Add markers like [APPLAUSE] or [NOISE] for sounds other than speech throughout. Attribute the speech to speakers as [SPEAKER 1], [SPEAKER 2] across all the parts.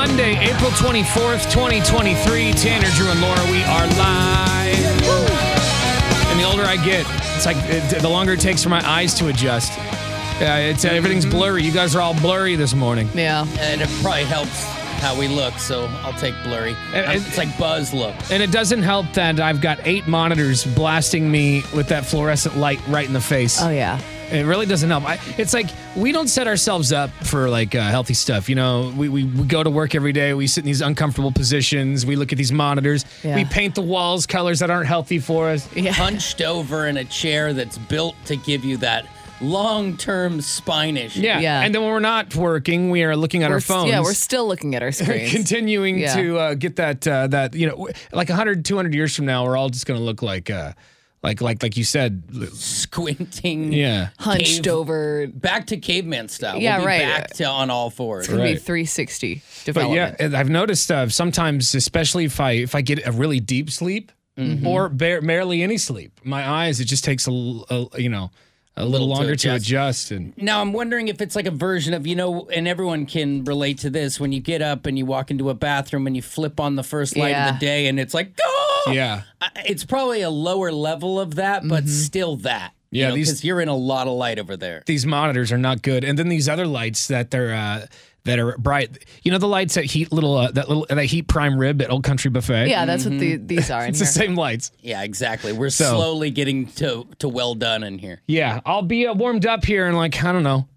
[SPEAKER 1] April 24th, 2023. Tanner, Drew, and Laura, we are live. And the older I get, it's like it, the longer it takes for my eyes to adjust. Yeah, it's everything's blurry. You guys are all blurry this morning.
[SPEAKER 2] Mm-hmm. Yeah.
[SPEAKER 3] and it probably helps how we look. So I'll take blurry.
[SPEAKER 1] And-
[SPEAKER 3] Um, it's like Buzz look.
[SPEAKER 1] And it doesn't help that I've got eight monitors blasting me with that fluorescent light right in the face.
[SPEAKER 2] Oh yeah.
[SPEAKER 1] It really doesn't help. I, it's like we don't set ourselves up for like uh, healthy stuff. You know, we, we, we go to work every day. We sit in these uncomfortable positions. We look at these monitors.
[SPEAKER 2] Yeah.
[SPEAKER 1] We paint the walls colors that aren't healthy for us.
[SPEAKER 3] Hunched over in a chair that's built to give you that long-term spine issue.
[SPEAKER 1] Yeah.
[SPEAKER 2] Yeah.
[SPEAKER 1] And then when we're not working, we are looking at
[SPEAKER 2] We're
[SPEAKER 1] our
[SPEAKER 2] st-
[SPEAKER 1] phones.
[SPEAKER 2] Yeah, we're still
[SPEAKER 1] [LAUGHS]
[SPEAKER 2] looking at our screens.
[SPEAKER 1] continuing
[SPEAKER 2] Yeah.
[SPEAKER 1] to uh, get that uh, that you know w- like 100 200 years from now we're all just going to look like uh like like like you said l-
[SPEAKER 3] Squinting.
[SPEAKER 1] yeah
[SPEAKER 2] Hunched
[SPEAKER 3] Cave-
[SPEAKER 2] over. It's
[SPEAKER 3] Back to caveman style.
[SPEAKER 2] Yeah,
[SPEAKER 3] we'll be
[SPEAKER 2] right.
[SPEAKER 3] Back to on all fours.
[SPEAKER 2] gonna be
[SPEAKER 1] Right.
[SPEAKER 2] 360
[SPEAKER 1] but
[SPEAKER 2] development.
[SPEAKER 1] yeah and I've noticed uh, sometimes especially if I if I get a really deep sleep
[SPEAKER 2] Mm-hmm.
[SPEAKER 1] or bare, barely any sleep my eyes it just takes a, l- a- you know a
[SPEAKER 3] little
[SPEAKER 1] little,
[SPEAKER 3] to
[SPEAKER 1] longer to adjust.
[SPEAKER 3] adjust.
[SPEAKER 1] and
[SPEAKER 3] Now I'm wondering if it's like a version of you know, and everyone can relate to this when you get up and you walk into a bathroom and you flip on the first light of
[SPEAKER 2] Yeah.
[SPEAKER 3] the day and it's like, oh,
[SPEAKER 1] yeah
[SPEAKER 3] I- it's probably a lower level of that, but
[SPEAKER 2] Mm-hmm.
[SPEAKER 3] still that.
[SPEAKER 1] Yeah,
[SPEAKER 3] you know,
[SPEAKER 1] these-
[SPEAKER 3] 'cause you're in a lot of light over there.
[SPEAKER 1] these monitors are not good and then these other lights that they're uh that are bright you know the lights that heat little uh, that little that heat prime rib at old country buffet
[SPEAKER 2] Yeah, that's what the, these are
[SPEAKER 1] [LAUGHS]
[SPEAKER 2] in
[SPEAKER 1] it's
[SPEAKER 2] here.
[SPEAKER 1] the same lights
[SPEAKER 3] Mm-hmm. Yeah, exactly. We're
[SPEAKER 1] So-
[SPEAKER 3] slowly getting to to well done in here.
[SPEAKER 1] Yeah, I'll be uh, warmed up here in like I don't know,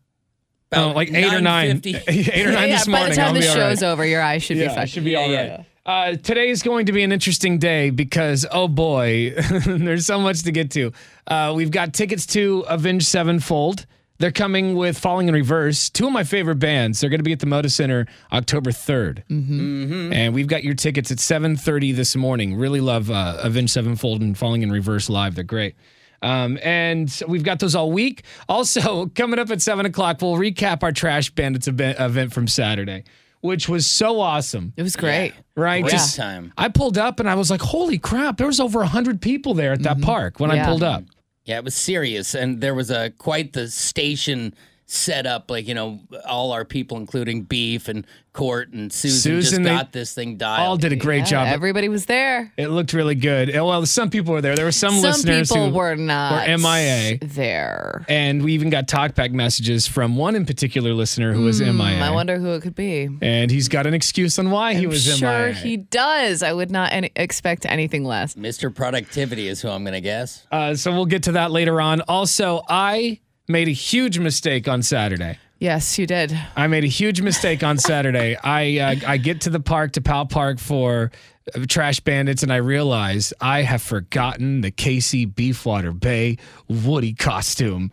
[SPEAKER 1] uh,
[SPEAKER 3] About
[SPEAKER 1] like eight or nine, [LAUGHS]
[SPEAKER 3] 9:50.
[SPEAKER 1] eight or nine
[SPEAKER 2] [LAUGHS] yeah,
[SPEAKER 1] this
[SPEAKER 2] by
[SPEAKER 1] morning.
[SPEAKER 2] the time
[SPEAKER 1] I'll
[SPEAKER 2] the
[SPEAKER 1] be all
[SPEAKER 2] show's
[SPEAKER 1] right.
[SPEAKER 2] over, your eyes should be
[SPEAKER 1] Yeah, I
[SPEAKER 2] fine.
[SPEAKER 1] should be
[SPEAKER 3] Yeah,
[SPEAKER 1] all right.
[SPEAKER 3] yeah,
[SPEAKER 1] Uh, today's going to be an interesting day because oh boy, [LAUGHS] there's so much to get to. Uh, we've got tickets to Avenged Sevenfold. They're coming with Falling in Reverse, two of my favorite bands. They're going to be at the Moda Center October 3rd. Mm-hmm. And we've got your tickets at 7.30 this morning. Really love uh, Avenged Sevenfold and Falling in Reverse live. They're great. Um, and we've got those all week. Also, [LAUGHS] coming up at 7 o'clock, we'll recap our Trash Bandits event, event from Saturday, which was so awesome
[SPEAKER 2] It was great.
[SPEAKER 1] right?
[SPEAKER 3] Great time.
[SPEAKER 1] I pulled up and I was like, "Holy crap!" There was over hundred people there at that park when I
[SPEAKER 2] Mm-hmm. Yeah.
[SPEAKER 1] pulled up.
[SPEAKER 3] Yeah, it was serious, and there was a quite the station set up. Like you know, all our people, including Beef and Court and Susan, just
[SPEAKER 1] Susan, they
[SPEAKER 3] got this thing dialed.
[SPEAKER 1] All did a great job.
[SPEAKER 2] Everybody was there.
[SPEAKER 1] it looked really good. And, Well, some people were there. There were some,
[SPEAKER 2] Some
[SPEAKER 1] listeners
[SPEAKER 2] people
[SPEAKER 1] who
[SPEAKER 2] were not
[SPEAKER 1] MIA.
[SPEAKER 2] there.
[SPEAKER 1] and we even got talkback messages from one in particular listener who was MIA.
[SPEAKER 2] Hmm, I wonder who it could be.
[SPEAKER 1] and he's got an excuse on why he was
[SPEAKER 2] sure
[SPEAKER 1] MIA.
[SPEAKER 2] he does. I would not any- expect anything less.
[SPEAKER 3] Mr. Productivity is who I'm going to guess.
[SPEAKER 1] uh, so we'll get to that later on. Also, I made a huge mistake on Saturday.
[SPEAKER 2] Yes, you did.
[SPEAKER 1] I made a huge mistake on Saturday. I uh, I get to the park to Powell Park for uh, Trash Bandits, and I realize I have forgotten the Casey Beefwater Bay Woody costume.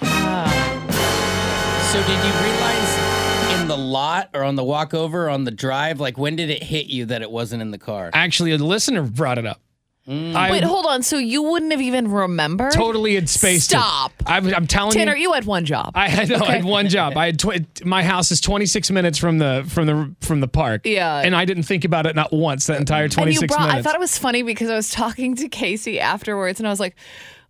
[SPEAKER 3] So did you realize in the lot or on the walkover or on the drive? Like when did it hit you that it wasn't in the car? Mm.
[SPEAKER 1] Actually, a listener brought it up. I
[SPEAKER 2] Wait, hold on. So you wouldn't have even remembered?
[SPEAKER 1] totally had spaced. it.
[SPEAKER 2] Stop.
[SPEAKER 1] I'm, I'm telling
[SPEAKER 2] Tanner,
[SPEAKER 1] you.
[SPEAKER 2] you had one job.
[SPEAKER 1] I had, no, I had one job. I had tw- my house is 26 minutes from the from the from the park.
[SPEAKER 2] Yeah.
[SPEAKER 1] and I didn't think about it not once that entire
[SPEAKER 2] and you
[SPEAKER 1] 26
[SPEAKER 2] brought, I
[SPEAKER 1] minutes.
[SPEAKER 2] thought it was funny because I was talking to Casey afterwards and I was like,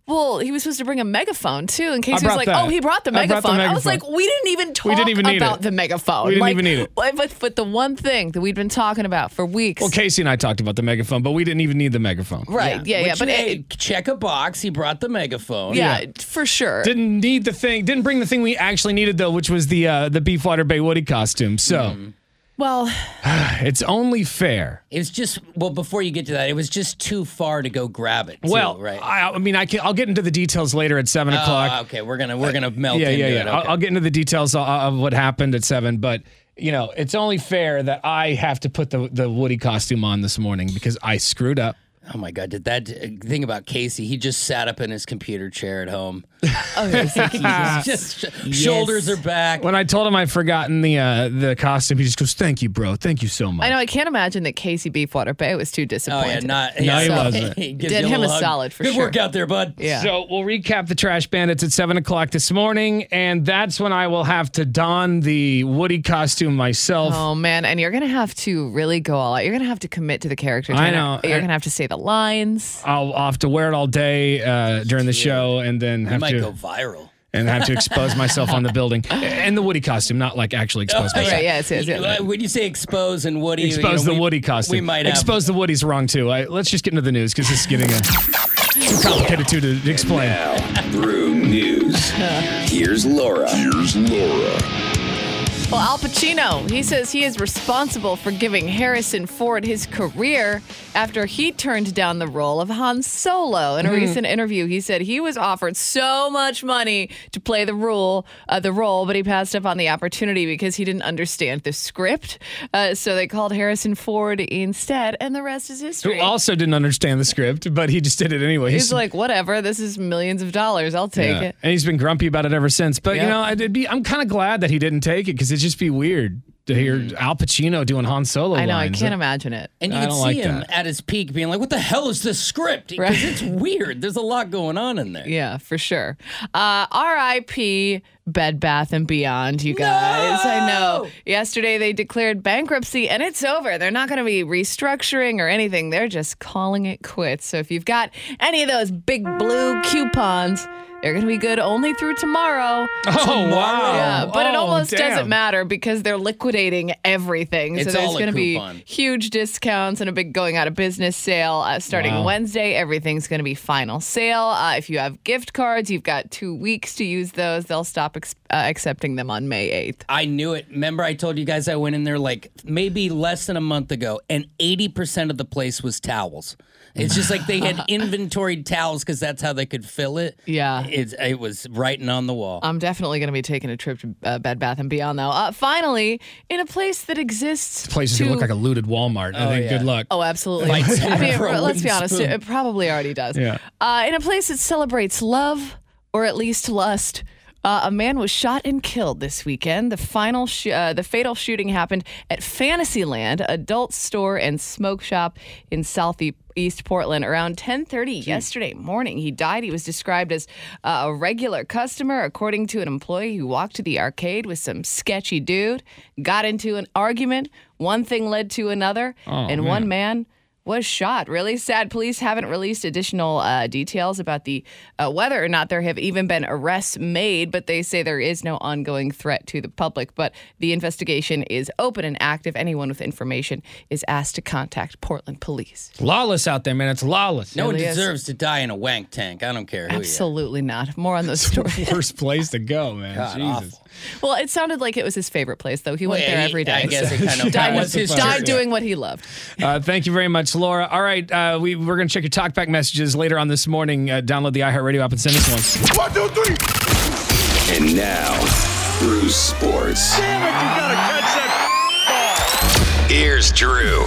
[SPEAKER 2] well, he was supposed to bring a megaphone too. And Casey was
[SPEAKER 1] brought
[SPEAKER 2] like,
[SPEAKER 1] that.
[SPEAKER 2] oh, he brought the
[SPEAKER 1] I brought
[SPEAKER 2] megaphone.
[SPEAKER 1] the
[SPEAKER 2] I was like,
[SPEAKER 1] megaphone.
[SPEAKER 2] we didn't even talk
[SPEAKER 1] We didn't even need
[SPEAKER 2] about
[SPEAKER 1] it.
[SPEAKER 2] the megaphone.
[SPEAKER 1] We didn't
[SPEAKER 2] Like,
[SPEAKER 1] even need it.
[SPEAKER 2] But, [LAUGHS] but- but the one thing that we'd been talking about for weeks.
[SPEAKER 1] well, Casey and I talked about the megaphone, but we didn't even need the megaphone.
[SPEAKER 2] right. Yeah, yeah.
[SPEAKER 3] Which,
[SPEAKER 2] but
[SPEAKER 3] hey,
[SPEAKER 2] it,
[SPEAKER 3] check a box. He brought the megaphone.
[SPEAKER 2] yeah, for
[SPEAKER 3] Er,
[SPEAKER 2] sure.
[SPEAKER 1] didn't need the thing didn't bring the thing we actually needed though which was the uh the beefwater bay woody costume so
[SPEAKER 3] Hmm.
[SPEAKER 2] well,
[SPEAKER 1] [SIGHS] it's only fair
[SPEAKER 3] It's just well before you get to that, it was just too far to go grab it. too,
[SPEAKER 1] well
[SPEAKER 3] right.
[SPEAKER 1] I, I mean i can i'll get into the details later at seven
[SPEAKER 3] Oh,
[SPEAKER 1] o'clock Uh,
[SPEAKER 3] okay, we're gonna we're gonna melt
[SPEAKER 1] yeah
[SPEAKER 3] into
[SPEAKER 1] yeah
[SPEAKER 3] it.
[SPEAKER 1] yeah
[SPEAKER 3] Okay.
[SPEAKER 1] I'll, I'll get into the details of, of what happened at seven but you know it's only fair that i have to put the the woody costume on this morning because i screwed up
[SPEAKER 3] oh my god, did that thing about Casey? He just sat up in his computer chair at
[SPEAKER 2] [LAUGHS]
[SPEAKER 3] home.
[SPEAKER 2] Oh,
[SPEAKER 3] [LAUGHS]
[SPEAKER 1] [LAUGHS]
[SPEAKER 3] Just shoulders are back.
[SPEAKER 1] when i told him i'd forgotten the uh the costume he just goes thank you bro thank you so much
[SPEAKER 2] I know I can't imagine that Casey Beefwater Bay was too
[SPEAKER 3] Oh
[SPEAKER 2] disappointed.
[SPEAKER 3] yeah, not
[SPEAKER 1] No,
[SPEAKER 3] yeah,
[SPEAKER 1] he
[SPEAKER 3] so-
[SPEAKER 1] wasn't.
[SPEAKER 2] [LAUGHS]
[SPEAKER 3] gives
[SPEAKER 2] Did
[SPEAKER 3] you
[SPEAKER 2] him
[SPEAKER 3] little
[SPEAKER 2] a
[SPEAKER 3] hug.
[SPEAKER 2] solid for
[SPEAKER 3] Good
[SPEAKER 2] sure.
[SPEAKER 3] work out there, bud.
[SPEAKER 2] Yeah.
[SPEAKER 1] So we'll recap the Trash Bandits at 7 o'clock this morning, and that's when I will have to don the Woody costume myself.
[SPEAKER 2] Oh man, and you're gonna have to really go all out. You're gonna have to commit to the character.
[SPEAKER 1] I
[SPEAKER 2] Tanner.
[SPEAKER 1] know.
[SPEAKER 2] You're
[SPEAKER 1] I-
[SPEAKER 2] gonna have to say the lines.
[SPEAKER 1] I'll, I'll have to wear it all day uh, during the show and then
[SPEAKER 3] It
[SPEAKER 1] have
[SPEAKER 3] might
[SPEAKER 1] to.
[SPEAKER 3] go viral.
[SPEAKER 1] and have to expose myself
[SPEAKER 3] [LAUGHS]
[SPEAKER 1] on the building and the Woody costume, not like actually
[SPEAKER 3] Oh,
[SPEAKER 1] expose myself.
[SPEAKER 2] yeah, yes, yes, yes.
[SPEAKER 3] Uh, When you say expose and Woody, you
[SPEAKER 1] Expose
[SPEAKER 3] know,
[SPEAKER 1] the
[SPEAKER 3] we-
[SPEAKER 1] Woody costume.
[SPEAKER 3] We might have
[SPEAKER 1] expose the Woody's wrong too. I, let's just get into the news because this is getting a too complicated too to explain.
[SPEAKER 4] Now, Room News. Here's Laura. Here's Laura.
[SPEAKER 2] Well, Al Pacino, he says he is responsible for giving Harrison Ford his career after he turned down the role of Han Solo. In a recent interview, he said he was offered so much money to play the role, uh, the role, but he passed up on the opportunity because he didn't understand the script. Uh, so they called Harrison Ford instead, and the rest is history.
[SPEAKER 1] Who also didn't understand the script, but he just did it anyways.
[SPEAKER 2] He's like, whatever. This is millions of dollars. I'll take
[SPEAKER 1] Yeah.
[SPEAKER 2] it.
[SPEAKER 1] And he's been grumpy about it ever since. But you
[SPEAKER 2] Yeah.
[SPEAKER 1] know, I'd be, I'm kind of glad that he didn't take it because it'd just be weird to hear Al Pacino doing Han Solo.
[SPEAKER 2] Mm-hmm. I know. I
[SPEAKER 1] lines.
[SPEAKER 2] can't imagine it.
[SPEAKER 3] And you
[SPEAKER 1] I
[SPEAKER 3] can see
[SPEAKER 1] don't like
[SPEAKER 3] him
[SPEAKER 1] that.
[SPEAKER 3] at his peak being like, what the hell is this script? Because
[SPEAKER 2] Right.
[SPEAKER 3] it's weird. There's a lot going on in there.
[SPEAKER 2] Yeah, for sure. Uh, R.I.P. Bed Bath and Beyond, you guys. I know. Yesterday they declared bankruptcy and it's over. They're not going to be restructuring or anything. They're just calling it quits. So if you've got any of those big blue coupons, they're going to be good only through tomorrow.
[SPEAKER 1] Oh wow!
[SPEAKER 2] Yeah, but it
[SPEAKER 1] Oh,
[SPEAKER 2] almost
[SPEAKER 1] damn.
[SPEAKER 2] doesn't matter because they're liquidating everything.
[SPEAKER 3] It's
[SPEAKER 2] so there's
[SPEAKER 3] all a
[SPEAKER 2] going to be
[SPEAKER 3] coupon.
[SPEAKER 2] huge discounts and a big going out of business sale uh, starting
[SPEAKER 1] Wow.
[SPEAKER 2] Wednesday. Everything's going to be final sale. Uh, if you have gift cards, you've got two weeks to use those. They'll stop ex- uh, accepting them on May 8th.
[SPEAKER 3] I knew it. Remember, I told you guys I went in there like maybe less than a month ago, and 80% of the place was towels. It's just like they
[SPEAKER 2] [LAUGHS]
[SPEAKER 3] had inventoried towels because that's how they could fill it.
[SPEAKER 2] Yeah.
[SPEAKER 3] It's, it was writing on the wall.
[SPEAKER 2] I'm definitely going to be taking a trip to uh, Bed Bath and Beyond, though. Uh, finally, in a place that exists.
[SPEAKER 1] Places
[SPEAKER 2] to
[SPEAKER 1] that look like a looted Walmart. I think good luck.
[SPEAKER 2] Oh, absolutely.
[SPEAKER 3] Like
[SPEAKER 1] [LAUGHS]
[SPEAKER 2] I mean,
[SPEAKER 3] for a
[SPEAKER 2] let's be
[SPEAKER 3] wooden
[SPEAKER 2] honest,
[SPEAKER 3] spoon.
[SPEAKER 2] it probably already does.
[SPEAKER 1] Yeah.
[SPEAKER 2] Uh, in a place that celebrates love, or at least lust, uh, a man was shot and killed this weekend. The final, sh- uh, the fatal shooting happened at Fantasyland adult store and smoke shop in southeast Portland around 10:30 yesterday morning. He died. He was described as uh, a regular customer, according to an employee who walked to the arcade with some sketchy dude, got into an argument. One thing led to another,
[SPEAKER 1] Oh,
[SPEAKER 2] and one man was shot. Really sad. Police haven't released additional uh, details about the uh, whether or not there have even been arrests made, but they say there is no ongoing threat to the public. But the investigation is open and active. Anyone with information is asked to contact Portland Police.
[SPEAKER 1] Lawless out there, man. It's lawless.
[SPEAKER 3] no one
[SPEAKER 2] really is.
[SPEAKER 3] deserves to die in a wank tank. I don't care
[SPEAKER 1] Oh,
[SPEAKER 3] who
[SPEAKER 2] Absolutely not. More on those stories.
[SPEAKER 1] Worst place to go, man.
[SPEAKER 3] you are. God,
[SPEAKER 1] Jesus.
[SPEAKER 3] awful.
[SPEAKER 2] well, it sounded like it was his favorite place, though. He went
[SPEAKER 3] Well,
[SPEAKER 2] there
[SPEAKER 3] he-
[SPEAKER 2] every day.
[SPEAKER 3] I
[SPEAKER 1] [LAUGHS]
[SPEAKER 3] guess it kind of
[SPEAKER 2] died,
[SPEAKER 3] was his
[SPEAKER 2] died
[SPEAKER 3] church.
[SPEAKER 2] doing what he
[SPEAKER 3] [LAUGHS]
[SPEAKER 2] loved.
[SPEAKER 1] Uh, thank you very much, Laura. All right, uh, we, we're going to check your talkback messages later on this morning. Uh, download the iHeartRadio app and send us one.
[SPEAKER 4] One, two, three. And now, Drew Sports. Damn it, you gotta catch that. Here's Drew.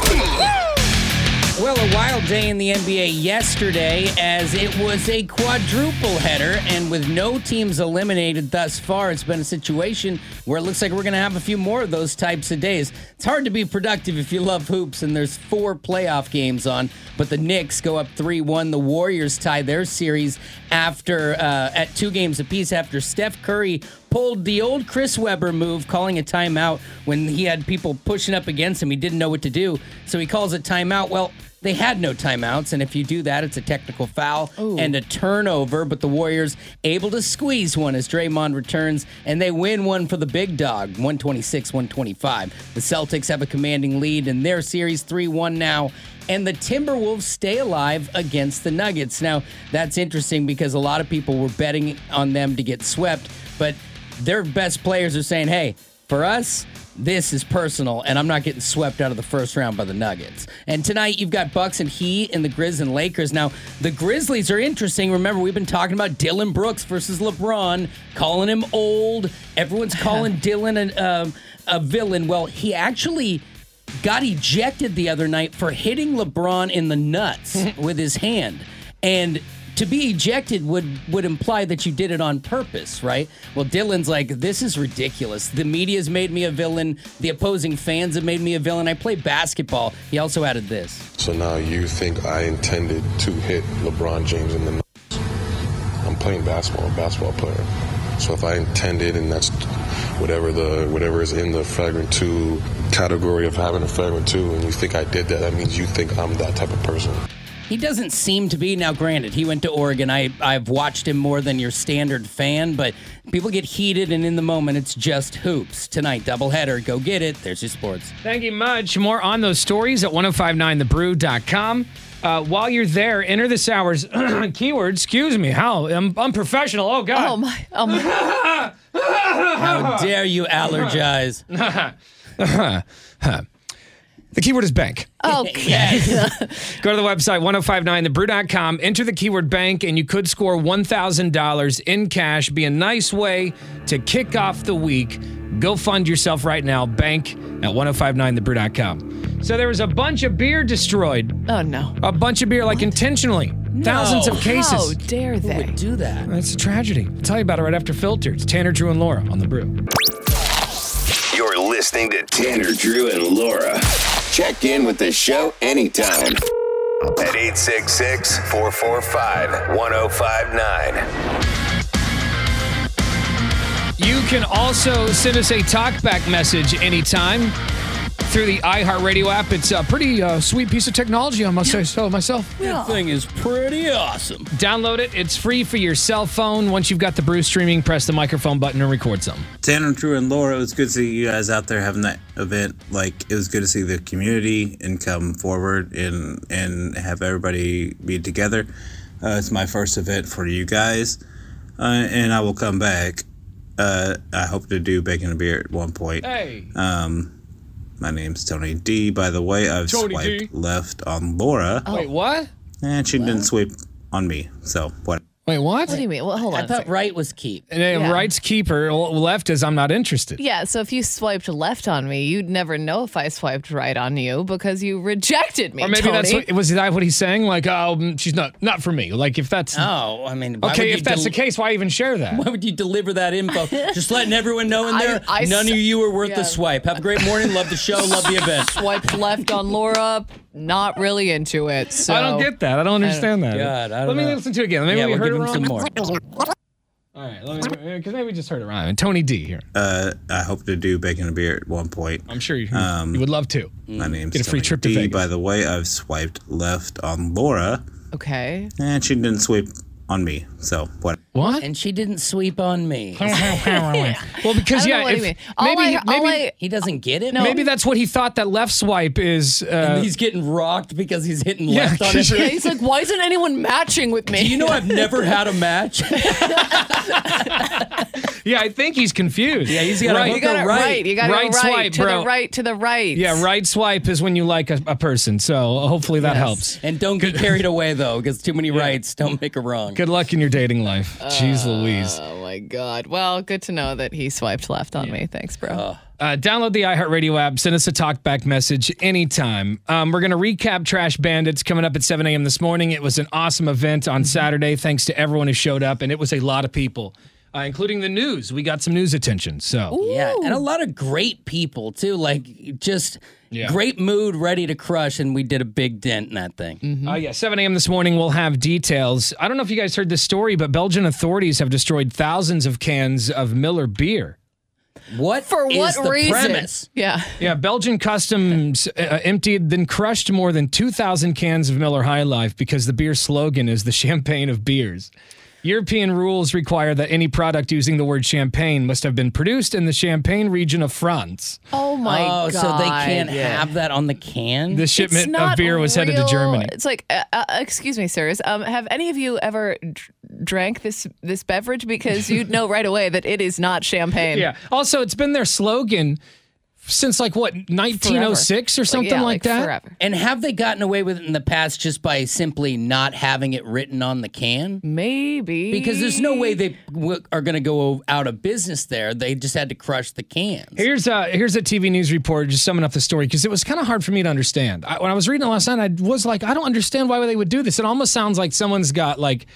[SPEAKER 3] Well, a wild day in the NBA yesterday as it was a quadruple header, and with no teams eliminated thus far, it's been a situation where it looks like we're going to have a few more of those types of days. It's hard to be productive if you love hoops, and there's four playoff games on, but the Knicks go up 3 1. The Warriors tie their series after uh, at two games apiece after Steph Curry pulled the old Chris Webber move, calling a timeout when he had people pushing up against him. He didn't know what to do, so he calls a timeout. Well, they had no timeouts, and if you do that, it's a technical foul and a turnover. But the Warriors able to squeeze one as Draymond returns, and they win one for the big dog, 126 125. The Celtics have a commanding lead in their series 3 1 now and the Timberwolves stay alive against the Nuggets. Now, that's interesting because a lot of people were betting on them to get swept, but their best players are saying, hey, for us, this is personal, and I'm not getting swept out of the first round by the Nuggets. And tonight, you've got Bucks and Heat and the Grizz and Lakers. Now, the Grizzlies are interesting. Remember, we've been talking about Dylan Brooks versus LeBron, calling him old. Everyone's calling Dylan an, um, a villain. Well, he actually got ejected the other night for hitting LeBron in the nuts with his hand. And to be ejected would would imply that you did it on purpose, right? Well, Dylan's like, this is ridiculous. The media's made me a villain. The opposing fans have made me a villain. I play basketball. He also added this.
[SPEAKER 5] So now you think I intended to hit LeBron James in the nuts? I'm playing basketball, I'm a basketball player. So if I intended, and that's whatever the whatever is in the flagrant two category of having a flagrant two, and you think I did that, that means you think I'm that type of person.
[SPEAKER 3] He doesn't seem to be. Now, granted, he went to Oregon. I, I've watched him more than your standard fan, but people get heated, and in the moment, it's just hoops. Tonight, doubleheader. Go get it. There's your sports.
[SPEAKER 1] Thank you much. More on those stories at 1059thebrew.com. Uh, while you're there, enter this hour's [CLEARS THROAT] keyword. Excuse me. How? I'm unprofessional. Oh, God.
[SPEAKER 2] Oh my! Oh my!
[SPEAKER 1] [LAUGHS]
[SPEAKER 3] How dare you allergize?
[SPEAKER 1] The keyword is bank.
[SPEAKER 2] Oh, [LAUGHS]
[SPEAKER 1] Go to the website 1059thebrew.com, enter the keyword bank, and you could score $1,000 in cash. Be a nice way to kick off the week. Go fund yourself right now. Bank at 1059thebrew.com. So there was a bunch of beer destroyed,
[SPEAKER 2] oh no!
[SPEAKER 1] a bunch of beer, like intentionally. Thousands of
[SPEAKER 2] How
[SPEAKER 1] cases.
[SPEAKER 2] dare they?
[SPEAKER 3] Do that.
[SPEAKER 1] That's a tragedy. I'll tell you about it right after Filter. It's Tanner, Drew, and Laura on the brew.
[SPEAKER 4] You're listening to Tanner, Drew, and Laura. Check in with the show anytime at 866 445 1059.
[SPEAKER 1] You can also send us a talkback message anytime through the iHeartRadio app. It's a pretty uh, sweet piece of technology, I must say so myself.
[SPEAKER 3] That thing is pretty awesome.
[SPEAKER 1] Download it. It's free for your cell phone. Once you've got the brew streaming, press the microphone button and record some.
[SPEAKER 6] Tanner, Drew, and Laura, it was good to see you guys out there having that event. Like, it was good to see the community and come forward and and have everybody be together. Uh, it's my first event for you guys, uh, and I will come back. Uh, I hope to do bacon and beer at one point. Um,
[SPEAKER 1] Hey.
[SPEAKER 6] My name's Tony D. By the way, I've
[SPEAKER 1] Tony
[SPEAKER 6] swiped
[SPEAKER 1] D.
[SPEAKER 6] left on Laura,
[SPEAKER 1] Wait, what?
[SPEAKER 6] and she didn't swipe on me. So what?
[SPEAKER 1] Wait, what?
[SPEAKER 2] What do you mean? Well, hold on.
[SPEAKER 3] I
[SPEAKER 2] a second.
[SPEAKER 3] thought right was keep.
[SPEAKER 1] And then
[SPEAKER 2] Yeah.
[SPEAKER 1] rights keeper, l- left is I'm not interested.
[SPEAKER 2] Yeah, so if you swiped left on me, you'd never know if I swiped right on you because you rejected me.
[SPEAKER 1] Or maybe
[SPEAKER 2] Tony.
[SPEAKER 1] that's what, was that what he's saying? Like, oh, mm, she's not not for me. Like, if that's
[SPEAKER 3] Oh, I mean, why would
[SPEAKER 1] okay,
[SPEAKER 3] you
[SPEAKER 1] if that's
[SPEAKER 3] del-
[SPEAKER 1] the case, why even share
[SPEAKER 3] [LAUGHS]
[SPEAKER 1] that?
[SPEAKER 3] Why would you deliver that info? Just
[SPEAKER 1] [LAUGHS]
[SPEAKER 3] letting everyone know in
[SPEAKER 2] I-
[SPEAKER 3] there,
[SPEAKER 2] I
[SPEAKER 3] none
[SPEAKER 2] s-
[SPEAKER 3] of you are worth
[SPEAKER 2] yeah.
[SPEAKER 3] the swipe. Have a great morning. Love the show. Love the event.
[SPEAKER 2] [LAUGHS] swiped left on Laura. Not really into it. So
[SPEAKER 1] I don't get that. I don't understand that.
[SPEAKER 3] God, I
[SPEAKER 1] let
[SPEAKER 3] don't
[SPEAKER 1] me
[SPEAKER 3] know.
[SPEAKER 1] listen to it again. Maybe
[SPEAKER 3] yeah,
[SPEAKER 1] we
[SPEAKER 3] we'll give
[SPEAKER 1] heard it
[SPEAKER 3] him
[SPEAKER 1] wrong.
[SPEAKER 3] some more.
[SPEAKER 1] All right, let me because maybe we just heard it rhyme. And Tony D here.
[SPEAKER 6] Uh, I hope to do bacon and beer at one point. Um,
[SPEAKER 1] I'm sure you, you would love to.
[SPEAKER 6] My name's
[SPEAKER 1] Get a free
[SPEAKER 6] Tony
[SPEAKER 1] trip to
[SPEAKER 6] D.
[SPEAKER 1] Vegas.
[SPEAKER 6] By the way, I've swiped left on Laura,
[SPEAKER 2] Okay.
[SPEAKER 6] and she didn't swipe on me. So what?
[SPEAKER 1] What?
[SPEAKER 3] And she didn't sweep on
[SPEAKER 1] [LAUGHS]
[SPEAKER 3] me. [LAUGHS]
[SPEAKER 1] well, because
[SPEAKER 2] I don't
[SPEAKER 1] yeah,
[SPEAKER 2] know what
[SPEAKER 1] if-
[SPEAKER 2] you mean. All
[SPEAKER 1] maybe
[SPEAKER 2] I, all
[SPEAKER 1] maybe
[SPEAKER 2] I,
[SPEAKER 3] He doesn't get it.
[SPEAKER 1] maybe that's what he thought that left swipe is. Uh,
[SPEAKER 3] he's getting rocked because he's hitting
[SPEAKER 1] [LAUGHS] Yeah,
[SPEAKER 3] left on
[SPEAKER 1] [LAUGHS] 'cause
[SPEAKER 3] every.
[SPEAKER 2] yeah, he's like, why isn't anyone matching with me?
[SPEAKER 3] You know, I've never had a match.
[SPEAKER 1] yeah, I think he's confused. Yeah,
[SPEAKER 3] he's gotta
[SPEAKER 1] right.
[SPEAKER 3] hook
[SPEAKER 2] you got
[SPEAKER 3] go
[SPEAKER 2] it
[SPEAKER 3] right.
[SPEAKER 2] right. You got to
[SPEAKER 1] Right
[SPEAKER 2] go right
[SPEAKER 1] swipe,
[SPEAKER 2] to
[SPEAKER 1] bro.
[SPEAKER 2] the right to the right.
[SPEAKER 1] yeah, right swipe is when you like a, a person. So hopefully that helps.
[SPEAKER 3] And don't get carried away though, because too many rights don't make a wrong.
[SPEAKER 1] Good luck in your dating life. Jeez Louise.
[SPEAKER 2] Oh my God. Well, good to know that he swiped left on me. Thanks, bro.
[SPEAKER 1] Uh, download the iHeartRadio app. Send us a talkback message anytime. Um, we're going to recap Trash Bandits coming up at 7 a.m. this morning. It was an awesome event
[SPEAKER 3] Mm-hmm.
[SPEAKER 1] on Saturday. Thanks to everyone who showed up, and it was a lot of people, uh, including the news. We got some news attention. So
[SPEAKER 3] Yeah, and a lot of great people too. Like just
[SPEAKER 1] Yeah.
[SPEAKER 3] great mood, ready to crush, and we did a big dent in that thing.
[SPEAKER 1] Uh, yeah, 7 a.m. this morning, we'll have details. I don't know if you guys heard this story, but Belgian authorities have destroyed thousands of cans of Miller beer.
[SPEAKER 3] What
[SPEAKER 2] For
[SPEAKER 3] is
[SPEAKER 2] what
[SPEAKER 3] the
[SPEAKER 2] reason?
[SPEAKER 3] premise?
[SPEAKER 2] Yeah.
[SPEAKER 1] Yeah, Belgian customs uh, emptied, then crushed more than 2,000 cans of Miller High Life because the beer slogan is the champagne of beers. European rules require that any product using the word champagne must have been produced in the Champagne region of France.
[SPEAKER 2] Oh my
[SPEAKER 3] Oh,
[SPEAKER 2] God.
[SPEAKER 3] so they can't
[SPEAKER 2] Yeah.
[SPEAKER 3] have that on the can?
[SPEAKER 1] The
[SPEAKER 2] It's
[SPEAKER 1] shipment of
[SPEAKER 2] not
[SPEAKER 1] beer was headed to
[SPEAKER 2] real-
[SPEAKER 1] Germany.
[SPEAKER 2] It's like, uh, uh, excuse me, sirs. Um, have any of you ever dr- drank this this beverage? Because you'd know right away that it is not champagne.
[SPEAKER 1] Yeah. Also, it's been their slogan since like what, 1906 or something like,
[SPEAKER 2] yeah,
[SPEAKER 1] that?
[SPEAKER 2] Forever.
[SPEAKER 3] and have they gotten away with it in the past just by simply not having it written on the can?
[SPEAKER 2] Maybe
[SPEAKER 3] Because there's no way they w- are going to go out of business there. They just had to crush the cans.
[SPEAKER 1] Here's a here's a TV news report just summing up the story because it was kind of hard for me to understand. I, when I was reading it last night, I was like, I don't understand why they would do this. It almost sounds like someone's got like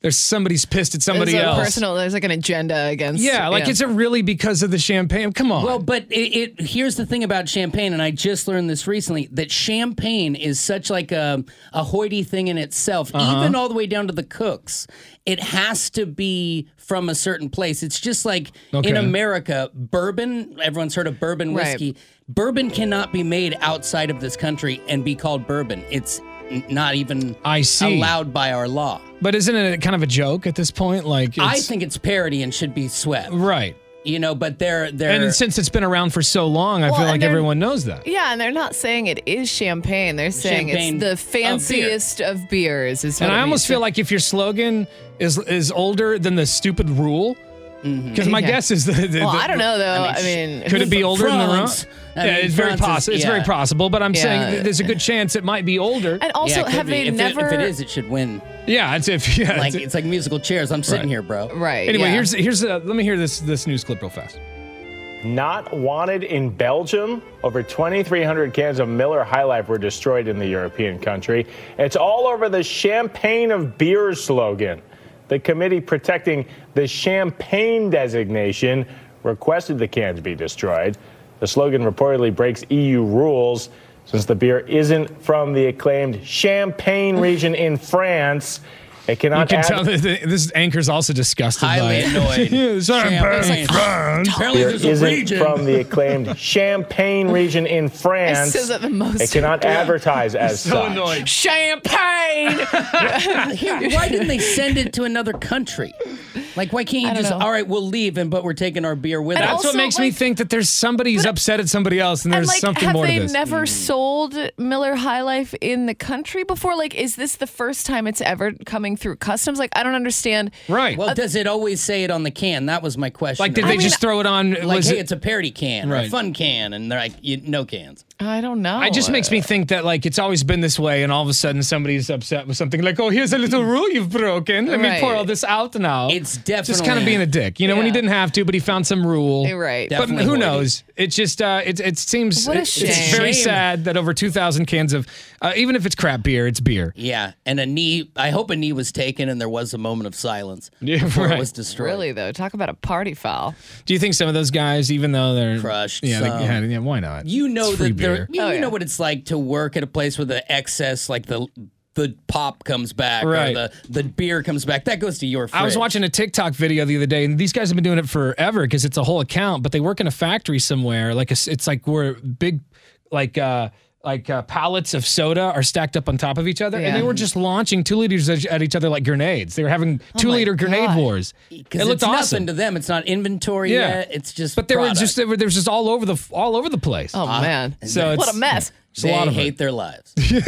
[SPEAKER 1] there's somebody's pissed at
[SPEAKER 2] there's
[SPEAKER 1] somebody
[SPEAKER 2] a
[SPEAKER 1] else.
[SPEAKER 2] personal. There's like an agenda against.
[SPEAKER 1] yeah, like it's a really because of the champagne. Come on.
[SPEAKER 3] Well, but it, it here's the thing about champagne, and I just learned this recently that champagne is such like a a hoity thing in itself,
[SPEAKER 1] Uh-huh.
[SPEAKER 3] even all the way down to the cooks. It has to be from a certain place. It's just like in
[SPEAKER 1] Okay.
[SPEAKER 3] America, bourbon. Everyone's heard of bourbon
[SPEAKER 2] Right.
[SPEAKER 3] whiskey. Bourbon cannot be made outside of this country and be called bourbon. It's n- not even
[SPEAKER 1] I see.
[SPEAKER 3] allowed by our law.
[SPEAKER 1] But isn't it kind of a joke at this point? Like, it's,
[SPEAKER 3] I think it's parody and should be swept.
[SPEAKER 1] right.
[SPEAKER 3] You know, but they're they're
[SPEAKER 1] And since it's been around for so long, I
[SPEAKER 2] Well,
[SPEAKER 1] feel
[SPEAKER 2] and
[SPEAKER 1] like
[SPEAKER 2] they're-
[SPEAKER 1] everyone knows that.
[SPEAKER 2] Yeah, and they're not saying it is champagne. They're saying
[SPEAKER 3] Champagne
[SPEAKER 2] it's the
[SPEAKER 3] of beer.
[SPEAKER 2] fanciest of, beers. Is what
[SPEAKER 1] And
[SPEAKER 2] it
[SPEAKER 1] I
[SPEAKER 2] means.
[SPEAKER 1] almost feel like if your slogan is is older than the stupid rule, because my
[SPEAKER 2] Mm-hmm. Yeah.
[SPEAKER 1] guess is that. the,
[SPEAKER 2] Well,
[SPEAKER 1] the-
[SPEAKER 2] I don't know though.
[SPEAKER 3] I
[SPEAKER 2] I
[SPEAKER 3] mean,
[SPEAKER 2] mean,
[SPEAKER 1] Could it
[SPEAKER 2] [LAUGHS]
[SPEAKER 1] be older than the
[SPEAKER 3] France.
[SPEAKER 1] rule?
[SPEAKER 3] I
[SPEAKER 1] yeah,
[SPEAKER 3] mean,
[SPEAKER 1] it's very
[SPEAKER 3] France is-
[SPEAKER 1] possible. It's very
[SPEAKER 3] yeah.
[SPEAKER 1] possible, but I'm saying
[SPEAKER 2] Yeah.
[SPEAKER 1] th- there's a good chance it might be older.
[SPEAKER 2] And
[SPEAKER 3] Yeah, it
[SPEAKER 2] also,
[SPEAKER 3] could
[SPEAKER 2] have
[SPEAKER 3] be.
[SPEAKER 2] they
[SPEAKER 3] if it-
[SPEAKER 2] never?
[SPEAKER 3] if it is, it should [LAUGHS] win.
[SPEAKER 1] yeah, it's if [LAUGHS] yeah.
[SPEAKER 3] Like
[SPEAKER 1] it's-
[SPEAKER 3] it's like
[SPEAKER 2] [LAUGHS]
[SPEAKER 3] musical chairs. I'm sitting here, bro.
[SPEAKER 2] right.
[SPEAKER 1] anyway,
[SPEAKER 2] yeah.
[SPEAKER 1] here's here's uh, let me hear this this news clip real fast.
[SPEAKER 7] Not wanted in Belgium. Over 2,300 cans of Miller High Life were destroyed in the European country. It's all over the champagne of beer slogan. The committee protecting the champagne designation requested the cans be destroyed. The slogan reportedly breaks EU rules since the beer isn't from the acclaimed Champagne region in France. It cannot
[SPEAKER 1] You can
[SPEAKER 7] add-
[SPEAKER 1] tell that the- this anchor's also disgusted by
[SPEAKER 3] Highly
[SPEAKER 8] [LAUGHS]
[SPEAKER 1] it. [LAUGHS]
[SPEAKER 3] annoyed.
[SPEAKER 1] It's not
[SPEAKER 3] Champagne.
[SPEAKER 1] burning France.
[SPEAKER 3] Apparently,
[SPEAKER 7] beer
[SPEAKER 3] there's a
[SPEAKER 7] isn't
[SPEAKER 3] region.
[SPEAKER 7] from
[SPEAKER 1] [LAUGHS]
[SPEAKER 7] the acclaimed Champagne region in France.
[SPEAKER 2] says that the most.
[SPEAKER 7] It
[SPEAKER 2] [LAUGHS]
[SPEAKER 7] cannot advertise as
[SPEAKER 1] So
[SPEAKER 7] such.
[SPEAKER 1] annoyed.
[SPEAKER 2] champagne.
[SPEAKER 3] Here, why didn't they send it to another country? Like, why can't you just?
[SPEAKER 2] know.
[SPEAKER 3] All right, we'll leave, and but we're taking our beer with
[SPEAKER 2] And
[SPEAKER 3] us.
[SPEAKER 1] That's what
[SPEAKER 2] Also,
[SPEAKER 1] makes me
[SPEAKER 2] like-
[SPEAKER 1] think that there's somebody's upset at somebody else, and there's
[SPEAKER 2] and like,
[SPEAKER 1] something
[SPEAKER 2] have
[SPEAKER 1] more
[SPEAKER 2] they
[SPEAKER 1] to this.
[SPEAKER 3] Mm.
[SPEAKER 2] never sold Miller High Life in the country before? Like, is this the first time it's ever coming through customs? Like, uh, I don't understand.
[SPEAKER 1] right.
[SPEAKER 3] well, does it always say it on the can? That was my question.
[SPEAKER 1] like, did
[SPEAKER 3] I
[SPEAKER 1] they
[SPEAKER 3] mean,
[SPEAKER 1] just throw it on?
[SPEAKER 3] like,
[SPEAKER 1] was
[SPEAKER 3] hey,
[SPEAKER 1] it-
[SPEAKER 3] it's a parody can or a
[SPEAKER 1] Right.
[SPEAKER 3] fun can, and they're like, you, no cans.
[SPEAKER 2] I don't know.
[SPEAKER 1] It just makes me think that like it's always been this way, and all of a sudden somebody's upset with something. Like, oh, here's a little rule you've broken. Let me pour
[SPEAKER 2] Mm-hmm. Right.
[SPEAKER 1] all this out now.
[SPEAKER 3] It's
[SPEAKER 1] just kind
[SPEAKER 3] definitely-
[SPEAKER 1] of being a dick, you know, when he
[SPEAKER 2] Yeah.
[SPEAKER 1] didn't have to, but he found some rule.
[SPEAKER 2] You're right.
[SPEAKER 1] But
[SPEAKER 3] Definitely
[SPEAKER 1] who
[SPEAKER 3] hoity.
[SPEAKER 1] knows? It just uh, it it seems
[SPEAKER 2] What a
[SPEAKER 1] it's,
[SPEAKER 2] shame.
[SPEAKER 1] it's very
[SPEAKER 3] Shame.
[SPEAKER 1] sad that over two thousand cans of uh, even if it's crap beer, it's beer.
[SPEAKER 3] Yeah, and a knee. I hope a knee was taken, and there was a moment of silence
[SPEAKER 1] [LAUGHS] Yeah,
[SPEAKER 3] before
[SPEAKER 1] right.
[SPEAKER 3] it was destroyed.
[SPEAKER 2] Really though, talk about a party foul.
[SPEAKER 1] Do you think some of those guys, even though they're
[SPEAKER 3] Crushed
[SPEAKER 1] yeah,
[SPEAKER 3] some.
[SPEAKER 1] they, yeah, yeah, why not?
[SPEAKER 3] You know
[SPEAKER 1] It's free
[SPEAKER 3] that there.
[SPEAKER 1] beer.
[SPEAKER 3] You,
[SPEAKER 2] Oh,
[SPEAKER 3] you
[SPEAKER 2] yeah.
[SPEAKER 3] know what it's like to work at a place where the excess, like the the pop, comes back,
[SPEAKER 1] Right.
[SPEAKER 3] Or the the beer comes back. That goes to your. Fridge.
[SPEAKER 1] I was watching a TikTok video the other day, and these guys have been doing it forever because it's a whole account. But they work in a factory somewhere, like a s it's like where big, like uh, like uh, pallets of soda are stacked up on top of each other, and they
[SPEAKER 2] Yeah.
[SPEAKER 1] were just launching two liters at at each other like grenades. They were having two liter grenade
[SPEAKER 2] Oh God.
[SPEAKER 1] wars. It
[SPEAKER 3] Because
[SPEAKER 1] looked
[SPEAKER 3] it's
[SPEAKER 1] awesome,
[SPEAKER 3] nothing to them. It's not inventory
[SPEAKER 1] Yeah.
[SPEAKER 3] yet. It's just.
[SPEAKER 1] but they were
[SPEAKER 3] product. Uh,
[SPEAKER 1] just they were, they were just all over the f- all over the place.
[SPEAKER 3] Uh-huh.
[SPEAKER 2] Oh man,
[SPEAKER 1] so
[SPEAKER 2] what
[SPEAKER 1] it's-
[SPEAKER 2] a mess.
[SPEAKER 1] It's a
[SPEAKER 3] They
[SPEAKER 1] lot of it.
[SPEAKER 3] hate their lives.
[SPEAKER 1] It's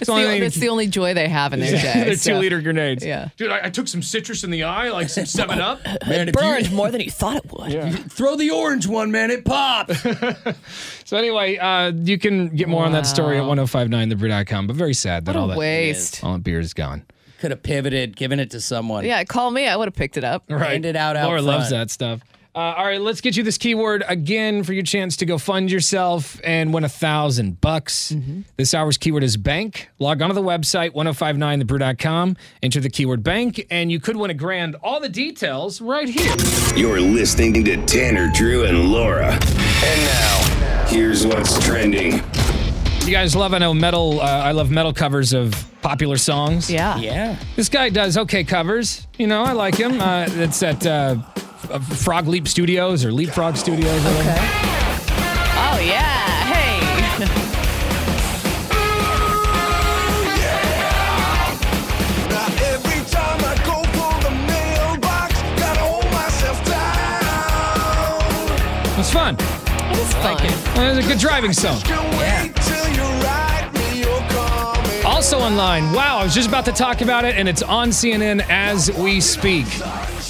[SPEAKER 2] It's
[SPEAKER 1] only
[SPEAKER 2] the,
[SPEAKER 1] thing you
[SPEAKER 2] it's
[SPEAKER 1] can-
[SPEAKER 2] the only joy they
[SPEAKER 1] [LAUGHS]
[SPEAKER 2] have in [LAUGHS] their day.
[SPEAKER 1] They're
[SPEAKER 2] so.
[SPEAKER 3] [LAUGHS]
[SPEAKER 1] two liter grenades.
[SPEAKER 2] Yeah.
[SPEAKER 1] dude, I, I took some citrus in the eye, like some Seven Up.
[SPEAKER 3] [LAUGHS] Man, if
[SPEAKER 1] [LAUGHS]
[SPEAKER 2] Burned
[SPEAKER 3] you
[SPEAKER 2] more than you thought it would.
[SPEAKER 3] throw the orange one, man, it pops.
[SPEAKER 1] [LAUGHS] So anyway, uh, you can get more on that story at 1059thebrew.com. But very sad that
[SPEAKER 2] What a
[SPEAKER 1] all that
[SPEAKER 2] waste.
[SPEAKER 1] all that beer is gone.
[SPEAKER 3] Could have pivoted, given it to someone.
[SPEAKER 2] Yeah, call me. I would have picked it up.
[SPEAKER 3] Handed out out
[SPEAKER 1] Laura loves
[SPEAKER 3] front.
[SPEAKER 1] that stuff. Uh, all right, let's get you this keyword again for your chance to go fund yourself and win a thousand bucks.
[SPEAKER 2] Mm-hmm.
[SPEAKER 1] This hour's keyword is bank. Log onto the website 1059thebrew.com, enter the keyword bank, and you could win a grand. All the details right here.
[SPEAKER 4] You're listening to Tanner, Drew, and Laura. And now, here's what's trending.
[SPEAKER 1] You guys love, I know, metal. Uh, I love metal covers of popular songs.
[SPEAKER 2] Yeah.
[SPEAKER 3] Yeah.
[SPEAKER 1] This guy does okay covers. You know, I like him. Uh, it's at uh, F- Frog Leap Studios or Leapfrog Studios. I think.
[SPEAKER 2] Oh yeah. Hey.
[SPEAKER 1] It was fun.
[SPEAKER 2] It is fun.
[SPEAKER 1] It was a good driving song. Also online. Wow, I was just about to talk about it, and it's on CNN as we speak.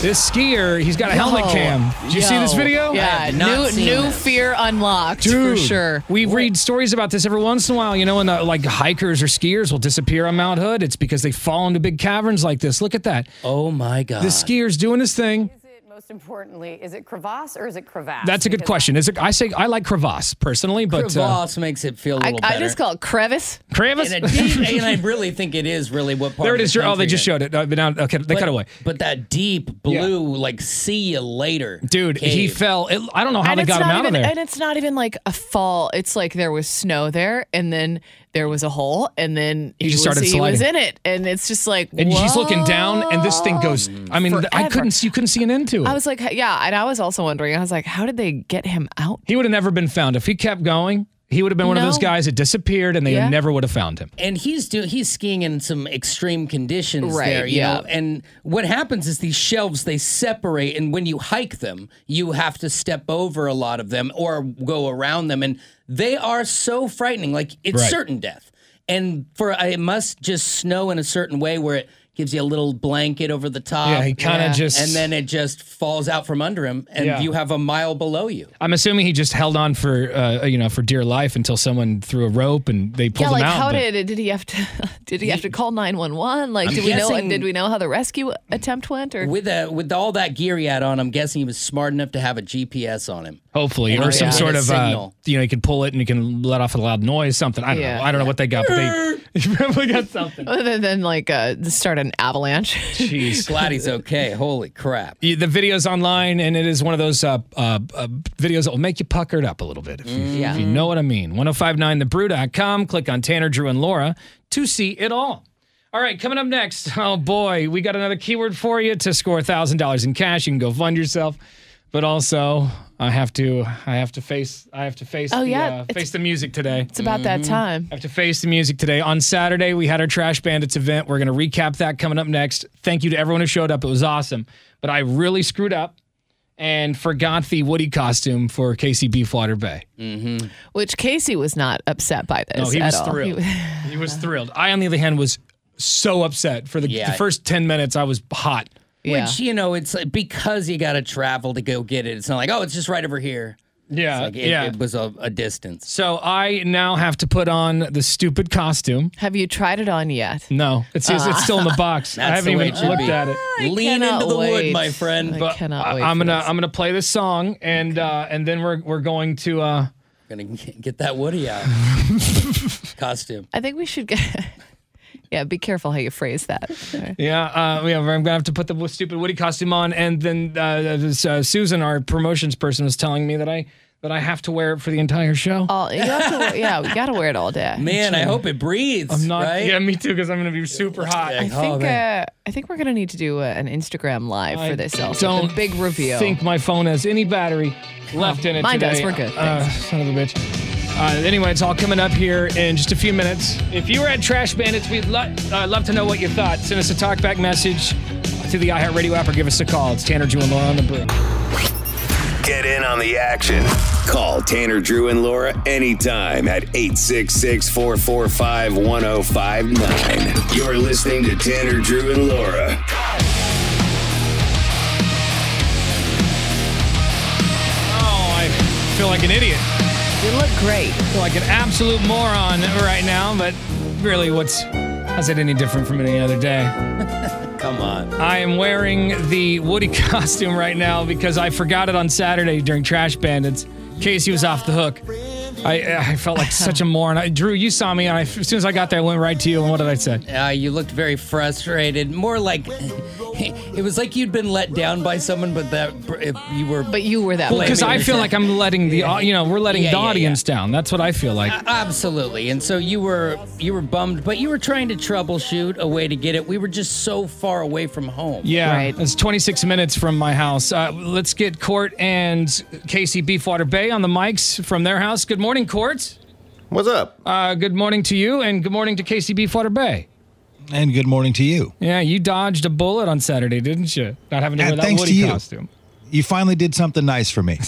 [SPEAKER 1] This skier, he's got a helmet
[SPEAKER 2] Yo.
[SPEAKER 1] cam. Did you see this
[SPEAKER 3] Yo.
[SPEAKER 1] video?
[SPEAKER 3] I
[SPEAKER 2] Yeah.
[SPEAKER 3] have not
[SPEAKER 2] New
[SPEAKER 3] seen
[SPEAKER 2] new
[SPEAKER 3] this.
[SPEAKER 2] fear unlocked for sure.
[SPEAKER 1] We read stories about this every once in a while, you know, and uh, like hikers or skiers will disappear on Mount Hood. It's because they fall into big caverns like this. Look at that.
[SPEAKER 3] Oh my God.
[SPEAKER 1] The skier's doing his thing.
[SPEAKER 9] Most importantly, is it crevasse or is it crevasse?
[SPEAKER 1] That's a good question. Is it? I say I like crevasse personally, but uh,
[SPEAKER 3] Crevasse makes it feel a
[SPEAKER 2] I,
[SPEAKER 3] little
[SPEAKER 2] I
[SPEAKER 3] better.
[SPEAKER 2] just call it crevice.
[SPEAKER 1] crevasse.
[SPEAKER 3] and, a deep, and I really think it is really what part.
[SPEAKER 1] there it
[SPEAKER 3] of
[SPEAKER 1] is.
[SPEAKER 3] The
[SPEAKER 1] Your, oh,
[SPEAKER 3] country
[SPEAKER 1] they just
[SPEAKER 3] you're in.
[SPEAKER 1] showed it. Uh, but now, okay, they
[SPEAKER 3] But-
[SPEAKER 1] cut away.
[SPEAKER 3] But that deep blue, like see you later,
[SPEAKER 1] Dude, he
[SPEAKER 3] cave.
[SPEAKER 1] fell. It, I don't know how they
[SPEAKER 2] it's
[SPEAKER 1] got him
[SPEAKER 2] not
[SPEAKER 1] out
[SPEAKER 2] even,
[SPEAKER 1] of there.
[SPEAKER 2] And it's not even like a fall. It's like there was snow there, and then there was a hole, and then he,
[SPEAKER 1] just
[SPEAKER 2] was,
[SPEAKER 1] started
[SPEAKER 2] he was
[SPEAKER 1] sliding.
[SPEAKER 2] in it, and it's just like
[SPEAKER 1] And he's looking down, and this thing
[SPEAKER 2] whoa.
[SPEAKER 1] goes. I mean, th- I
[SPEAKER 2] Forever.
[SPEAKER 1] couldn't. see- You couldn't see an end to it.
[SPEAKER 2] I was like, yeah, and I was also wondering. I was like, how did they get him out?
[SPEAKER 1] he would have never been found if he kept going. He would have been one of those
[SPEAKER 2] No.
[SPEAKER 1] guys that disappeared and they
[SPEAKER 2] Yeah.
[SPEAKER 1] never would have found him.
[SPEAKER 3] and he's do he's skiing in some extreme conditions
[SPEAKER 2] Right,
[SPEAKER 3] there, you
[SPEAKER 2] yeah.
[SPEAKER 3] know. And what happens is these shelves they separate, and when you hike them, you have to step over a lot of them or go around them, and they are so frightening. Like it's
[SPEAKER 1] Right.
[SPEAKER 3] certain death, and for uh, it must just snow in a certain way where it gives you a little blanket over the top.
[SPEAKER 1] Yeah, he kind of
[SPEAKER 2] yeah.
[SPEAKER 1] just.
[SPEAKER 3] and then it just falls out from under him, and
[SPEAKER 1] Yeah.
[SPEAKER 3] you have a mile below you.
[SPEAKER 1] I'm assuming he just held on for uh, you know for dear life until someone threw a rope and they pulled
[SPEAKER 2] Yeah,
[SPEAKER 1] him
[SPEAKER 2] like
[SPEAKER 1] out.
[SPEAKER 2] how
[SPEAKER 1] but-
[SPEAKER 2] did did he have to [LAUGHS] did he have to call nine one one? Like,
[SPEAKER 3] I'm
[SPEAKER 2] did we know
[SPEAKER 3] guessing-
[SPEAKER 2] did we know how the rescue attempt went? Or
[SPEAKER 3] With a, with all that gear he had on, I'm guessing he was smart enough to have a GPS on him.
[SPEAKER 1] hopefully,
[SPEAKER 3] Or
[SPEAKER 1] or some
[SPEAKER 3] yeah.
[SPEAKER 1] sort
[SPEAKER 3] a
[SPEAKER 1] of uh,
[SPEAKER 3] signal.
[SPEAKER 1] you know you can pull it and you can let off a loud noise something. I don't
[SPEAKER 2] Yeah.
[SPEAKER 1] know. I don't know what they got, but they [LAUGHS] you probably got something.
[SPEAKER 2] [LAUGHS] other than like uh, start an avalanche? [LAUGHS]
[SPEAKER 1] Jeez.
[SPEAKER 3] Glad he's okay. Holy crap.
[SPEAKER 1] Yeah, The video's online, and it is one of those uh, uh, uh, videos that will make you puckered up a little bit, if you,
[SPEAKER 2] Mm. Yeah.
[SPEAKER 1] if you know what I mean. 1059thebrew.com. Click on Tanner, Drew, and Laura to see it all. All right, coming up next. Oh, boy, we got another keyword for you to score $1,000 in cash. You can go fund yourself. But also, I have to, I have to face, I have to face,
[SPEAKER 2] Oh,
[SPEAKER 1] the,
[SPEAKER 2] yeah,
[SPEAKER 1] uh,
[SPEAKER 2] it's-
[SPEAKER 1] face the music today.
[SPEAKER 2] it's about that time.
[SPEAKER 1] I Mm-hmm. have to face the music today. On Saturday, we had our Trash Bandits event. We're going to recap that coming up next. Thank you to everyone who showed up. It was awesome. But I really screwed up and forgot the Woody costume for Casey Beefwater Bay.
[SPEAKER 2] Which Casey was not upset by this.
[SPEAKER 1] No, he
[SPEAKER 2] at
[SPEAKER 1] was
[SPEAKER 2] all.
[SPEAKER 1] thrilled.
[SPEAKER 2] [LAUGHS]
[SPEAKER 1] He was thrilled. I, on the other hand, was so upset. For the,
[SPEAKER 3] Yeah.
[SPEAKER 1] the first 10 minutes, I was hot.
[SPEAKER 2] yeah.
[SPEAKER 3] Which, you know, it's like because you got to travel to go get it. It's not like, oh, it's just right over here.
[SPEAKER 1] Yeah.
[SPEAKER 3] Like, it,
[SPEAKER 1] yeah.
[SPEAKER 3] it was a, a distance.
[SPEAKER 1] so I now have to put on the stupid costume.
[SPEAKER 2] Have you tried it on yet?
[SPEAKER 1] No, it's, it's still in the
[SPEAKER 3] [LAUGHS]
[SPEAKER 1] box. I
[SPEAKER 3] That's
[SPEAKER 1] haven't
[SPEAKER 3] the way
[SPEAKER 1] even
[SPEAKER 3] it should
[SPEAKER 1] looked
[SPEAKER 3] be.
[SPEAKER 1] at it.
[SPEAKER 3] Lean
[SPEAKER 2] cannot
[SPEAKER 3] into the
[SPEAKER 2] wait.
[SPEAKER 3] wood, my friend.
[SPEAKER 2] I
[SPEAKER 3] but
[SPEAKER 2] cannot
[SPEAKER 1] I-
[SPEAKER 2] wait.
[SPEAKER 1] I'm
[SPEAKER 2] for
[SPEAKER 1] gonna
[SPEAKER 2] this.
[SPEAKER 1] I'm gonna play this song and uh, and then we're we're going to uh,
[SPEAKER 3] gonna get get that Woody
[SPEAKER 1] [LAUGHS]
[SPEAKER 3] out costume.
[SPEAKER 2] I think we should get. [LAUGHS] yeah, be careful how you phrase that.
[SPEAKER 1] yeah uh, yeah we're- I'm gonna have to put the stupid Woody costume on and then uh, this, uh, Susan our promotions person was telling me that I that I have to wear it for the entire show.
[SPEAKER 2] All Oh, you have to, yeah, we gotta wear it all day.
[SPEAKER 3] Man, I hope it breathes.
[SPEAKER 1] I'm not
[SPEAKER 3] right?
[SPEAKER 1] yeah me too because I'm gonna be super hot.
[SPEAKER 2] I
[SPEAKER 3] Oh,
[SPEAKER 2] think uh,
[SPEAKER 3] man.
[SPEAKER 2] I think we're gonna need to do uh an Instagram live
[SPEAKER 1] I
[SPEAKER 2] for this. Also,
[SPEAKER 1] don't
[SPEAKER 2] the big reveal.
[SPEAKER 1] Think my phone has any battery left in it?
[SPEAKER 2] mine
[SPEAKER 1] today.
[SPEAKER 2] does. We're good.
[SPEAKER 1] Uh, son of a bitch. Uh, anyway, it's all coming up here in just a few minutes. If you were at Trash Bandits, we'd lo- uh, love to know what you thought. Send us a talkback message to the iHeartRadio app or give us a call. It's Tanner, Drew, and Laura on the brew.
[SPEAKER 4] Get in on the action. Call Tanner, Drew, and Laura anytime at 866 445 1059. You're listening to Tanner, Drew, and Laura.
[SPEAKER 1] Oh, I feel like an idiot.
[SPEAKER 2] you look great.
[SPEAKER 1] I feel like an absolute moron right now, but really, what's. How's it any different from any other day?
[SPEAKER 3] Come on.
[SPEAKER 1] I am wearing the Woody [LAUGHS] costume right now because I forgot it on Saturday during Trash Bandits. Casey was off the hook. I, I felt like such a moron. I, Drew, you saw me, and I, as soon as I got there, I went right to you. And what did I say?
[SPEAKER 3] Uh, you looked very frustrated. More like [LAUGHS] it was like you'd been let down by someone, but that if you were.
[SPEAKER 2] But you were that
[SPEAKER 3] Well,
[SPEAKER 2] way.
[SPEAKER 1] Because I feel like I'm letting the, au- you know, we're letting
[SPEAKER 3] Yeah,
[SPEAKER 1] the
[SPEAKER 3] yeah, yeah.
[SPEAKER 1] audience down. That's what I feel like.
[SPEAKER 3] Absolutely. And so you were you were bummed, but you were trying to troubleshoot a way to get it. We were just so far away from home.
[SPEAKER 1] Yeah,
[SPEAKER 2] Right.
[SPEAKER 1] it's 26 minutes from my house. Uh, let's get Court and Casey Beefwater Bay on the mics from their house. Good morning, Court.
[SPEAKER 10] What's up?
[SPEAKER 1] Uh, good morning to you, and good morning to Casey Beefwater Bay.
[SPEAKER 8] And good morning to you.
[SPEAKER 1] Yeah, you dodged a bullet on Saturday, didn't you? Not having to
[SPEAKER 8] Yeah,
[SPEAKER 1] wear that
[SPEAKER 8] thanks
[SPEAKER 1] Woody
[SPEAKER 8] to you.
[SPEAKER 1] costume.
[SPEAKER 8] You finally did something nice for me.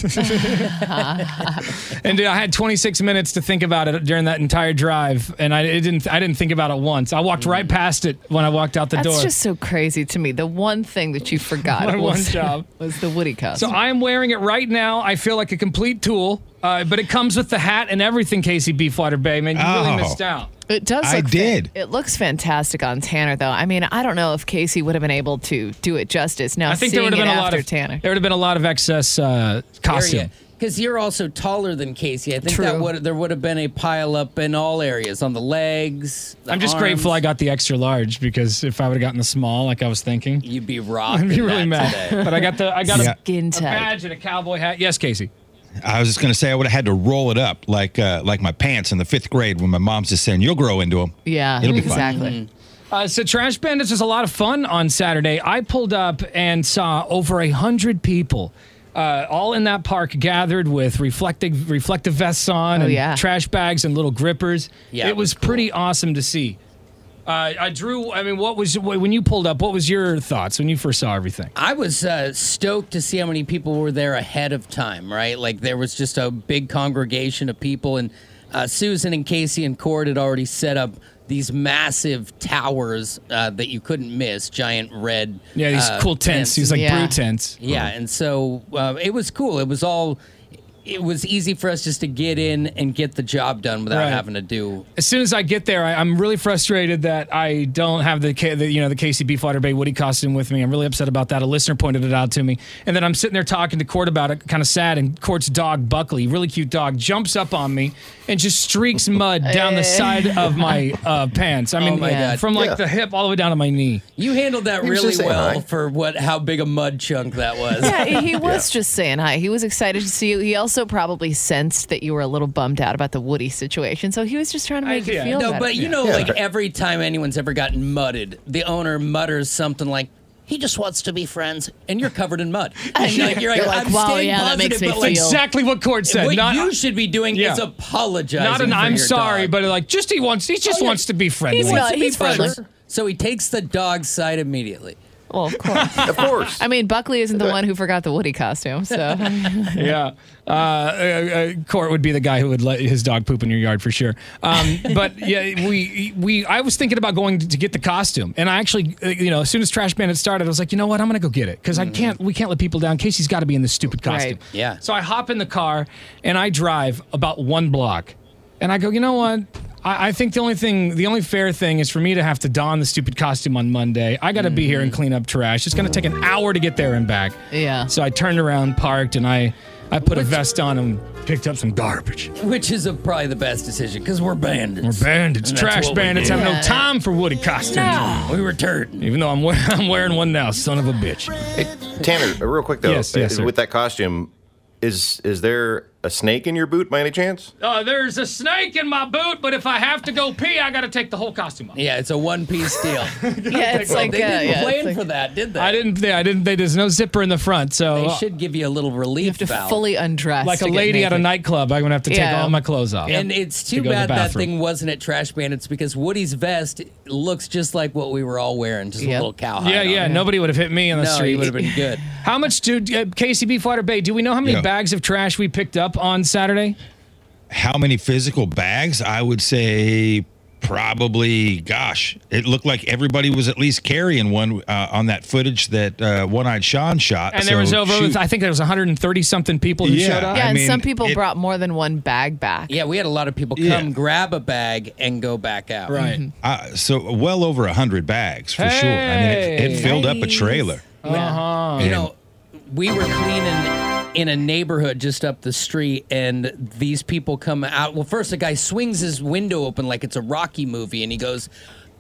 [SPEAKER 1] And dude, I had 26 minutes to think about it during that entire drive, and I it didn't. I didn't think about it once. I
[SPEAKER 8] Mm.
[SPEAKER 1] walked right past it when I walked out the
[SPEAKER 2] That's
[SPEAKER 1] door.
[SPEAKER 2] just so crazy to me. The one thing that you forgot
[SPEAKER 1] My one
[SPEAKER 2] was, [LAUGHS]
[SPEAKER 1] job.
[SPEAKER 2] was the Woody costume.
[SPEAKER 1] so I'm wearing it right now. I feel like a complete tool, uh, but it comes with the hat and everything. Casey Beefwater Bay, man, you
[SPEAKER 8] Oh.
[SPEAKER 1] really missed out.
[SPEAKER 2] It does. Look
[SPEAKER 8] I did.
[SPEAKER 2] It looks fantastic on Tanner, though. I mean, I don't know if Casey would have been able to do it justice. Now,
[SPEAKER 1] I think there
[SPEAKER 2] seeing
[SPEAKER 1] would have
[SPEAKER 2] it
[SPEAKER 1] been a lot
[SPEAKER 2] after
[SPEAKER 1] of
[SPEAKER 2] Tanner.
[SPEAKER 1] there would have been a lot of excess uh, costume.
[SPEAKER 3] Because you're also taller than Casey. I think
[SPEAKER 2] True.
[SPEAKER 3] that would there would have been a pile up in all areas on the legs. the
[SPEAKER 1] I'm just
[SPEAKER 3] arms.
[SPEAKER 1] grateful I got the extra large because if I would have gotten the small, like I was thinking,
[SPEAKER 3] You'd be rocked.
[SPEAKER 1] [LAUGHS] I'd be really mad. But I got the I got
[SPEAKER 8] Yeah.
[SPEAKER 1] a
[SPEAKER 2] Skin
[SPEAKER 1] A
[SPEAKER 2] tight.
[SPEAKER 1] badge and a cowboy hat. [LAUGHS] Yes, Casey.
[SPEAKER 8] I was just going to say I would have had to roll it up like uh, like my pants in the fifth grade when my mom's just saying you'll grow into them.
[SPEAKER 2] Yeah,
[SPEAKER 8] It'll be fun.
[SPEAKER 2] exactly.
[SPEAKER 3] Mm-hmm.
[SPEAKER 1] Uh, so Trash Bandits was a lot of fun on Saturday. I pulled up and saw over a hundred people uh, all in that park gathered with reflective reflective vests on
[SPEAKER 2] Oh,
[SPEAKER 1] and
[SPEAKER 2] yeah.
[SPEAKER 1] trash bags and little grippers.
[SPEAKER 3] Yeah,
[SPEAKER 1] it
[SPEAKER 3] it was
[SPEAKER 1] was
[SPEAKER 3] cool.
[SPEAKER 1] pretty awesome to see. Uh, I drew. I mean, what was when you pulled up? What was your thoughts when you first saw everything?
[SPEAKER 3] I was uh, stoked to see how many people were there ahead of time, right? Like there was just a big congregation of people, and uh, Susan and Casey and Cord had already set up these massive towers uh, that you couldn't miss, giant red.
[SPEAKER 1] Yeah, these
[SPEAKER 3] uh,
[SPEAKER 1] cool tents. These like
[SPEAKER 2] Yeah.
[SPEAKER 1] brew tents.
[SPEAKER 3] yeah, and so uh, it was cool. It was all. It was easy for us just to get in and get the job done without
[SPEAKER 1] Right.
[SPEAKER 3] having to do
[SPEAKER 1] as soon as I get there, I, I'm really frustrated that I don't have the, K- the you know the KCB Flutter Bay Woody costume with me. I'm really upset about that. A listener pointed it out to me, and then I'm sitting there talking to Court about it, kind of sad. And Court's dog Buckley, really cute dog, jumps up on me and just streaks mud down
[SPEAKER 2] [LAUGHS]
[SPEAKER 1] the side of my uh, pants. I mean,
[SPEAKER 3] Oh my God.
[SPEAKER 1] from like
[SPEAKER 10] Yeah.
[SPEAKER 1] the hip all the way
[SPEAKER 2] [LAUGHS]
[SPEAKER 1] down to my knee.
[SPEAKER 3] You handled that
[SPEAKER 10] was
[SPEAKER 3] really
[SPEAKER 10] just saying
[SPEAKER 3] well
[SPEAKER 10] hi.
[SPEAKER 3] for what how big a mud chunk that was.
[SPEAKER 2] Yeah, he-
[SPEAKER 3] [LAUGHS]
[SPEAKER 2] he was just saying hi. He was excited to see you. He also probably sensed that you were a little bummed out about the Woody situation, so he was just trying to make
[SPEAKER 1] [LAUGHS]
[SPEAKER 2] you
[SPEAKER 1] yeah.
[SPEAKER 2] feel
[SPEAKER 3] No,
[SPEAKER 2] better.
[SPEAKER 3] but you know, like every time anyone's ever gotten mudded, the owner mutters something like, "He just wants to be friends," and you're covered in
[SPEAKER 2] [LAUGHS]
[SPEAKER 3] mud. And you're like, you're
[SPEAKER 2] You're
[SPEAKER 3] like,
[SPEAKER 2] like,
[SPEAKER 3] I'm
[SPEAKER 2] "Wow,
[SPEAKER 3] staying
[SPEAKER 2] yeah, that
[SPEAKER 3] positive,
[SPEAKER 2] makes me
[SPEAKER 3] but
[SPEAKER 2] feel
[SPEAKER 3] like,
[SPEAKER 2] Feel-
[SPEAKER 1] Exactly what Court said.
[SPEAKER 3] what
[SPEAKER 1] not
[SPEAKER 3] you should be doing
[SPEAKER 1] Yeah.
[SPEAKER 3] is apologizing.
[SPEAKER 1] not an
[SPEAKER 3] for
[SPEAKER 1] I'm
[SPEAKER 3] your
[SPEAKER 1] sorry,
[SPEAKER 3] dog."
[SPEAKER 1] but like just he wants he just
[SPEAKER 3] yeah.
[SPEAKER 1] wants to be friendly.
[SPEAKER 2] Oh, He's not-
[SPEAKER 3] To be
[SPEAKER 2] he's friendly.
[SPEAKER 3] friends. So he takes the dog's side immediately.
[SPEAKER 2] well, of course.
[SPEAKER 10] Of course.
[SPEAKER 2] I mean, Buckley isn't the one who forgot the Woody
[SPEAKER 3] [LAUGHS]
[SPEAKER 2] costume,
[SPEAKER 1] [LAUGHS]
[SPEAKER 2] so
[SPEAKER 1] yeah. Uh, uh, uh, Court would be the guy who would let his dog poop in your yard for sure. Um, but yeah, we we I was thinking about going to get the costume, and I actually, uh, you know, as soon as Trash Bandit started, I was like, you know what, I'm gonna go get it because I can't we can't let people down. Casey's got to be in this stupid costume.
[SPEAKER 2] Right.
[SPEAKER 3] Yeah.
[SPEAKER 1] So I hop in the car and I drive about one block, and I go, you know what. I I think the only thing, the only fair thing is for me to have to don the stupid costume on Monday. I got to be here and clean up trash. It's going to take an hour to get there and back.
[SPEAKER 2] Yeah.
[SPEAKER 1] So I turned around, parked, and I, I put a vest on and picked up some garbage.
[SPEAKER 3] Which is uh probably the best decision because we're
[SPEAKER 1] We're
[SPEAKER 3] bandits.
[SPEAKER 1] bandits,
[SPEAKER 3] And that's
[SPEAKER 1] trash
[SPEAKER 3] what we
[SPEAKER 1] bandits.
[SPEAKER 3] do.
[SPEAKER 1] Have no time for woody costumes.
[SPEAKER 3] We were turd.
[SPEAKER 1] Even though I'm wearing, [LAUGHS] I'm wearing one now, son of a bitch.
[SPEAKER 10] Hey, Tanner, real quick though,
[SPEAKER 1] Yes, yes,
[SPEAKER 10] uh,
[SPEAKER 1] sir.
[SPEAKER 10] with that costume, is is there a snake in your boot by any chance?
[SPEAKER 1] Uh, there's a snake in my boot, but if I have to go pee, I got to take the whole costume off.
[SPEAKER 3] Yeah, it's a one-piece deal. [LAUGHS]
[SPEAKER 2] yeah, it's like uh,
[SPEAKER 3] they didn't
[SPEAKER 2] yeah,
[SPEAKER 3] plan
[SPEAKER 2] it's like-
[SPEAKER 3] for that, did they?
[SPEAKER 1] I didn't. Yeah, I didn't. They, there's no zipper in the front, so uh,
[SPEAKER 3] They should give you a little relief
[SPEAKER 2] you have to
[SPEAKER 3] valve.
[SPEAKER 2] fully undress,
[SPEAKER 1] like a
[SPEAKER 2] to get
[SPEAKER 1] lady at a
[SPEAKER 2] naked.
[SPEAKER 1] nightclub, I'm gonna have to take
[SPEAKER 2] Yeah.
[SPEAKER 1] all my clothes off.
[SPEAKER 3] And it's
[SPEAKER 1] to
[SPEAKER 3] too
[SPEAKER 1] go to the
[SPEAKER 3] bad that
[SPEAKER 1] bathroom.
[SPEAKER 3] thing wasn't at Trash Bandits because Woody's vest looks just like what we were all wearing, just
[SPEAKER 2] Yep.
[SPEAKER 3] a little cowhide.
[SPEAKER 1] Yeah,
[SPEAKER 3] on
[SPEAKER 1] yeah.
[SPEAKER 3] it.
[SPEAKER 1] Nobody would have hit me on the
[SPEAKER 3] No,
[SPEAKER 1] street.
[SPEAKER 3] he would have been good.
[SPEAKER 1] [LAUGHS] How much do uh, KCB Flutter Bay? Do we know how many
[SPEAKER 8] Yeah.
[SPEAKER 1] bags of trash we picked up on Saturday?
[SPEAKER 8] How many physical bags? I would say probably. Gosh, it looked like everybody was at least carrying one uh, on that footage that uh, one-eyed Sean shot.
[SPEAKER 1] And there was
[SPEAKER 8] Uh, So,
[SPEAKER 1] over,
[SPEAKER 8] shoot.
[SPEAKER 1] I think there was 130 something people who
[SPEAKER 8] Yeah.
[SPEAKER 1] showed up.
[SPEAKER 8] I
[SPEAKER 2] Yeah, and
[SPEAKER 8] mean,
[SPEAKER 2] some people
[SPEAKER 8] it-
[SPEAKER 2] brought more than one bag back.
[SPEAKER 3] Yeah, we had a lot of people come
[SPEAKER 8] Yeah.
[SPEAKER 3] grab a bag and go back out.
[SPEAKER 2] Mm-hmm.
[SPEAKER 8] Uh, so well over a hundred bags for sure. I mean, it,
[SPEAKER 1] Hey.
[SPEAKER 8] it filled up a
[SPEAKER 2] Nice.
[SPEAKER 8] trailer.
[SPEAKER 3] Uh-huh. You know, we were cleaning in a neighborhood just up the street, and these people come out. Well, first, a guy swings his window open like it's a Rocky movie, and he goes,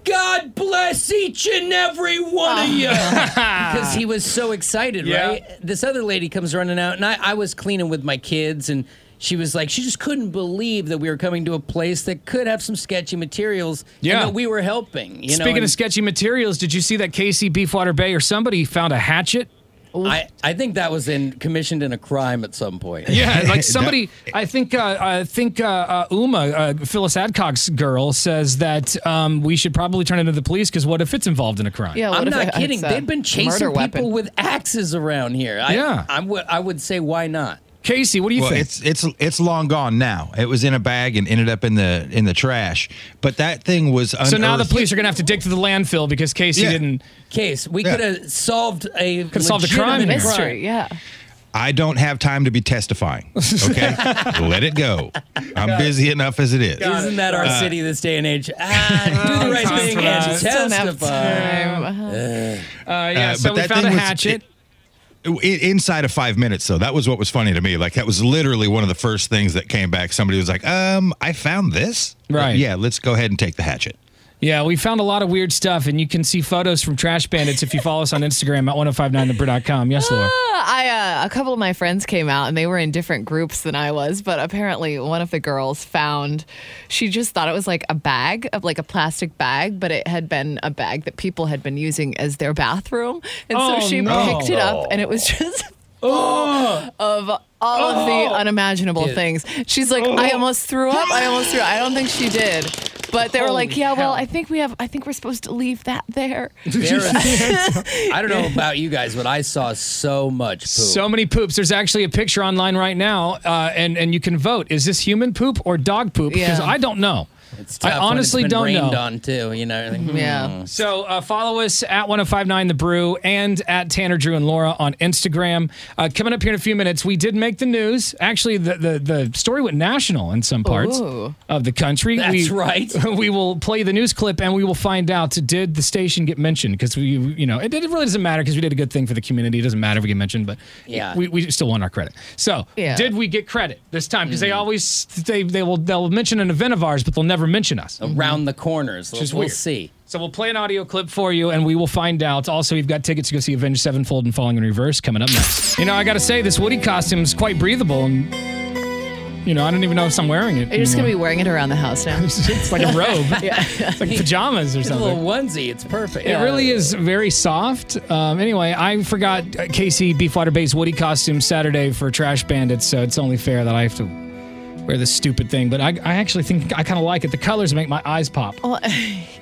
[SPEAKER 3] God bless each and every one of
[SPEAKER 1] [LAUGHS]
[SPEAKER 3] you. Because he was so excited,
[SPEAKER 1] Yeah.
[SPEAKER 3] right? This other lady comes running out, and I, I was cleaning with my kids, and she was like, she just couldn't believe that we were coming to a place that could have some sketchy materials. and
[SPEAKER 1] Yeah.
[SPEAKER 3] that we were helping. You know,
[SPEAKER 1] Speaking
[SPEAKER 3] and-
[SPEAKER 1] of sketchy materials, did you see that KC Beefwater Bay or somebody found a hatchet?
[SPEAKER 3] I, I think that was in commissioned in a crime at some point.
[SPEAKER 1] Yeah, [LAUGHS] like somebody. I think uh, I think uh, uh, Uma uh, Phyllis Adcock's girl says that um, we should probably turn it to the police because what if it's involved in a crime?
[SPEAKER 2] Yeah, what
[SPEAKER 3] I'm
[SPEAKER 2] if
[SPEAKER 3] not
[SPEAKER 2] it's
[SPEAKER 3] kidding.
[SPEAKER 2] a
[SPEAKER 3] They've been
[SPEAKER 2] murder
[SPEAKER 3] chasing people
[SPEAKER 2] weapon?
[SPEAKER 3] with axes around here. I,
[SPEAKER 1] Yeah.
[SPEAKER 3] I would- I would say why not?
[SPEAKER 1] Casey, what do you
[SPEAKER 8] Well,
[SPEAKER 1] think?
[SPEAKER 8] it's it's it's long gone now. It was in a bag and ended up in the in the trash. But that thing was
[SPEAKER 1] so now the
[SPEAKER 8] unearthed-
[SPEAKER 1] police are gonna have to dig to the landfill because Casey
[SPEAKER 8] Yeah.
[SPEAKER 1] didn't.
[SPEAKER 3] Case we
[SPEAKER 8] Yeah.
[SPEAKER 3] could have solved a
[SPEAKER 1] Could've solved a crime
[SPEAKER 3] legitimate
[SPEAKER 1] here.
[SPEAKER 2] Mystery, yeah.
[SPEAKER 8] I don't have time to be testifying.
[SPEAKER 1] [LAUGHS]
[SPEAKER 8] Okay, let it go. I'm busy enough as it is. Uh,
[SPEAKER 3] Isn't that our city this day and age?
[SPEAKER 8] [LAUGHS]
[SPEAKER 3] Ah, do the right
[SPEAKER 1] time
[SPEAKER 3] thing
[SPEAKER 1] for
[SPEAKER 3] and
[SPEAKER 1] that.
[SPEAKER 2] Don't have
[SPEAKER 3] testify.
[SPEAKER 2] time.
[SPEAKER 1] Uh, yeah,
[SPEAKER 8] Uh,
[SPEAKER 1] so
[SPEAKER 8] but
[SPEAKER 1] we
[SPEAKER 8] that
[SPEAKER 1] found
[SPEAKER 8] thing
[SPEAKER 1] a
[SPEAKER 8] was-
[SPEAKER 1] hatchet.
[SPEAKER 8] it- I- inside of five minutes though that was what was funny to me like that was literally one of the first things that came back somebody was like um i found this
[SPEAKER 1] Right.
[SPEAKER 8] yeah let's go ahead and take the hatchet
[SPEAKER 1] Yeah, we found a lot of weird stuff, and you can see photos from Trash Bandits if you follow us on Instagram at 1059thebr.com.
[SPEAKER 2] Ah,
[SPEAKER 1] Yes, Laura.
[SPEAKER 2] I uh, a couple of my friends came out and they were in different groups than I was, but apparently one of the girls found she just thought it was like a bag of like a plastic bag, but it had been a bag that people had been using as their bathroom, and
[SPEAKER 1] Oh,
[SPEAKER 2] so she
[SPEAKER 1] no. [GASPS] Oh.
[SPEAKER 2] picked it up and it was just of all of the unimaginable things. She's like,
[SPEAKER 1] Oh.
[SPEAKER 2] I almost threw up. I almost threw. Up. I don't think she did, but they were like,
[SPEAKER 3] Holy
[SPEAKER 2] yeah, well,
[SPEAKER 3] hell.
[SPEAKER 2] I think we have. I think we're supposed to leave that there.
[SPEAKER 3] There
[SPEAKER 2] [LAUGHS]
[SPEAKER 3] is- I don't know about you guys, but I saw so much poop.
[SPEAKER 1] So many poops. There's actually a picture online right now, uh, and and you can vote. Is this human poop or dog poop? Because
[SPEAKER 2] Yeah.
[SPEAKER 1] I don't know.
[SPEAKER 3] It's
[SPEAKER 1] I
[SPEAKER 3] tough when
[SPEAKER 1] honestly
[SPEAKER 3] it's been
[SPEAKER 1] don't
[SPEAKER 3] rained
[SPEAKER 1] know. Hmm.
[SPEAKER 3] on too. You know. like,
[SPEAKER 2] Yeah.
[SPEAKER 1] So uh, follow us at 1059 The Brew and at Tanner, Drew, and Laura on Instagram. Uh, coming up here in a few minutes, we did make the news. Actually, the, the, the story went national in some parts
[SPEAKER 2] Ooh.
[SPEAKER 1] of the country.
[SPEAKER 3] That's
[SPEAKER 1] we,
[SPEAKER 3] right.
[SPEAKER 1] [LAUGHS] We will play the news clip and we will find out did the station get mentioned? Because we, you know, it, it really doesn't matter because we did a good thing for the community. It doesn't matter if we get mentioned, but
[SPEAKER 3] Yeah.
[SPEAKER 1] we, we still want our credit. So
[SPEAKER 2] Yeah.
[SPEAKER 1] did we get credit this time? Because
[SPEAKER 3] Mm.
[SPEAKER 1] they always they they will they'll mention an event of ours, but they'll never mention us.
[SPEAKER 3] Around the corners. We'll,
[SPEAKER 1] is
[SPEAKER 3] we'll
[SPEAKER 1] weird.
[SPEAKER 3] see.
[SPEAKER 1] So we'll play an audio clip for you, and we will find out. Also, we've got tickets to go see Avenged Sevenfold and Falling in Reverse coming up next. You know, I gotta say, this Woody costume is quite breathable, and you know, I don't even know if I'm wearing it.
[SPEAKER 2] You're just gonna be wearing it around the house now.
[SPEAKER 1] [LAUGHS] it's like a
[SPEAKER 2] [LAUGHS]
[SPEAKER 1] robe, it's like pajamas or
[SPEAKER 3] It's a little
[SPEAKER 1] something.
[SPEAKER 3] onesie. It's perfect.
[SPEAKER 1] It really is very soft. Um, anyway, I forgot uh, Casey Beefwater Bay's Woody costume Saturday for Trash Bandits, so it's only fair that I have to wear this stupid thing. But I, I actually think I kind of like it. The colors make my eyes pop.
[SPEAKER 2] Well,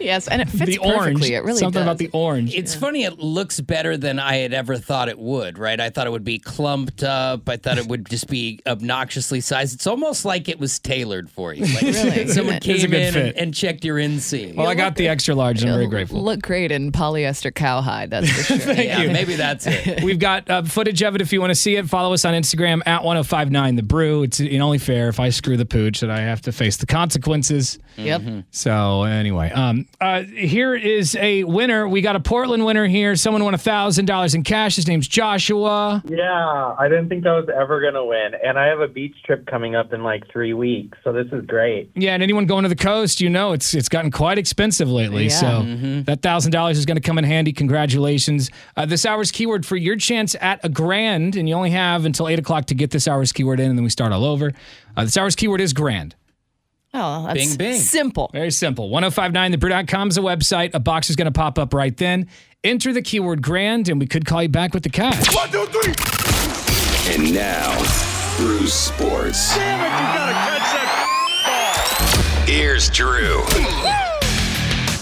[SPEAKER 2] yes, and it fits
[SPEAKER 1] the orange,
[SPEAKER 2] perfectly. It really
[SPEAKER 1] something
[SPEAKER 2] does.
[SPEAKER 1] about the orange.
[SPEAKER 3] It's funny. It looks better than I had ever thought it would. Right? I thought it would be clumped up. I thought it would just be obnoxiously sized. It's almost like it was tailored for you. Like
[SPEAKER 2] [LAUGHS]
[SPEAKER 3] someone
[SPEAKER 2] Really, isn't it?
[SPEAKER 1] It's a
[SPEAKER 3] came
[SPEAKER 1] good
[SPEAKER 3] in and,
[SPEAKER 1] fit.
[SPEAKER 3] and checked your inseam.
[SPEAKER 1] Well, I got the extra large. and I'm very grateful.
[SPEAKER 2] Look great in polyester cowhide. That's
[SPEAKER 1] [LAUGHS]
[SPEAKER 2] for sure.
[SPEAKER 3] yeah, maybe that's it.
[SPEAKER 1] We've got uh, footage of it if you want to see it. Follow us on Instagram at 1059 The Brew. It's you know, only fair if I screw the pooch that I have to face the consequences.
[SPEAKER 2] Yep.
[SPEAKER 3] Mm-hmm.
[SPEAKER 1] So, anyway, um, uh, here is a winner. We got a Portland winner here. Someone won $1,000 in cash. His name's Joshua.
[SPEAKER 11] Yeah, I didn't think I was ever going to win. And I have a beach trip coming up in like three weeks. So this is great.
[SPEAKER 1] Yeah, and anyone going to the coast, you know, it's it's gotten quite expensive lately.
[SPEAKER 2] Yeah.
[SPEAKER 1] So that thousand dollars is going to come in handy. Congratulations! Uh, this hour's keyword for your chance at a grand, and you only have until eight o'clock to get this hour's keyword in, and then we start all over. Uh, this hour's keyword is grand.
[SPEAKER 2] Oh, that's
[SPEAKER 3] Bing, bing.
[SPEAKER 2] simple.
[SPEAKER 1] Very simple. 1059thebrew.com is a website. A box is going to pop up right then. Enter the keyword grand, and we could call you back with the cash.
[SPEAKER 4] And now, Drew Sports. Damn it, you gotta catch that. Here's Drew.